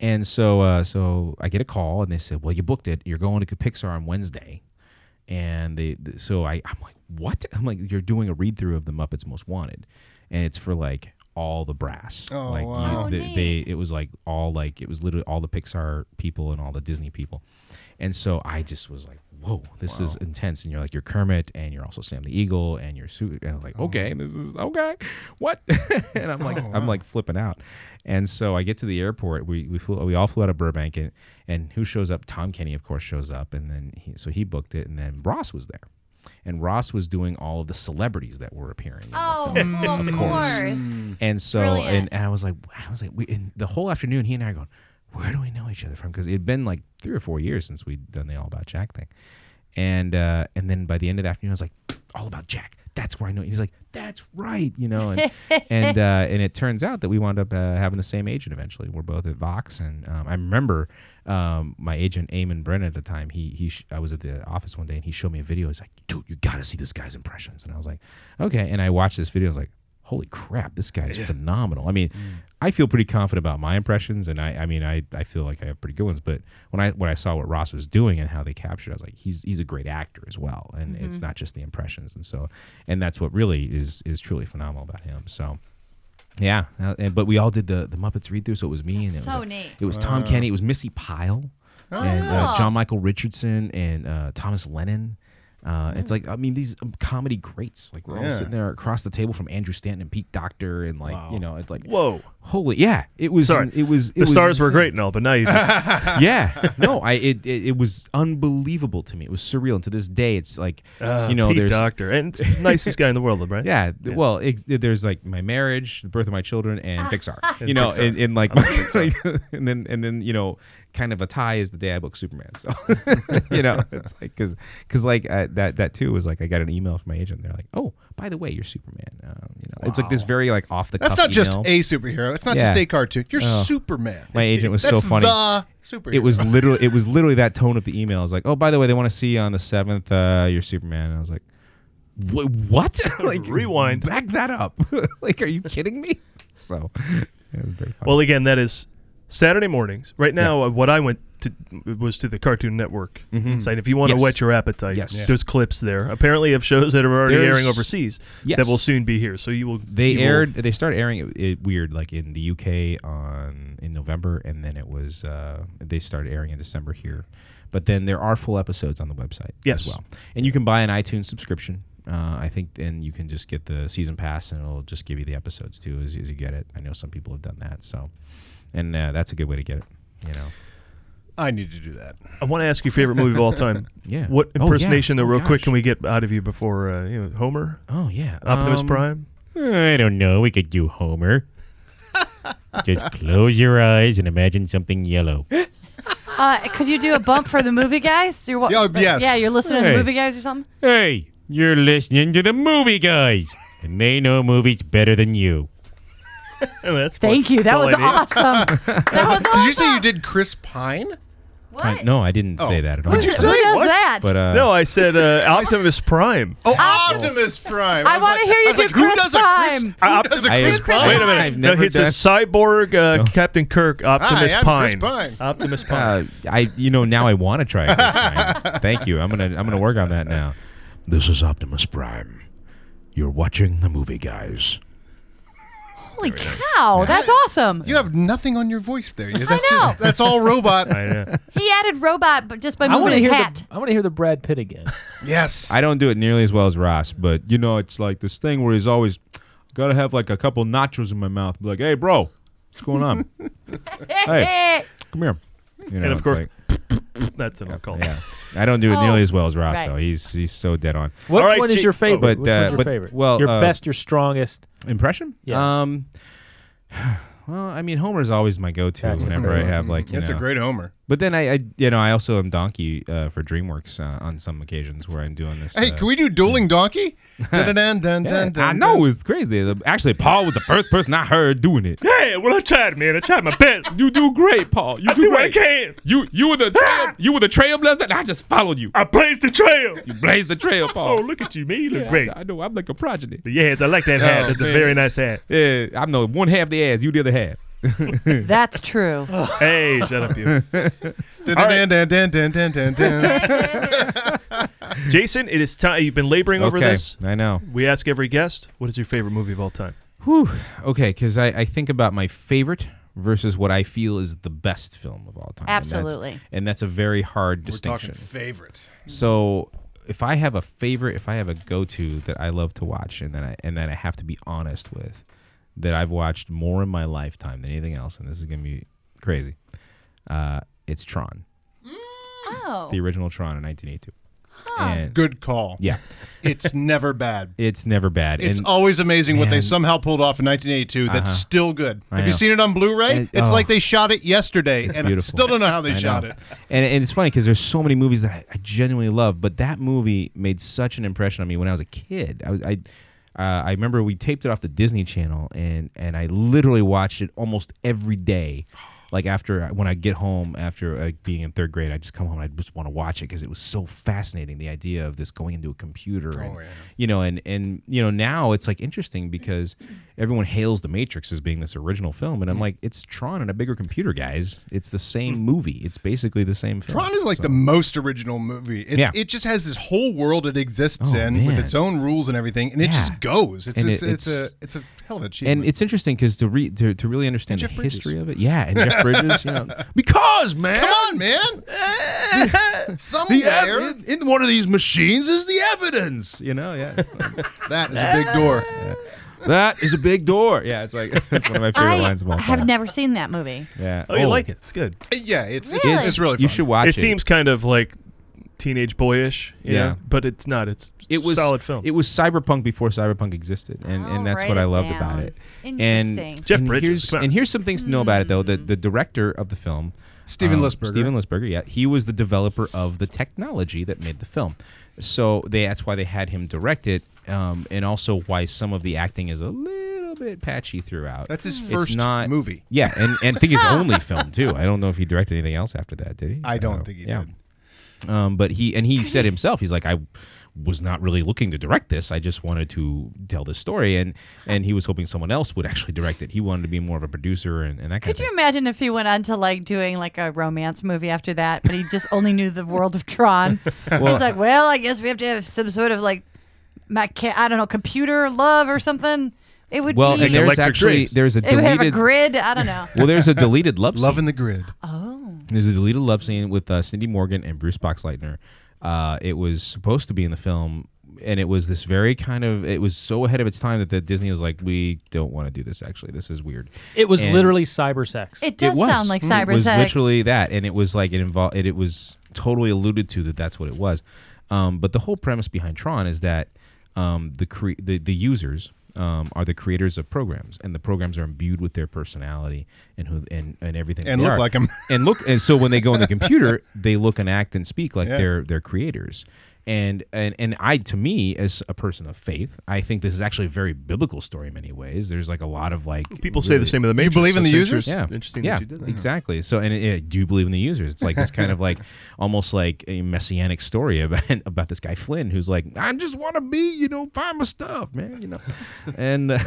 [SPEAKER 16] And so, uh, so I get a call and they said, well, you booked it. You're going to Pixar on Wednesday. And they, th- so I, I'm like, what? <laughs> I'm like, you're doing a read through of the Muppets Most Wanted, and it's for like all the brass.
[SPEAKER 5] Oh,
[SPEAKER 16] like you-
[SPEAKER 5] wow. Oh,
[SPEAKER 16] the- they, it was like all like it was literally all the Pixar people and all the Disney people, and so I just was like, whoa, this is intense. And you're like, you're Kermit, and you're also Sam the Eagle, and you're Su- and I'm like, okay, this is okay, what? <laughs> and I'm like,
[SPEAKER 15] Oh,
[SPEAKER 16] I'm
[SPEAKER 15] wow.
[SPEAKER 16] like flipping out. And so I get to the airport. We we flew, we all flew out of Burbank, and and who shows up? Tom Kenny, of course, shows up, and then he, so he booked it, and then Ross was there. And Ross was doing all of the celebrities that were appearing. in the
[SPEAKER 1] Oh,
[SPEAKER 16] film,
[SPEAKER 1] well, of course.
[SPEAKER 16] And so,
[SPEAKER 1] Brilliant.
[SPEAKER 16] and, and I was like, I was like, we, and the whole afternoon, he and I are going, where do we know each other from? Because it had been like three or four years since we'd done the All About Jack thing. And uh, and then by the end of the afternoon, I was like, All About Jack. That's where I know. you." He's like, that's right, you know. And and uh, and it turns out that we wound up uh, having the same agent eventually. We're both at Vox, and um, I remember um, my agent Eamon Brennan at the time. He he, sh- I was at the office one day, and he showed me a video. He's like, dude, you got to see this guy's impressions. And I was like, okay. And I watched this video. I was like, holy crap, this guy's
[SPEAKER 15] Yeah. Mm.
[SPEAKER 16] phenomenal. I mean, I feel pretty confident about my impressions, and I, I mean, I, I feel like I have pretty good ones. But when I when I saw what Ross was doing and how they captured, it, I was like, he's he's a great actor as well, and it's
[SPEAKER 15] Mhm.
[SPEAKER 16] not just the impressions. And so, and that's what really is is truly phenomenal about him. So. Yeah, uh, and, but we all did the, the Muppets read through, so it was me and it
[SPEAKER 15] That's
[SPEAKER 16] was
[SPEAKER 15] so
[SPEAKER 16] like-
[SPEAKER 15] neat.
[SPEAKER 16] It was Tom
[SPEAKER 15] Wow.
[SPEAKER 16] Kenny, it was Missy Pyle,
[SPEAKER 15] Oh,
[SPEAKER 16] and uh,
[SPEAKER 15] cool.
[SPEAKER 16] John Michael Richardson, and uh, Thomas Lennon. Uh, It's like I mean these um, comedy greats. Like we're all
[SPEAKER 15] Yeah.
[SPEAKER 16] sitting there across the table from Andrew Stanton and Pete Doctor, and like you know it's like
[SPEAKER 3] whoa,
[SPEAKER 16] holy yeah, it was
[SPEAKER 3] Sorry.
[SPEAKER 16] it was it
[SPEAKER 3] The
[SPEAKER 16] was
[SPEAKER 3] stars were
[SPEAKER 16] insane.
[SPEAKER 3] great and all, but now
[SPEAKER 16] <laughs>
[SPEAKER 3] you just-
[SPEAKER 5] <laughs>
[SPEAKER 16] yeah no I it, it it was unbelievable to me. It was surreal, and to this day it's like
[SPEAKER 5] Uh.
[SPEAKER 3] Ah,
[SPEAKER 16] you know
[SPEAKER 3] Pete
[SPEAKER 16] there's
[SPEAKER 3] Doctor. And it's the nicest guy in the world, right?
[SPEAKER 16] <laughs> Yeah, th- well, ex- there's like my marriage, the birth of my children, and Pixar.
[SPEAKER 3] And
[SPEAKER 16] you know,
[SPEAKER 3] Pixar.
[SPEAKER 16] <laughs> And, and like,
[SPEAKER 3] I love Pixar.
[SPEAKER 16] and then and then you know, kind of a tie is the day I booked Superman. So, <laughs> you know, it's like because because like uh, that that too was like I got an email from my agent. They're like, oh, by the way, you're Superman. Um, you know, it's like this very like off the.
[SPEAKER 5] That's
[SPEAKER 16] cuff
[SPEAKER 5] not just
[SPEAKER 16] email.
[SPEAKER 5] a superhero. It's not just
[SPEAKER 16] Yeah.
[SPEAKER 5] a cartoon. You're
[SPEAKER 16] Oh.
[SPEAKER 5] Superman.
[SPEAKER 16] My agent was so
[SPEAKER 5] That's
[SPEAKER 16] funny.
[SPEAKER 5] The superhero.
[SPEAKER 16] It was literally it was literally that tone of the email. I was like, oh, by the way, they want to see you on the seventh. Uh, you're Superman. And I was like, "Wha- what? <laughs> like
[SPEAKER 3] Rewind.
[SPEAKER 16] Back that up. <laughs> like, are you kidding me? So it was very funny.
[SPEAKER 3] Well, again, that is Saturday mornings. Right now, uh, what I went to was to the Cartoon Network
[SPEAKER 16] Mhm.
[SPEAKER 3] site. If you want
[SPEAKER 16] Yes.
[SPEAKER 3] to whet your appetite,
[SPEAKER 16] Yes. Yeah.
[SPEAKER 3] there's clips there. Apparently, of shows that are already
[SPEAKER 16] There's-
[SPEAKER 3] airing overseas that
[SPEAKER 16] Yes.
[SPEAKER 3] will soon be here. So you will.
[SPEAKER 16] They
[SPEAKER 3] you will-
[SPEAKER 16] aired. They started airing it, it weird, like in the UK on in November, and then it was uh, they started airing in December here. But then there are full episodes on the website
[SPEAKER 3] Yes.
[SPEAKER 16] as well, and you can buy an iTunes subscription. Uh, I think, and you can just get the season pass, and it'll just give you the episodes too as, as you get it. I know some people have done that, so and uh, that's a good way to get it. You know,
[SPEAKER 5] I need to do that.
[SPEAKER 3] I want to ask you favorite movie of all time.
[SPEAKER 16] <laughs> Yeah.
[SPEAKER 3] What
[SPEAKER 16] Oh, yeah.
[SPEAKER 3] impersonation,
[SPEAKER 16] Oh,
[SPEAKER 3] though, real quick,
[SPEAKER 16] gosh.
[SPEAKER 3] can we get out of you before uh, you know, Homer?
[SPEAKER 16] Oh yeah,
[SPEAKER 3] Optimus
[SPEAKER 16] Um,
[SPEAKER 3] Prime.
[SPEAKER 19] Uh, I don't know. We could do
[SPEAKER 16] <laughs>
[SPEAKER 19] Homer. Just close your eyes and imagine something yellow.
[SPEAKER 1] Uh, could you do a bump for the movie guys? You're, wa-
[SPEAKER 19] Yeah,
[SPEAKER 1] like,
[SPEAKER 19] yes.
[SPEAKER 1] Yeah, you're listening to
[SPEAKER 19] Hey.
[SPEAKER 1] the movie guys or something.
[SPEAKER 19] Hey, you're listening to the movie guys, and they know movies better than you.
[SPEAKER 3] Oh, that's
[SPEAKER 1] Thank you. That was awesome. that was
[SPEAKER 5] Did you say you did Chris Pine?
[SPEAKER 16] I, no, I didn't
[SPEAKER 3] Oh.
[SPEAKER 16] say that at all.
[SPEAKER 5] Who'd you Who say? does What? that?
[SPEAKER 16] But uh,
[SPEAKER 3] no, I
[SPEAKER 16] <laughs>
[SPEAKER 3] said uh, Optimus Prime.
[SPEAKER 5] Oh, Optimus Prime.
[SPEAKER 1] I
[SPEAKER 5] was
[SPEAKER 1] want to hear
[SPEAKER 5] like- I
[SPEAKER 1] you
[SPEAKER 5] was
[SPEAKER 1] do
[SPEAKER 5] like, who
[SPEAKER 1] Chris
[SPEAKER 5] does a Chris-
[SPEAKER 1] Prime.
[SPEAKER 5] who does a
[SPEAKER 16] I-
[SPEAKER 5] Chris Prime?
[SPEAKER 3] Wait a minute.
[SPEAKER 16] I've
[SPEAKER 3] no,
[SPEAKER 16] never
[SPEAKER 3] it's a
[SPEAKER 16] done-
[SPEAKER 3] cyborg uh, Captain Kirk Optimus
[SPEAKER 5] Hi, I'm
[SPEAKER 3] Prime.
[SPEAKER 5] Chris Pine.
[SPEAKER 3] Optimus
[SPEAKER 16] <laughs>
[SPEAKER 3] Prime.
[SPEAKER 16] Uh, I you know now I want to try it. This time. <laughs> Thank you. I'm gonna I'm gonna work on that now. This is Optimus Prime. You're watching the movie, guys.
[SPEAKER 1] Holy cow, that's awesome.
[SPEAKER 5] You have nothing on your voice there. You- That's
[SPEAKER 1] know.
[SPEAKER 5] Just, that's all <laughs> robot.
[SPEAKER 3] I know.
[SPEAKER 1] He added robot, but just by
[SPEAKER 4] I
[SPEAKER 1] moving
[SPEAKER 4] want to
[SPEAKER 1] his
[SPEAKER 4] hear
[SPEAKER 1] hat.
[SPEAKER 4] the I want to hear the Brad Pitt
[SPEAKER 3] <laughs>
[SPEAKER 4] again.
[SPEAKER 5] Yes.
[SPEAKER 16] I don't do it nearly as well as Ross, but you know it's like this thing where he's always gotta have like a couple nachos in my mouth. Be like, hey, bro, what's going on?
[SPEAKER 1] Eh.
[SPEAKER 16] hey, come here. You know,
[SPEAKER 3] and
[SPEAKER 16] it's
[SPEAKER 3] of course, <coughs>
[SPEAKER 16] like-
[SPEAKER 3] that's an occult.
[SPEAKER 16] yeah. I don't do it nearly as well as Ross
[SPEAKER 1] right.
[SPEAKER 16] though. He's he's so dead on.
[SPEAKER 4] Which
[SPEAKER 3] All right,
[SPEAKER 4] one
[SPEAKER 3] Chi-
[SPEAKER 4] is your
[SPEAKER 3] oh,
[SPEAKER 4] favorite?
[SPEAKER 16] but,
[SPEAKER 4] Which
[SPEAKER 16] uh,
[SPEAKER 4] one's your
[SPEAKER 16] but-
[SPEAKER 4] favorite?
[SPEAKER 16] well,
[SPEAKER 4] your
[SPEAKER 16] uh,
[SPEAKER 4] best, your strongest.
[SPEAKER 16] Impression?
[SPEAKER 4] Yeah.
[SPEAKER 16] Um, <sighs> well, I mean, Homer's always my go-to
[SPEAKER 4] That's a
[SPEAKER 16] whenever
[SPEAKER 4] great
[SPEAKER 16] I have like. You
[SPEAKER 5] That's a
[SPEAKER 16] know-
[SPEAKER 5] great Homer.
[SPEAKER 16] But then I, I, you know, I also am donkey uh, for DreamWorks uh, on some occasions where I'm doing this.
[SPEAKER 5] Hey,
[SPEAKER 16] uh,
[SPEAKER 5] can we do dueling <laughs> donkey? Dun, dun, dun, dun,
[SPEAKER 16] yeah.
[SPEAKER 5] dun,
[SPEAKER 16] I
[SPEAKER 5] dun,
[SPEAKER 16] know it's crazy. The- Actually, Paul was the first person I heard doing it.
[SPEAKER 3] Hey, well, I tried, man. I tried my best.
[SPEAKER 16] <laughs> You do great, Paul. You
[SPEAKER 3] I do
[SPEAKER 16] do
[SPEAKER 3] what I
[SPEAKER 16] great.
[SPEAKER 3] can. Ah!
[SPEAKER 16] You you were the trail, you were the trailblazer, and I just followed you.
[SPEAKER 3] I blazed the trail.
[SPEAKER 16] You blazed the trail,
[SPEAKER 3] Oh,
[SPEAKER 16] Paul.
[SPEAKER 3] look at you, man. You look
[SPEAKER 16] Yeah,
[SPEAKER 3] great.
[SPEAKER 16] I, I know. I'm like a progeny.
[SPEAKER 3] Yes, I like that hat.
[SPEAKER 16] Oh,
[SPEAKER 3] That's a
[SPEAKER 16] man.
[SPEAKER 3] very nice hat.
[SPEAKER 16] Yeah, eh, I'm the one half the ass. You the other half.
[SPEAKER 1] That's true.
[SPEAKER 3] Hey, shut up, you.
[SPEAKER 5] dun, dun, dun, dun, dun, dun, dun, dun.
[SPEAKER 3] Jason, it is time. You've been laboring over
[SPEAKER 16] Okay,
[SPEAKER 3] this.
[SPEAKER 16] I know.
[SPEAKER 3] We ask every guest, what is your favorite movie of all time?
[SPEAKER 16] Whew. Okay, because I, I think about my favorite versus what I feel is the best film of all time. and that's-
[SPEAKER 1] Absolutely.
[SPEAKER 16] And that's, a very hard
[SPEAKER 5] We're talking
[SPEAKER 16] distinction.
[SPEAKER 5] favorite.
[SPEAKER 16] so if I have a favorite, if I have a go-to that I love to watch and that I and that I have to be honest with, that I've watched more in my lifetime than anything else, and this is gonna be crazy. Uh, it's Tron,
[SPEAKER 1] Oh.
[SPEAKER 16] the original Tron in 1982. And
[SPEAKER 5] Good call.
[SPEAKER 16] yeah,
[SPEAKER 5] <laughs> It's never bad.
[SPEAKER 16] it's never bad.
[SPEAKER 5] It's
[SPEAKER 16] and
[SPEAKER 5] always amazing what they
[SPEAKER 16] Man.
[SPEAKER 5] somehow pulled off in 1982. That's
[SPEAKER 16] Uh-huh.
[SPEAKER 5] still good.
[SPEAKER 16] I
[SPEAKER 5] Have you
[SPEAKER 16] know.
[SPEAKER 5] seen it on Blu-ray?
[SPEAKER 16] It-
[SPEAKER 5] it's
[SPEAKER 16] oh.
[SPEAKER 5] like they shot it yesterday,
[SPEAKER 16] It's
[SPEAKER 5] and
[SPEAKER 16] beautiful.
[SPEAKER 5] I still don't know how they
[SPEAKER 16] I
[SPEAKER 5] shot
[SPEAKER 16] know.
[SPEAKER 5] it.
[SPEAKER 16] And, and it's funny because there's so many movies that I, I genuinely love, but that movie made such an impression on me when I was a kid. I was I. Uh, I remember we taped it off the Disney Channel, and and I literally watched it almost every day. Like after when I get home after uh, being in third grade, I just come home and I just want to watch it because it was so fascinating. The idea of this going into a computer, and, you know, and and you know now it's like interesting because everyone hails The Matrix as being this original film, and I'm like, it's Tron and a bigger computer, guys. It's the same movie. It's basically the same film.
[SPEAKER 5] Tron is like the most original movie. It,
[SPEAKER 16] Yeah.
[SPEAKER 5] it just has this whole world it exists
[SPEAKER 16] Oh,
[SPEAKER 5] in with
[SPEAKER 16] man.
[SPEAKER 5] its own rules and everything, and it
[SPEAKER 16] Yeah.
[SPEAKER 5] just goes. It's
[SPEAKER 16] And
[SPEAKER 5] it's,
[SPEAKER 16] it-
[SPEAKER 5] it's,
[SPEAKER 16] it's-
[SPEAKER 5] a it's a hell of a achievement.
[SPEAKER 16] and it's interesting because to, re- to to really understand the
[SPEAKER 5] Jeff Mm. Bridges.
[SPEAKER 16] history of it, yeah, and Jeff Bridges, you know,
[SPEAKER 9] Because, man,
[SPEAKER 5] Come on, man.
[SPEAKER 16] <laughs>
[SPEAKER 9] the
[SPEAKER 5] Somewhere
[SPEAKER 9] ev- in, in one of these machines is the evidence.
[SPEAKER 16] you know, yeah, <laughs>
[SPEAKER 5] that is a big door.
[SPEAKER 16] that is a big door. Yeah, it's <laughs> like it's one of my favorite
[SPEAKER 1] I
[SPEAKER 16] lines of all time.
[SPEAKER 1] have never seen that movie.
[SPEAKER 16] yeah.
[SPEAKER 3] Oh, you like it? It's good.
[SPEAKER 5] <laughs> Yeah, it's
[SPEAKER 1] Really?
[SPEAKER 5] it's, it's really fun.
[SPEAKER 16] You should watch
[SPEAKER 3] it
[SPEAKER 16] it.
[SPEAKER 3] seems kind of like teenage boyish. you
[SPEAKER 4] Yeah.
[SPEAKER 3] know, but it's not. It's
[SPEAKER 4] it was
[SPEAKER 3] solid film.
[SPEAKER 4] It was cyberpunk before cyberpunk existed, and, and that's
[SPEAKER 3] write
[SPEAKER 4] what I
[SPEAKER 3] it
[SPEAKER 4] loved
[SPEAKER 3] down.
[SPEAKER 4] about it.
[SPEAKER 3] Interesting.
[SPEAKER 4] And
[SPEAKER 3] Jeff
[SPEAKER 4] and
[SPEAKER 3] Bridges,
[SPEAKER 4] Here's,
[SPEAKER 3] come on.
[SPEAKER 4] and here's some things to know about it though. The the director of the film, um,
[SPEAKER 5] Steven
[SPEAKER 16] um,
[SPEAKER 5] Lisberger.
[SPEAKER 4] Steven Lisberger, yeah, he was the developer of the technology that made the film. So they that's why they had him direct it, um, and also why some of the acting is a little bit patchy throughout.
[SPEAKER 5] That's his
[SPEAKER 4] It's
[SPEAKER 5] first
[SPEAKER 4] not-
[SPEAKER 5] movie.
[SPEAKER 4] Yeah, and, and I think his only film too. I don't know if he directed anything else after that. Did he?
[SPEAKER 5] I don't
[SPEAKER 4] know.
[SPEAKER 5] think he
[SPEAKER 4] Yeah. Um, but he
[SPEAKER 1] <laughs>
[SPEAKER 4] and he said himself, he's like, I was not really looking to direct this. I just wanted to tell this story, and and he was hoping someone else would actually direct it. He wanted to be more of a producer and, and that kind
[SPEAKER 1] Could
[SPEAKER 4] of thing.
[SPEAKER 1] you imagine if he went on to like doing like a romance movie after that, but he just only knew the world of
[SPEAKER 4] <laughs>
[SPEAKER 1] Tron?
[SPEAKER 4] Well-
[SPEAKER 1] He's like, well, I guess we have to have some sort of like, my I don't know, computer love or something. It would
[SPEAKER 4] Well,
[SPEAKER 1] be
[SPEAKER 4] and there's actually there's a
[SPEAKER 1] It would have a
[SPEAKER 4] deleted
[SPEAKER 1] grid. I don't know.
[SPEAKER 4] well, there's a
[SPEAKER 3] <laughs>
[SPEAKER 4] deleted love scene.
[SPEAKER 5] Love in the grid.
[SPEAKER 1] Oh.
[SPEAKER 4] There's a deleted love scene with uh, Cindy Morgan and Bruce Boxleitner. Uh, it was supposed to be in the film, and it was this very kind of. It was so ahead of its time that the Disney was like, "We don't want to do this. Actually, this is weird."
[SPEAKER 20] It was
[SPEAKER 4] And-
[SPEAKER 20] literally cyber sex.
[SPEAKER 1] It does
[SPEAKER 4] was. Hmm,
[SPEAKER 1] sound like cyber
[SPEAKER 4] It was
[SPEAKER 1] sex.
[SPEAKER 4] literally that, and it was like it involved. It, it was totally alluded to that that's what it was. Um, but the whole premise behind Tron is that um, the, cre- the the users um, are the creators of programs, and the programs are imbued with their personality and who and, and everything.
[SPEAKER 5] And
[SPEAKER 4] they
[SPEAKER 5] look
[SPEAKER 4] are.
[SPEAKER 5] like 'em.
[SPEAKER 4] <laughs> And look, and so when they go in the
[SPEAKER 5] <laughs>
[SPEAKER 4] computer, they look and act and speak like
[SPEAKER 5] Yeah.
[SPEAKER 4] they're they're creators. And, and and I to me as a person of faith, I think this is actually a very biblical story in many ways. There's like a lot of like
[SPEAKER 3] People say the same of the Matrix. That's interest-
[SPEAKER 4] yeah.
[SPEAKER 3] Interesting
[SPEAKER 4] yeah,
[SPEAKER 3] that you did that.
[SPEAKER 4] Exactly. So, and uh, do you believe in the users? It's like this kind of
[SPEAKER 3] <laughs>
[SPEAKER 4] like almost like a messianic story about <laughs> about this guy Flynn, who's like, I just want to be, you know, find my stuff, man, you know, and, <laughs> uh,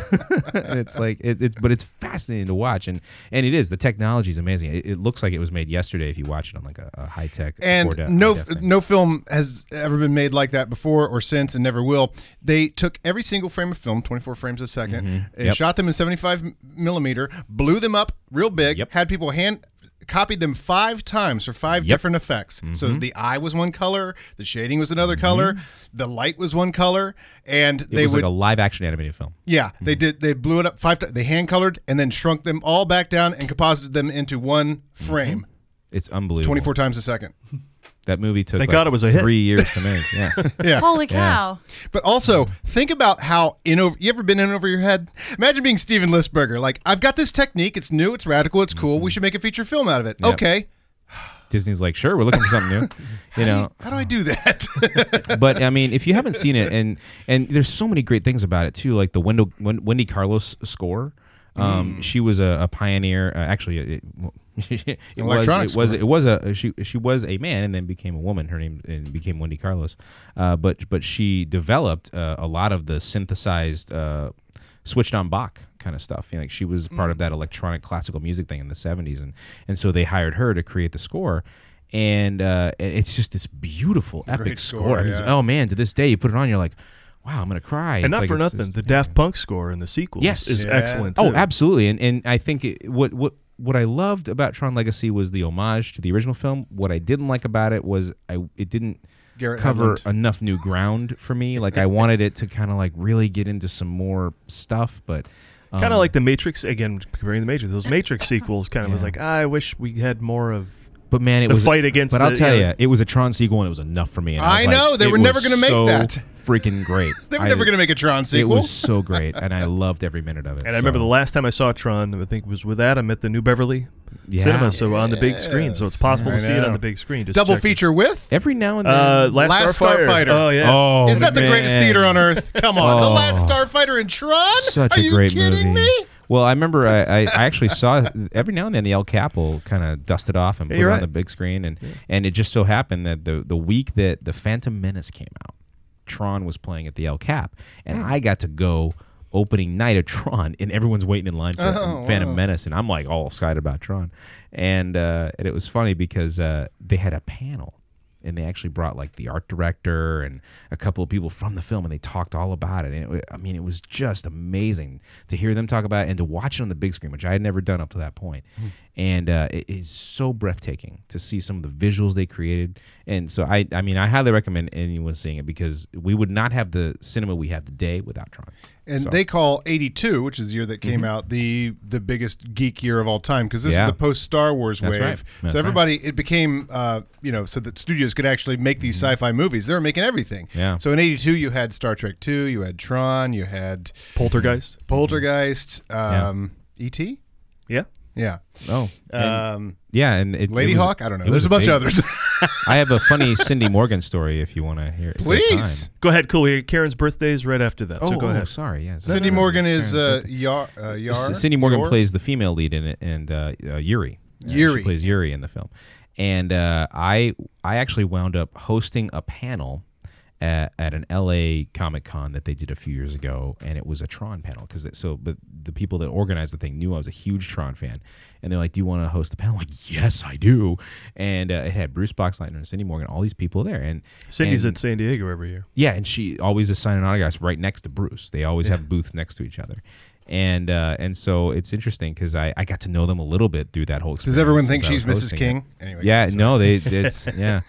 [SPEAKER 4] and it's like it, it's, but it's fascinating to watch, and and it is the technology is amazing. It, it looks like it was made yesterday if you watch it on like a, a high tech
[SPEAKER 5] and no no film has ever been made like that before or since and never will they took every single frame of film 24 frames a 2nd and
[SPEAKER 4] Mm-hmm. Yep.
[SPEAKER 5] shot them in 75 millimeter blew them up real big had people hand copied them five times for five
[SPEAKER 4] Yep.
[SPEAKER 5] different effects so
[SPEAKER 4] Mhm.
[SPEAKER 5] the eye was one color the shading was another color the light was one color and
[SPEAKER 4] Mm-hmm. it
[SPEAKER 5] they
[SPEAKER 4] was like
[SPEAKER 5] would
[SPEAKER 4] a Mm-hmm. live action animated film.
[SPEAKER 5] yeah, they did. They blew it up five. times. they hand colored and then shrunk them all back down and composited them into
[SPEAKER 4] Mm-hmm.
[SPEAKER 5] one frame,
[SPEAKER 4] It's unbelievable.
[SPEAKER 5] 24 times a second.
[SPEAKER 4] That movie took
[SPEAKER 3] Thank
[SPEAKER 4] like
[SPEAKER 3] God it was a hit.
[SPEAKER 4] three years to make.
[SPEAKER 3] <laughs>
[SPEAKER 4] Yeah.
[SPEAKER 5] Yeah.
[SPEAKER 1] Holy
[SPEAKER 4] Yeah.
[SPEAKER 1] cow!
[SPEAKER 5] But also, think about how in over. You ever been in over your head? Imagine being Steven Lisberger. Like, I've got this technique. It's new. It's radical. It's cool.
[SPEAKER 4] Mm-hmm.
[SPEAKER 5] We should make a feature film out of it.
[SPEAKER 4] Yep.
[SPEAKER 5] Okay.
[SPEAKER 4] Disney's like, sure, we're looking for something
[SPEAKER 3] <laughs>
[SPEAKER 4] new. You know,
[SPEAKER 5] How do I do that? <laughs>
[SPEAKER 4] but I mean, if you haven't seen it, and and there's so many great things about it too, like the Wendell, Wen- Wendy Carlos score. Um, She was a, a pioneer. Uh, actually, it, <laughs> it, it was
[SPEAKER 5] Electronic
[SPEAKER 4] it was
[SPEAKER 5] score.
[SPEAKER 4] it was a she she was a man and then became a woman. Her name and became Wendy Carlos. Uh, but but she developed uh, a lot of the synthesized, uh, switched on Bach kind of stuff. You know, like she was part
[SPEAKER 3] Mm.
[SPEAKER 4] of that electronic classical music thing in the '70s, and and so they hired her to create the score. And uh, it- it's just this beautiful epic
[SPEAKER 3] Great
[SPEAKER 4] score.
[SPEAKER 3] score,
[SPEAKER 4] And it's-
[SPEAKER 3] yeah.
[SPEAKER 4] Oh man, to this day, you put it on, you're like, wow, I'm gonna cry.
[SPEAKER 3] And
[SPEAKER 4] It's
[SPEAKER 3] not
[SPEAKER 4] like-
[SPEAKER 3] for
[SPEAKER 4] it's
[SPEAKER 3] nothing,
[SPEAKER 4] just-
[SPEAKER 3] the Daft Punk score in the sequel
[SPEAKER 4] yes,
[SPEAKER 3] is, is excellent.
[SPEAKER 4] Oh,
[SPEAKER 3] too.
[SPEAKER 4] absolutely. And and I think it, what what what I loved about Tron Legacy was the homage to the original film. What I didn't like about it was I it didn't.
[SPEAKER 5] Garrett
[SPEAKER 4] cover
[SPEAKER 5] Hedlund.
[SPEAKER 4] enough new ground for
[SPEAKER 5] <laughs>
[SPEAKER 4] me. Like I wanted it to kind of like really get into some more stuff, but um,
[SPEAKER 3] kind of like the Matrix again. Comparing the Matrix, those Matrix sequels kind of was like, "Ah, I wish we had more of.
[SPEAKER 4] But man, it
[SPEAKER 3] the
[SPEAKER 4] was
[SPEAKER 3] fight against.
[SPEAKER 4] But
[SPEAKER 3] the,
[SPEAKER 4] I'll tell
[SPEAKER 3] know,
[SPEAKER 4] you, it was a Tron sequel, and it was enough for me. And I,
[SPEAKER 5] I
[SPEAKER 4] was like,
[SPEAKER 5] know, they
[SPEAKER 4] it
[SPEAKER 5] were never
[SPEAKER 4] was
[SPEAKER 5] gonna make
[SPEAKER 4] so
[SPEAKER 5] that. <laughs>
[SPEAKER 4] Freaking great!
[SPEAKER 5] They were never gonna make a Tron sequel.
[SPEAKER 4] It was so great, and
[SPEAKER 5] <laughs>
[SPEAKER 4] I loved every minute of it.
[SPEAKER 3] And I remember
[SPEAKER 4] so.
[SPEAKER 3] the last time I saw Tron, I think was with Adam at the New Beverly
[SPEAKER 4] Yeah.
[SPEAKER 3] Cinema, so on the big screen. So it's possible
[SPEAKER 5] I
[SPEAKER 3] to see it
[SPEAKER 5] know.
[SPEAKER 3] on the big screen. Just
[SPEAKER 5] Double
[SPEAKER 3] check it.
[SPEAKER 5] feature with
[SPEAKER 4] every now and then.
[SPEAKER 3] Uh, Last, Starfighter. Oh yeah.
[SPEAKER 4] Mm. Oh,
[SPEAKER 5] Is that the greatest
[SPEAKER 4] man.
[SPEAKER 5] theater on earth? Come on, the
[SPEAKER 4] Oh.
[SPEAKER 5] Last Starfighter in Tron.
[SPEAKER 4] Such
[SPEAKER 5] Are
[SPEAKER 4] a
[SPEAKER 5] you
[SPEAKER 4] great
[SPEAKER 5] kidding
[SPEAKER 4] movie.
[SPEAKER 5] me?
[SPEAKER 4] Well, I remember I, I, I actually saw every now and then the El Capo kind of dusted off and
[SPEAKER 3] Yeah,
[SPEAKER 4] put it
[SPEAKER 3] you're
[SPEAKER 4] on
[SPEAKER 3] right.
[SPEAKER 4] the big screen, and and it just so happened that the the week that the Phantom Menace came out, Tron was playing at the El Cap,
[SPEAKER 5] Hmm.
[SPEAKER 4] and I got to go opening night of Tron, and everyone's waiting in line for
[SPEAKER 5] Oh,
[SPEAKER 4] Phantom
[SPEAKER 5] wow.
[SPEAKER 4] Menace, and I'm like all excited about Tron, and uh, and it was funny because uh, they had a panel. And they actually brought like the art director and a couple of people from the film, and they talked all about it. And it, wa- I mean, it was just amazing to hear them talk about it and to watch it on the big screen, which I had never done up to that point.
[SPEAKER 5] Hmm.
[SPEAKER 4] And uh, it is so breathtaking to see some of the visuals they created. And so I, I mean, I highly recommend anyone seeing it because we would not have the cinema we have today without Tron.
[SPEAKER 5] And
[SPEAKER 4] So- Mm-hmm.
[SPEAKER 5] they call 82, which is the year that came out, the the biggest geek year of all time because this
[SPEAKER 4] Yeah.
[SPEAKER 5] is the post Star Wars
[SPEAKER 4] That's
[SPEAKER 5] wave.
[SPEAKER 4] right. That's right.
[SPEAKER 5] so everybody, it became, uh, you know, so that studios could actually make these sci-fi movies. They were making everything.
[SPEAKER 4] Mm-hmm. Yeah.
[SPEAKER 5] So in 82, you had Star Trek 2, you had Tron, you had
[SPEAKER 3] Poltergeist.
[SPEAKER 5] Poltergeist,
[SPEAKER 4] Mm-hmm. Yeah.
[SPEAKER 5] um, E.T.?
[SPEAKER 3] Yeah.
[SPEAKER 5] Yeah.
[SPEAKER 4] Oh.
[SPEAKER 5] Um,
[SPEAKER 4] yeah, and it,
[SPEAKER 5] Lady
[SPEAKER 4] it was-
[SPEAKER 5] Hawk? I don't know.
[SPEAKER 4] it was
[SPEAKER 5] There's a bunch
[SPEAKER 4] big-
[SPEAKER 5] of <laughs> others.
[SPEAKER 4] <laughs> I have a
[SPEAKER 5] <laughs>
[SPEAKER 4] funny Cindy Morgan story if you want to hear it. if you have time.
[SPEAKER 3] Go ahead, cool. Here, Karen's birthday is right after that. so
[SPEAKER 4] Oh,
[SPEAKER 3] go
[SPEAKER 4] oh,
[SPEAKER 3] ahead.
[SPEAKER 4] sorry, yes.
[SPEAKER 5] Cindy Morgan is uh, Yar. Uh, Yar
[SPEAKER 4] S- Cindy Morgan
[SPEAKER 5] Yor?
[SPEAKER 4] plays the female lead in it, and uh, uh, Yuri. Uh,
[SPEAKER 5] Yuri.
[SPEAKER 4] She plays Yuri in the film, and uh, I I actually wound up hosting a panel. At, at an LA Comic Con that they did a few years ago, and it was a Tron panel because so but the people that organized the thing knew I was a huge Tron fan, and they're like, "Do you want to host the panel?" I'm like, yes, I do. And uh, it had Bruce Boxleitner and Cindy Morgan, all these people there, and
[SPEAKER 3] Cindy's
[SPEAKER 4] and,
[SPEAKER 3] in San Diego every year.
[SPEAKER 4] yeah, and she always is signing autographs right next to Bruce. They always have booths next to each other, and uh, and so it's interesting because I, I got to know them a little bit through that whole. experience.
[SPEAKER 5] everyone think
[SPEAKER 4] since I
[SPEAKER 5] she's
[SPEAKER 4] was
[SPEAKER 5] Mrs.
[SPEAKER 4] hosting
[SPEAKER 5] King?
[SPEAKER 4] it.
[SPEAKER 5] Anyway,
[SPEAKER 4] yeah,
[SPEAKER 5] sorry. <laughs>
[SPEAKER 4] no, they it's yeah,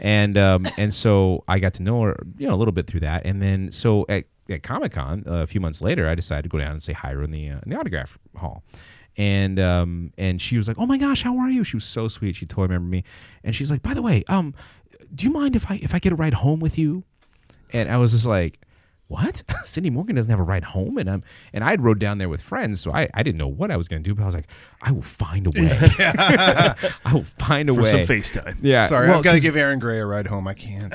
[SPEAKER 4] and um, and so I got to know her you know a little bit through that, and then so at at Comic Con uh, a few months later, I decided to go down and say hi to her in the uh, in the autograph hall. And um and she was like, oh my gosh, how are you? She was so sweet. She totally remembered me, and she's like, by the way, um, do you mind if I if I get a ride home with you? And I was just like, what? <laughs> Cindy Morgan doesn't have a ride home? And I'm and I'd rode down there with friends, so I, I didn't know what I was gonna do, but I was like, I will find a
[SPEAKER 3] <laughs>
[SPEAKER 4] way. <laughs> I will find a
[SPEAKER 3] For
[SPEAKER 4] way.
[SPEAKER 3] some FaceTime.
[SPEAKER 4] Yeah.
[SPEAKER 5] Sorry,
[SPEAKER 4] well,
[SPEAKER 5] I've got to
[SPEAKER 4] 'cause-
[SPEAKER 5] give Aaron Gray a ride home. I can't.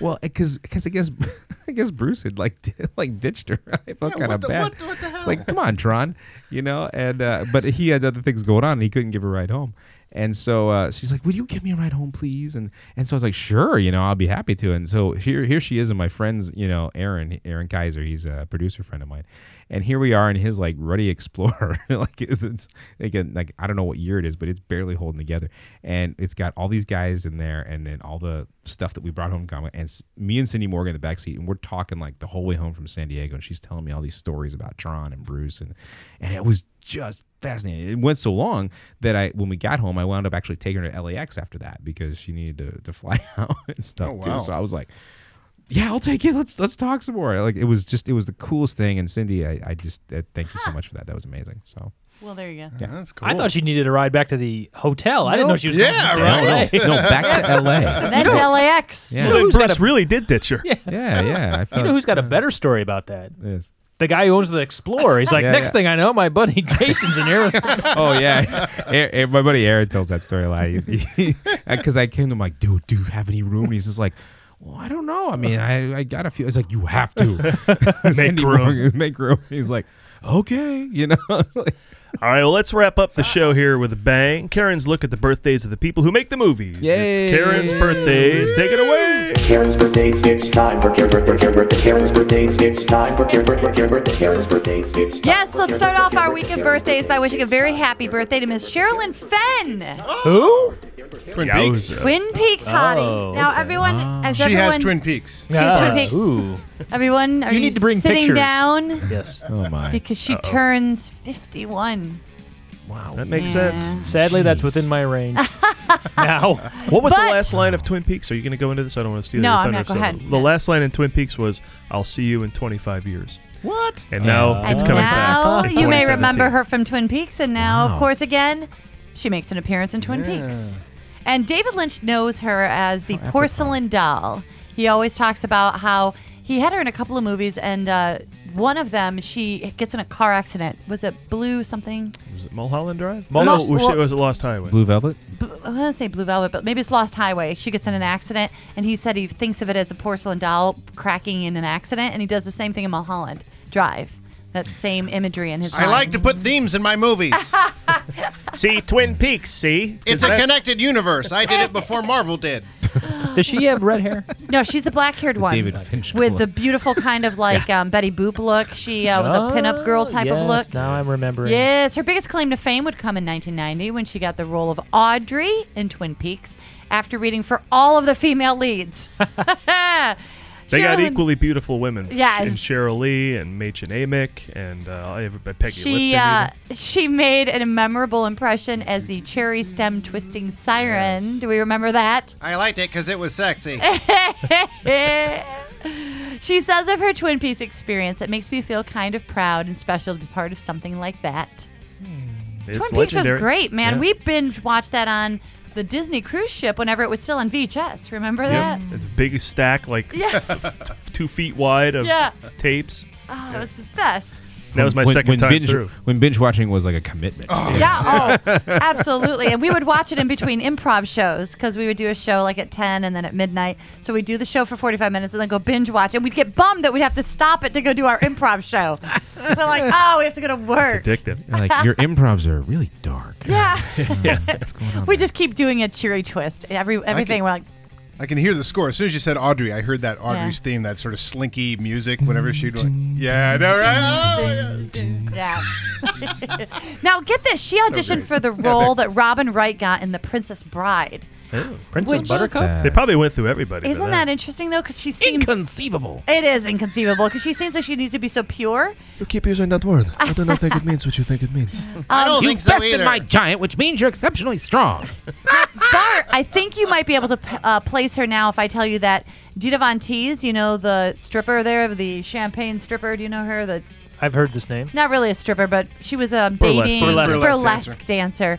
[SPEAKER 4] well, because I guess <laughs> I guess Bruce had like di- like ditched her. <laughs> I felt
[SPEAKER 5] Yeah,
[SPEAKER 4] kind
[SPEAKER 5] what
[SPEAKER 4] of
[SPEAKER 5] the-
[SPEAKER 4] bad.
[SPEAKER 5] what- what the
[SPEAKER 4] It's Like, come on, Tron, you know. And uh, but he had other things going on, and he couldn't give her a ride home. And so uh, she's like, "Would you give me a ride home, please?" And and so I was like, "Sure, you know, I'll be happy to." And so here here she is, and my friends, you know, Aaron Aaron Kaiser, he's a producer friend of mine, and here we are in his like ruddy Explorer, <laughs> like it's, it's like, a, like I don't know what year it is, but it's barely holding together, and it's got all these guys in there, and then all the stuff that we brought home, comic, and s- me and Cindy Morgan in the backseat, and we're talking like the whole way home from San Diego, and she's telling me all these stories about Tron and Bruce, and and it was just fascinating. It went so long that I, when we got home, I wound up actually taking her to LAX after that because she needed to, <laughs> to fly out and stuff
[SPEAKER 5] Oh, wow.
[SPEAKER 4] too. So I was like, yeah, I'll take it. Let's let's talk some more. Like it was just it was the coolest thing. And Cindy, I, I just uh, thank you so much for that. That was amazing. So
[SPEAKER 1] Well, there you go.
[SPEAKER 5] Yeah, that's cool.
[SPEAKER 16] I thought she needed a ride back to the hotel. I didn't know
[SPEAKER 1] Nope.
[SPEAKER 16] she was.
[SPEAKER 5] Yeah,
[SPEAKER 16] going
[SPEAKER 5] right.
[SPEAKER 4] <laughs>
[SPEAKER 16] to LA.
[SPEAKER 4] no, no, back
[SPEAKER 16] <laughs>
[SPEAKER 4] to LA.
[SPEAKER 1] Then to LAX.
[SPEAKER 4] Yeah.
[SPEAKER 16] You know
[SPEAKER 3] Well,
[SPEAKER 16] who's
[SPEAKER 3] then
[SPEAKER 16] got
[SPEAKER 3] Bruce
[SPEAKER 16] a-
[SPEAKER 3] really did ditch her.
[SPEAKER 4] Yeah, yeah. I
[SPEAKER 16] You
[SPEAKER 4] felt
[SPEAKER 16] know who's got a better story about that?
[SPEAKER 4] Yes.
[SPEAKER 16] The guy who owns the Explorer. He's like,
[SPEAKER 4] Yeah,
[SPEAKER 16] next
[SPEAKER 4] yeah.
[SPEAKER 16] thing I know,
[SPEAKER 4] <laughs>
[SPEAKER 16] my buddy Jason's in here.
[SPEAKER 4] oh yeah, Aaron, Aaron- my buddy Aaron tells that story a lot. Because <laughs> I came to him like, dude, do you have any room? And he's just like, well, I don't know. I mean, I, I got a few. It's like you have
[SPEAKER 16] <laughs>
[SPEAKER 4] to <laughs> Cindy
[SPEAKER 3] room.
[SPEAKER 4] Morgan, make room. He's like, okay, you know. <laughs> Like,
[SPEAKER 3] All right, well, let's wrap up the show here with a bang. Karen's look at the birthdays of the people who make the movies.
[SPEAKER 4] Yay.
[SPEAKER 3] It's Karen's birthdays. Take it away.
[SPEAKER 21] Karen's birthdays, it's time for Karen's birthdays, Karen's birthdays, Karen's birthdays, it's time for Karen's birthdays, Karen's birthdays, Karen's birthdays, it's time.
[SPEAKER 1] Yes, let's start off our week of birthdays by wishing a very happy birthday to Miss Sherilyn Fenn,
[SPEAKER 5] Who? Twin Peaks.
[SPEAKER 3] Yowza.
[SPEAKER 1] Twin Peaks hottie.
[SPEAKER 4] Oh,
[SPEAKER 1] now, everyone,
[SPEAKER 4] Ah.
[SPEAKER 1] as
[SPEAKER 5] She
[SPEAKER 1] everyone,
[SPEAKER 5] has Twin Peaks.
[SPEAKER 1] She has Twin Peaks. Everyone, are you,
[SPEAKER 16] You need to bring
[SPEAKER 1] sitting
[SPEAKER 16] pictures.
[SPEAKER 1] down?
[SPEAKER 16] Yes.
[SPEAKER 4] oh my.
[SPEAKER 1] Because she turns 51.
[SPEAKER 3] That makes
[SPEAKER 1] Yeah.
[SPEAKER 3] sense.
[SPEAKER 16] Sadly, that's
[SPEAKER 4] Jeez.
[SPEAKER 16] within
[SPEAKER 1] <laughs>
[SPEAKER 16] my range. now,
[SPEAKER 3] What was the
[SPEAKER 1] But-
[SPEAKER 3] last line of Twin Peaks? Are you going to go into this? I don't want to steal
[SPEAKER 1] No,
[SPEAKER 3] your
[SPEAKER 1] I'm
[SPEAKER 3] thunder.
[SPEAKER 1] not. Go
[SPEAKER 3] so
[SPEAKER 1] ahead.
[SPEAKER 3] The last line in Twin Peaks was, "I'll see you in 25 years,"
[SPEAKER 5] What?
[SPEAKER 3] and now
[SPEAKER 16] Uh,
[SPEAKER 3] it's
[SPEAKER 1] and
[SPEAKER 3] coming
[SPEAKER 1] now
[SPEAKER 3] back. in
[SPEAKER 1] you may
[SPEAKER 3] 2017.
[SPEAKER 1] remember her from Twin Peaks, and now,
[SPEAKER 4] Wow.
[SPEAKER 1] of course, again, she makes an appearance in Twin Peaks. And David Lynch knows her as
[SPEAKER 3] Oh,
[SPEAKER 1] the porcelain doll. He always talks about how he had her in a couple of movies, and uh, one of them, she gets in a car accident. Was it Blue something?
[SPEAKER 3] Was it Mulholland Drive?
[SPEAKER 16] Mul-
[SPEAKER 3] no, was it,
[SPEAKER 1] well-
[SPEAKER 3] was it Lost Highway?
[SPEAKER 4] Blue Velvet.
[SPEAKER 1] I want to say Blue Velvet, but maybe it's Lost Highway. She gets in an accident, and he said he thinks of it as a porcelain doll cracking in an accident, and he does the same thing in Mulholland Drive. That same imagery in his.
[SPEAKER 5] I
[SPEAKER 1] mind.
[SPEAKER 5] like to put themes in
[SPEAKER 1] <laughs>
[SPEAKER 5] my movies.
[SPEAKER 3] See Twin Peaks. See,
[SPEAKER 5] It's a connected universe. I did it before Marvel did.
[SPEAKER 16] does she have red hair?
[SPEAKER 1] No, she's the black-haired one
[SPEAKER 4] David Fincher
[SPEAKER 1] with
[SPEAKER 4] look.
[SPEAKER 1] the beautiful kind of like um, Betty Boop look. She uh, was a pinup girl type
[SPEAKER 16] yes,
[SPEAKER 1] of look.
[SPEAKER 16] Now I'm remembering.
[SPEAKER 1] Yes, her biggest claim to fame would come in 1990 when she got the role of Audrey in Twin Peaks after reading for all of the female leads. <laughs>
[SPEAKER 3] They got
[SPEAKER 1] Sherilyn-
[SPEAKER 3] equally beautiful women.
[SPEAKER 1] Yes.
[SPEAKER 3] And Cheryl Lee and Machen Amick and uh, everybody- Peggy
[SPEAKER 1] She
[SPEAKER 3] Lipton.
[SPEAKER 1] uh,
[SPEAKER 3] even.
[SPEAKER 1] she made an memorable impression as the cherry stem twisting siren. Do we remember that? <laughs>
[SPEAKER 5] I liked it because it was sexy.
[SPEAKER 1] and She says of her Twin Peaks experience, it makes me feel kind of proud and special to be part of something like that.
[SPEAKER 3] It's
[SPEAKER 1] Twin Peaks was
[SPEAKER 3] legendary.
[SPEAKER 1] great, man.
[SPEAKER 3] Yeah.
[SPEAKER 1] We binge watched that on the Disney cruise ship whenever it was still on VHS. Remember
[SPEAKER 3] Yep.
[SPEAKER 1] that? <laughs>
[SPEAKER 3] It's a big stack, like
[SPEAKER 1] Yeah.
[SPEAKER 3] t- two feet wide of
[SPEAKER 1] Yeah.
[SPEAKER 3] tapes.
[SPEAKER 1] Oh, it was the best.
[SPEAKER 3] That was my
[SPEAKER 16] When-
[SPEAKER 3] second
[SPEAKER 16] when
[SPEAKER 3] time
[SPEAKER 16] binge,
[SPEAKER 3] through.
[SPEAKER 16] When binge watching was like a commitment.
[SPEAKER 1] Yeah, oh, absolutely. And we would watch it in between improv shows because we would do a show like at 10 and then at midnight. So we'd do the show for 45 minutes and then go binge watch. And we'd get bummed that we'd have to stop it to go do our improv show. We're like, oh, we have to go to work.
[SPEAKER 3] Addictive.
[SPEAKER 16] like <laughs> your improvs are really dark.
[SPEAKER 1] <laughs> Yeah.
[SPEAKER 16] What's going on?
[SPEAKER 1] we just keep doing a cheery twist. Every, everything, we're like,
[SPEAKER 5] I can hear the score. As soon as you said Audrey, I heard that Audrey's theme, that sort of slinky music whenever she'd like, Yeah, I know, right? Oh, yeah.
[SPEAKER 1] yeah. now, get this. She auditioned for the role that Robin Wright got in The Princess Bride.
[SPEAKER 3] Princess
[SPEAKER 1] Which-
[SPEAKER 3] Buttercup?
[SPEAKER 1] Uh,
[SPEAKER 3] they probably went through everybody. uh,
[SPEAKER 1] Isn't that interesting, though? Because she seems.
[SPEAKER 16] Inconceivable.
[SPEAKER 1] It is inconceivable because she seems like she needs to be so pure.
[SPEAKER 3] You keep using that word. I do not think it means what you think it means.
[SPEAKER 1] I don't
[SPEAKER 16] you
[SPEAKER 1] think so
[SPEAKER 16] bested
[SPEAKER 1] either.
[SPEAKER 16] my giant, which means you're exceptionally strong.
[SPEAKER 1] Bart, I think you might be able to p- uh, place her now if I tell you that Dita Von Teese, you know, the stripper there, the champagne stripper, do you know her? The
[SPEAKER 4] I've heard this name.
[SPEAKER 1] Not really a stripper, but she was um,
[SPEAKER 4] Burlesque.
[SPEAKER 1] dating
[SPEAKER 4] Burlesque. Burlesque
[SPEAKER 1] burlesque dancer.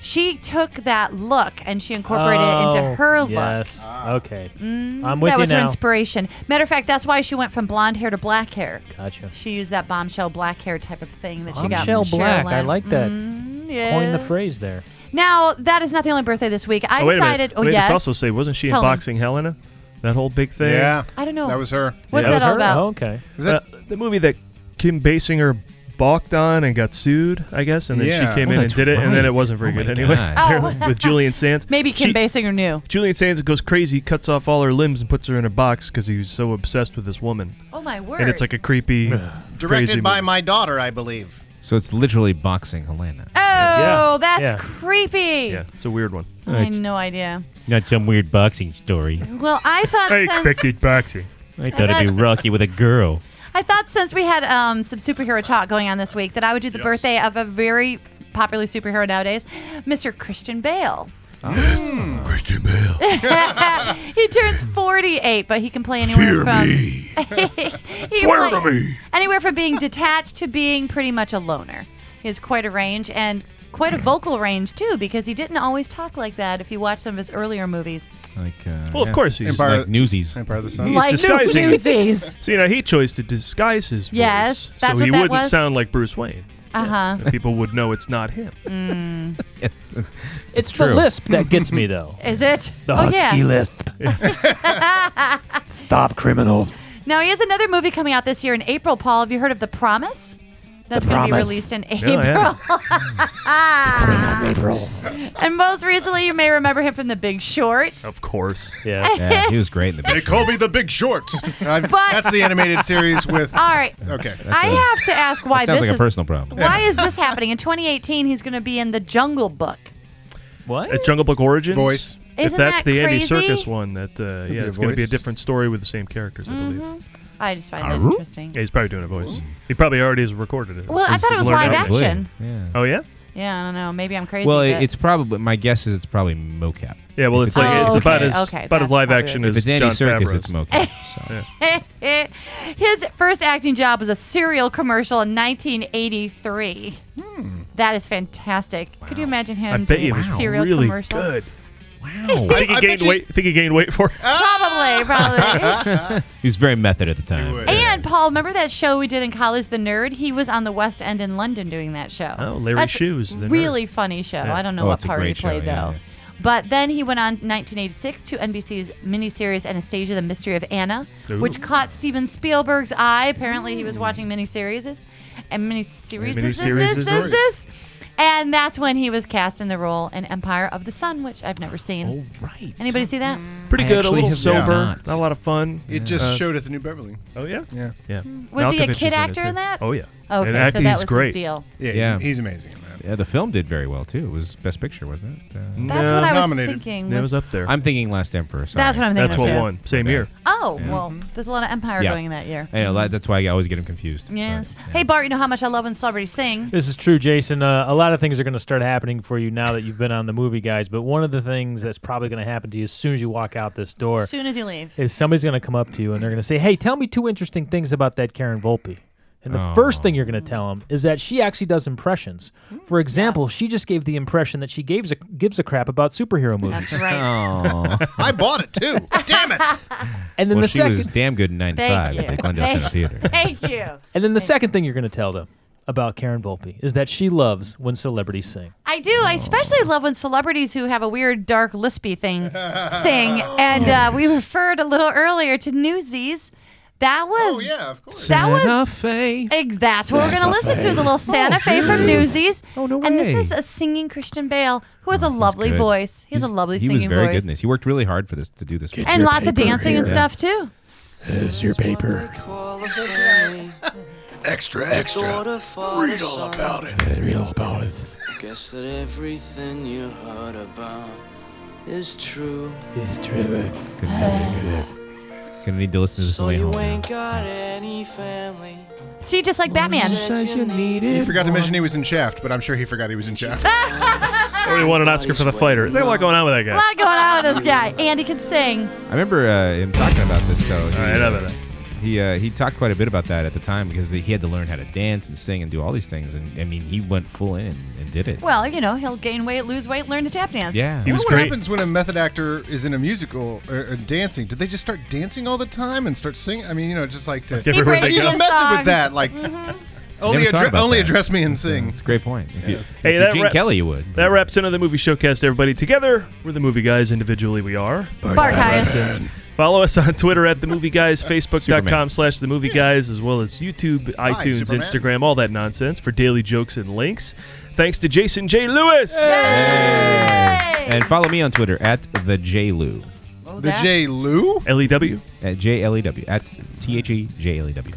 [SPEAKER 1] She took that look and she incorporated it into her look.
[SPEAKER 4] Oh, Yes.
[SPEAKER 5] Ah.
[SPEAKER 4] Okay.
[SPEAKER 1] Mm,
[SPEAKER 4] I'm with
[SPEAKER 1] that
[SPEAKER 4] you
[SPEAKER 1] was her
[SPEAKER 4] now.
[SPEAKER 1] inspiration. Matter of fact, that's why she went from blonde hair to black hair.
[SPEAKER 4] Gotcha.
[SPEAKER 1] She used that bombshell black hair type of thing that she got.
[SPEAKER 4] Bombshell
[SPEAKER 1] from
[SPEAKER 4] black. I
[SPEAKER 1] Sherilyn.
[SPEAKER 4] like that.
[SPEAKER 1] Mm, yeah.
[SPEAKER 4] Coin the phrase there.
[SPEAKER 1] Now that is not the only birthday this week. I
[SPEAKER 3] oh, wait
[SPEAKER 1] decided.
[SPEAKER 3] A minute.
[SPEAKER 1] oh
[SPEAKER 3] Wait,
[SPEAKER 1] yes.
[SPEAKER 3] Let's also say, wasn't she
[SPEAKER 1] Tell
[SPEAKER 3] in
[SPEAKER 1] me.
[SPEAKER 3] Boxing Helena? That whole big thing.
[SPEAKER 5] Yeah.
[SPEAKER 1] I don't know.
[SPEAKER 5] That was her.
[SPEAKER 1] What's
[SPEAKER 3] Yeah,
[SPEAKER 1] that, all about?
[SPEAKER 4] Oh, okay.
[SPEAKER 5] Was that-
[SPEAKER 3] Uh, the movie that Kim Basinger balked on and got sued, I guess, and then
[SPEAKER 5] Yeah.
[SPEAKER 3] she came
[SPEAKER 5] Oh,
[SPEAKER 3] in and
[SPEAKER 5] that's
[SPEAKER 3] did it, and then
[SPEAKER 5] right.
[SPEAKER 3] it wasn't very
[SPEAKER 5] Oh my
[SPEAKER 3] good anyway.
[SPEAKER 1] God. Oh.
[SPEAKER 3] <laughs> With Julian Sands.
[SPEAKER 1] Maybe Kim
[SPEAKER 3] She-
[SPEAKER 1] Basinger knew.
[SPEAKER 3] Julian Sands goes crazy, cuts off all her limbs, and puts her in a box because he was so obsessed with this woman.
[SPEAKER 1] Oh my word!
[SPEAKER 3] And it's like a creepy, crazy
[SPEAKER 22] Directed by
[SPEAKER 3] movie.
[SPEAKER 22] my daughter, I believe.
[SPEAKER 16] So it's literally boxing Helena.
[SPEAKER 1] Oh,
[SPEAKER 3] Yeah.
[SPEAKER 1] that's
[SPEAKER 3] Yeah.
[SPEAKER 1] creepy.
[SPEAKER 3] Yeah, it's a weird one.
[SPEAKER 1] I had no idea.
[SPEAKER 19] Not some weird boxing story.
[SPEAKER 1] Well, I thought since
[SPEAKER 3] boxing.
[SPEAKER 19] I thought it'd be Rocky with a girl.
[SPEAKER 1] I thought since we had um, some superhero talk going on this week that I would do the birthday of a very popular superhero nowadays, Mr. Christian Bale. Christian Bale. <laughs> he turns 48, but he can play
[SPEAKER 23] Fear
[SPEAKER 1] anywhere from
[SPEAKER 23] me.
[SPEAKER 1] <laughs> He
[SPEAKER 23] Swear
[SPEAKER 1] can
[SPEAKER 23] to
[SPEAKER 1] play
[SPEAKER 23] me.
[SPEAKER 1] Anywhere from being detached to being pretty much a loner. He has quite a range and quite
[SPEAKER 23] Hmm.
[SPEAKER 1] a vocal range too because he didn't always talk like that if you watch some of his earlier movies.
[SPEAKER 16] Like, uh,
[SPEAKER 3] Well, of
[SPEAKER 16] yeah.
[SPEAKER 3] course he's
[SPEAKER 16] Empire, like Newsies.
[SPEAKER 5] Empire of the
[SPEAKER 3] He's
[SPEAKER 1] Like
[SPEAKER 3] disguising.
[SPEAKER 1] Newsies.
[SPEAKER 3] See, now he chose to disguise his voice,
[SPEAKER 1] Yes, that's
[SPEAKER 3] so he
[SPEAKER 1] what that
[SPEAKER 3] wouldn't
[SPEAKER 1] was.
[SPEAKER 3] sound like Bruce Wayne.
[SPEAKER 1] Uh-huh.
[SPEAKER 3] And people would know it's not
[SPEAKER 5] <laughs>
[SPEAKER 3] him.
[SPEAKER 1] Mm.
[SPEAKER 16] <laughs> It's,
[SPEAKER 4] It's the lisp that gets me though.
[SPEAKER 1] Is it?
[SPEAKER 4] The
[SPEAKER 1] oh, yeah.
[SPEAKER 4] husky
[SPEAKER 1] <laughs>
[SPEAKER 4] lisp.
[SPEAKER 23] Stop criminals.
[SPEAKER 1] Now he has another movie coming out this year in April. Paul, have you heard of The Promise? That's
[SPEAKER 23] The
[SPEAKER 1] going to be
[SPEAKER 23] Promise.
[SPEAKER 1] released in April. <laughs>
[SPEAKER 23] Yeah, yeah. April.
[SPEAKER 1] and most recently, you may remember him from The Big Short.
[SPEAKER 3] Of course.
[SPEAKER 16] Yeah. yeah. He was great in the
[SPEAKER 5] They
[SPEAKER 16] picture.
[SPEAKER 5] call me the Big <laughs> Short. I've-
[SPEAKER 1] But-
[SPEAKER 5] that's the animated
[SPEAKER 1] <laughs>
[SPEAKER 5] series with.
[SPEAKER 1] All right.
[SPEAKER 5] Okay.
[SPEAKER 1] I have to ask why
[SPEAKER 16] sounds
[SPEAKER 1] this
[SPEAKER 16] like a
[SPEAKER 1] is
[SPEAKER 16] personal problem.
[SPEAKER 1] <laughs> Why is this happening? In 2018, he's going to be in The Jungle Book.
[SPEAKER 4] What?
[SPEAKER 3] At Jungle Book Origins?
[SPEAKER 5] Voice.
[SPEAKER 3] If
[SPEAKER 1] Isn't
[SPEAKER 3] that's
[SPEAKER 1] that
[SPEAKER 3] the Andy
[SPEAKER 1] crazy?
[SPEAKER 3] Circus one, that uh, yeah,
[SPEAKER 5] Could be a
[SPEAKER 3] it's going to be a
[SPEAKER 5] voice.
[SPEAKER 3] different story with the same characters, I believe.
[SPEAKER 1] Mm-hmm. I just find that
[SPEAKER 16] Oh.
[SPEAKER 3] Aroo?
[SPEAKER 1] interesting.
[SPEAKER 3] Yeah, he's probably doing a voice. He probably already has recorded it.
[SPEAKER 1] Well, I thought it was
[SPEAKER 3] learned
[SPEAKER 1] live
[SPEAKER 3] how to play.
[SPEAKER 1] action.
[SPEAKER 3] Oh yeah.
[SPEAKER 1] Yeah, I don't know. Maybe I'm crazy.
[SPEAKER 16] well, it-
[SPEAKER 1] but-
[SPEAKER 16] it's probably my guess is it's probably mocap.
[SPEAKER 3] Yeah, well,
[SPEAKER 16] If
[SPEAKER 3] it's like
[SPEAKER 1] Oh,
[SPEAKER 3] it's about
[SPEAKER 1] okay,
[SPEAKER 3] as
[SPEAKER 1] okay,
[SPEAKER 3] about as
[SPEAKER 1] that's
[SPEAKER 3] live
[SPEAKER 1] probably
[SPEAKER 3] action
[SPEAKER 16] it
[SPEAKER 3] as
[SPEAKER 16] is. If it's
[SPEAKER 3] John
[SPEAKER 16] Andy Serkis,
[SPEAKER 3] Favreau's.
[SPEAKER 16] it's mocap.
[SPEAKER 3] Yeah.
[SPEAKER 1] His first acting job was a cereal commercial in 1983. That is fantastic. Could you imagine him
[SPEAKER 3] I bet
[SPEAKER 1] doing
[SPEAKER 3] you
[SPEAKER 1] a
[SPEAKER 3] it was
[SPEAKER 1] cereal
[SPEAKER 3] really
[SPEAKER 1] commercial?
[SPEAKER 3] good. I think he
[SPEAKER 1] I bet
[SPEAKER 3] gained
[SPEAKER 1] you-
[SPEAKER 3] weight. Think he gained weight for it.
[SPEAKER 1] Probably, probably.
[SPEAKER 16] he was very method at the time.
[SPEAKER 1] and Paul, remember that show we did in college, The Nerd? He was on the West End in London doing that show.
[SPEAKER 3] Oh, Larry
[SPEAKER 1] That's a
[SPEAKER 3] Shoes, The Nerd.
[SPEAKER 1] really funny show.
[SPEAKER 3] Yeah.
[SPEAKER 1] I don't know
[SPEAKER 16] Oh,
[SPEAKER 1] what
[SPEAKER 16] it's a
[SPEAKER 1] part he
[SPEAKER 16] great show,
[SPEAKER 1] played
[SPEAKER 16] yeah,
[SPEAKER 1] though.
[SPEAKER 16] yeah.
[SPEAKER 1] But then he went on 1986 to NBC's miniseries Anastasia: The Mystery of Anna,
[SPEAKER 3] Ooh.
[SPEAKER 1] which caught Steven Spielberg's eye. Apparently, he was watching miniseries and miniseries.
[SPEAKER 3] Miniseries.
[SPEAKER 1] And that's when he was cast in the role in Empire of the Sun, which I've never seen.
[SPEAKER 16] Oh, right.
[SPEAKER 1] Anybody see that?
[SPEAKER 3] <laughs> Pretty
[SPEAKER 16] I
[SPEAKER 3] good. A
[SPEAKER 16] actually
[SPEAKER 3] little
[SPEAKER 16] have
[SPEAKER 3] sober.
[SPEAKER 16] not.
[SPEAKER 3] Not a lot of fun.
[SPEAKER 5] It just
[SPEAKER 3] Uh,
[SPEAKER 5] showed at the New Beverly.
[SPEAKER 3] Oh yeah.
[SPEAKER 5] Yeah.
[SPEAKER 3] Yeah.
[SPEAKER 1] Hmm. Was he a
[SPEAKER 3] Malkovich
[SPEAKER 1] kid
[SPEAKER 3] is in it,
[SPEAKER 1] actor in
[SPEAKER 3] too.
[SPEAKER 1] that?
[SPEAKER 3] Oh yeah.
[SPEAKER 1] Okay,
[SPEAKER 3] And
[SPEAKER 1] so
[SPEAKER 3] act-
[SPEAKER 1] that
[SPEAKER 3] he's
[SPEAKER 1] was his
[SPEAKER 3] great.
[SPEAKER 1] deal.
[SPEAKER 5] Yeah,
[SPEAKER 16] Yeah.
[SPEAKER 5] He's, he's amazing. in that.
[SPEAKER 4] Uh, the film did very well too. It was Best Picture, wasn't it? Uh,
[SPEAKER 16] Mm.
[SPEAKER 1] That's what I was Nominated. thinking
[SPEAKER 4] No,
[SPEAKER 1] was-
[SPEAKER 3] up there.
[SPEAKER 4] I'm thinking Last Emperor. Sorry.
[SPEAKER 1] That's what I'm thinking That's of, what too. won.
[SPEAKER 3] Same year.
[SPEAKER 1] Oh,
[SPEAKER 4] Yeah.
[SPEAKER 1] well, there's a lot of Empire
[SPEAKER 4] Mm-hmm. Yeah.
[SPEAKER 1] going that year.
[SPEAKER 4] Yeah, li- that's why I always get them confused.
[SPEAKER 1] Yes. Hey, Bart, you know how much I love when celebrities sing?
[SPEAKER 16] This is true, Jason. Uh, a lot of things are going to start happening for you now that you've been on the movie, guys. But one of the things that's probably going to happen to you as soon as you walk out this door,
[SPEAKER 1] Soon as you leave.
[SPEAKER 16] is somebody's going to come up to you and they're going to say, "Hey, tell me two interesting things about that Karen Volpe." And the
[SPEAKER 4] Oh.
[SPEAKER 16] first thing you're going to tell them is that she actually does impressions. For example, she just gave the impression that she gives a, gives a crap about superhero movies.
[SPEAKER 1] That's
[SPEAKER 16] <laughs>
[SPEAKER 4] right. <laughs> Oh.
[SPEAKER 5] I bought it too. Damn it!
[SPEAKER 16] And then
[SPEAKER 4] well,
[SPEAKER 16] the
[SPEAKER 4] she
[SPEAKER 16] second,
[SPEAKER 4] was damn good in '95 at the Glendale
[SPEAKER 1] <laughs>
[SPEAKER 4] Center Theater.
[SPEAKER 1] Thank you.
[SPEAKER 16] And then the second thing you're going to tell them about Karen Volpe is that she loves when celebrities sing.
[SPEAKER 1] I do. I especially love when celebrities who have a weird, dark, lispy
[SPEAKER 4] <laughs>
[SPEAKER 1] thing sing.
[SPEAKER 4] Oh,
[SPEAKER 1] And uh, we referred a little earlier to Newsies. That was. <laughs> Oh, yeah, of course. That was.
[SPEAKER 4] Fe.
[SPEAKER 1] Ex- that's what we're going to
[SPEAKER 4] Santa
[SPEAKER 1] listen to,
[SPEAKER 4] Fe.
[SPEAKER 1] the little Santa
[SPEAKER 4] Oh,
[SPEAKER 1] Fe from
[SPEAKER 4] good.
[SPEAKER 1] Newsies.
[SPEAKER 4] Oh, no
[SPEAKER 1] And this
[SPEAKER 4] way. Oh,
[SPEAKER 1] is a singing Christian Bale who has a lovely
[SPEAKER 4] Good.
[SPEAKER 1] voice. He has
[SPEAKER 4] He's-
[SPEAKER 1] a lovely
[SPEAKER 4] He
[SPEAKER 1] singing
[SPEAKER 4] was very
[SPEAKER 1] voice.
[SPEAKER 4] good in this. He worked really hard for this to do this. movie.
[SPEAKER 1] And lots of dancing and stuff, too.
[SPEAKER 4] Here's your paper.
[SPEAKER 24] Extra, extra. Read all about it. Read all about it. Guess that everything you heard about is true.
[SPEAKER 16] Is
[SPEAKER 24] true.
[SPEAKER 4] Gonna need to listen to this on the way home.
[SPEAKER 1] See, just like Batman.
[SPEAKER 5] He forgot to mention he was in Shaft, but I'm sure he forgot he was in Shaft.
[SPEAKER 3] Or he won an Oscar for the fighter. They like going on with that
[SPEAKER 1] A
[SPEAKER 3] guy.
[SPEAKER 1] lot going on with this guy. And he can sing.
[SPEAKER 4] I remember uh, him talking about this though. He,
[SPEAKER 3] All right, I know that.
[SPEAKER 4] He uh, he talked quite a bit about that at the time because he had to learn how to dance and sing and do all these things. And I mean, he went full in and did it.
[SPEAKER 1] Well, you know, he'll gain weight, lose weight, learn to tap dance.
[SPEAKER 4] Yeah.
[SPEAKER 5] I wonder what happens when a method actor is in a musical or, or dancing? Do they just start dancing all the time and start singing? I mean, you know, just like to
[SPEAKER 4] Like everywhere He they
[SPEAKER 5] You
[SPEAKER 4] breaks
[SPEAKER 5] have
[SPEAKER 4] the
[SPEAKER 5] a method
[SPEAKER 4] song.
[SPEAKER 5] with that, like only
[SPEAKER 4] Never thought
[SPEAKER 5] addre-
[SPEAKER 4] about
[SPEAKER 5] only
[SPEAKER 4] that.
[SPEAKER 5] address me and
[SPEAKER 4] Yeah,
[SPEAKER 5] sing.
[SPEAKER 4] It's a great point. If you,
[SPEAKER 3] Hey,
[SPEAKER 4] if
[SPEAKER 3] that
[SPEAKER 4] you Gene
[SPEAKER 3] wraps-
[SPEAKER 4] Kelly, you would.
[SPEAKER 3] That wraps into the movie showcast, everybody. Together, we're the movie guys. Individually, we are.
[SPEAKER 1] Bart Hyas. Hyas.
[SPEAKER 3] Follow us on Twitter at the movie
[SPEAKER 4] <laughs>
[SPEAKER 3] guys,
[SPEAKER 4] Superman.
[SPEAKER 3] facebook.com slash the movie guys, as well as YouTube, iTunes,
[SPEAKER 4] Superman.
[SPEAKER 3] Instagram, all that nonsense for daily jokes and links. Thanks to Jason J. Lewis.
[SPEAKER 4] And follow me on Twitter at the J Lou.
[SPEAKER 5] The J Lou
[SPEAKER 3] L E W
[SPEAKER 4] at J L E W at T H E J L E W.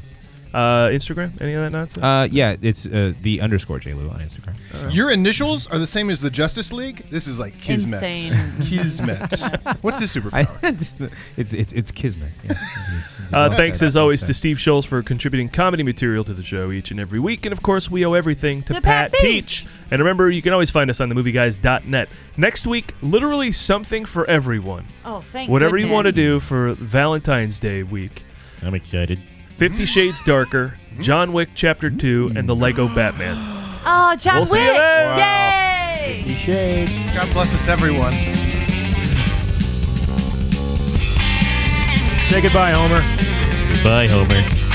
[SPEAKER 3] Uh, Instagram, any of that nonsense?
[SPEAKER 4] Uh, yeah, it's uh, the underscore J Lou on Instagram.
[SPEAKER 3] Uh.
[SPEAKER 5] Your initials are the same as the Justice League. This is like kismet.
[SPEAKER 1] Insane.
[SPEAKER 5] Kismet. What's his
[SPEAKER 4] I-
[SPEAKER 5] superpower?
[SPEAKER 4] <laughs> it's it's it's kismet. Yeah.
[SPEAKER 3] Uh, thanks as always to Steve Scholes for contributing comedy material to the show each and every week. And of course, we owe everything to, Pat, Peach. And remember, you can always find us on themovieguys.net. Next week, literally something for everyone.
[SPEAKER 1] Oh, thank
[SPEAKER 3] Whatever you want to
[SPEAKER 1] goodness.
[SPEAKER 3] do for Valentine's Day week.
[SPEAKER 25] I'm excited.
[SPEAKER 3] Fifty Shades Darker, John Wick Chapter 2, and the Lego Batman.
[SPEAKER 1] Oh, John
[SPEAKER 3] We'll see you
[SPEAKER 1] Wick.
[SPEAKER 3] there.
[SPEAKER 1] Yay.
[SPEAKER 5] God bless us, everyone.
[SPEAKER 16] Say goodbye, Homer.
[SPEAKER 25] Goodbye, Homer.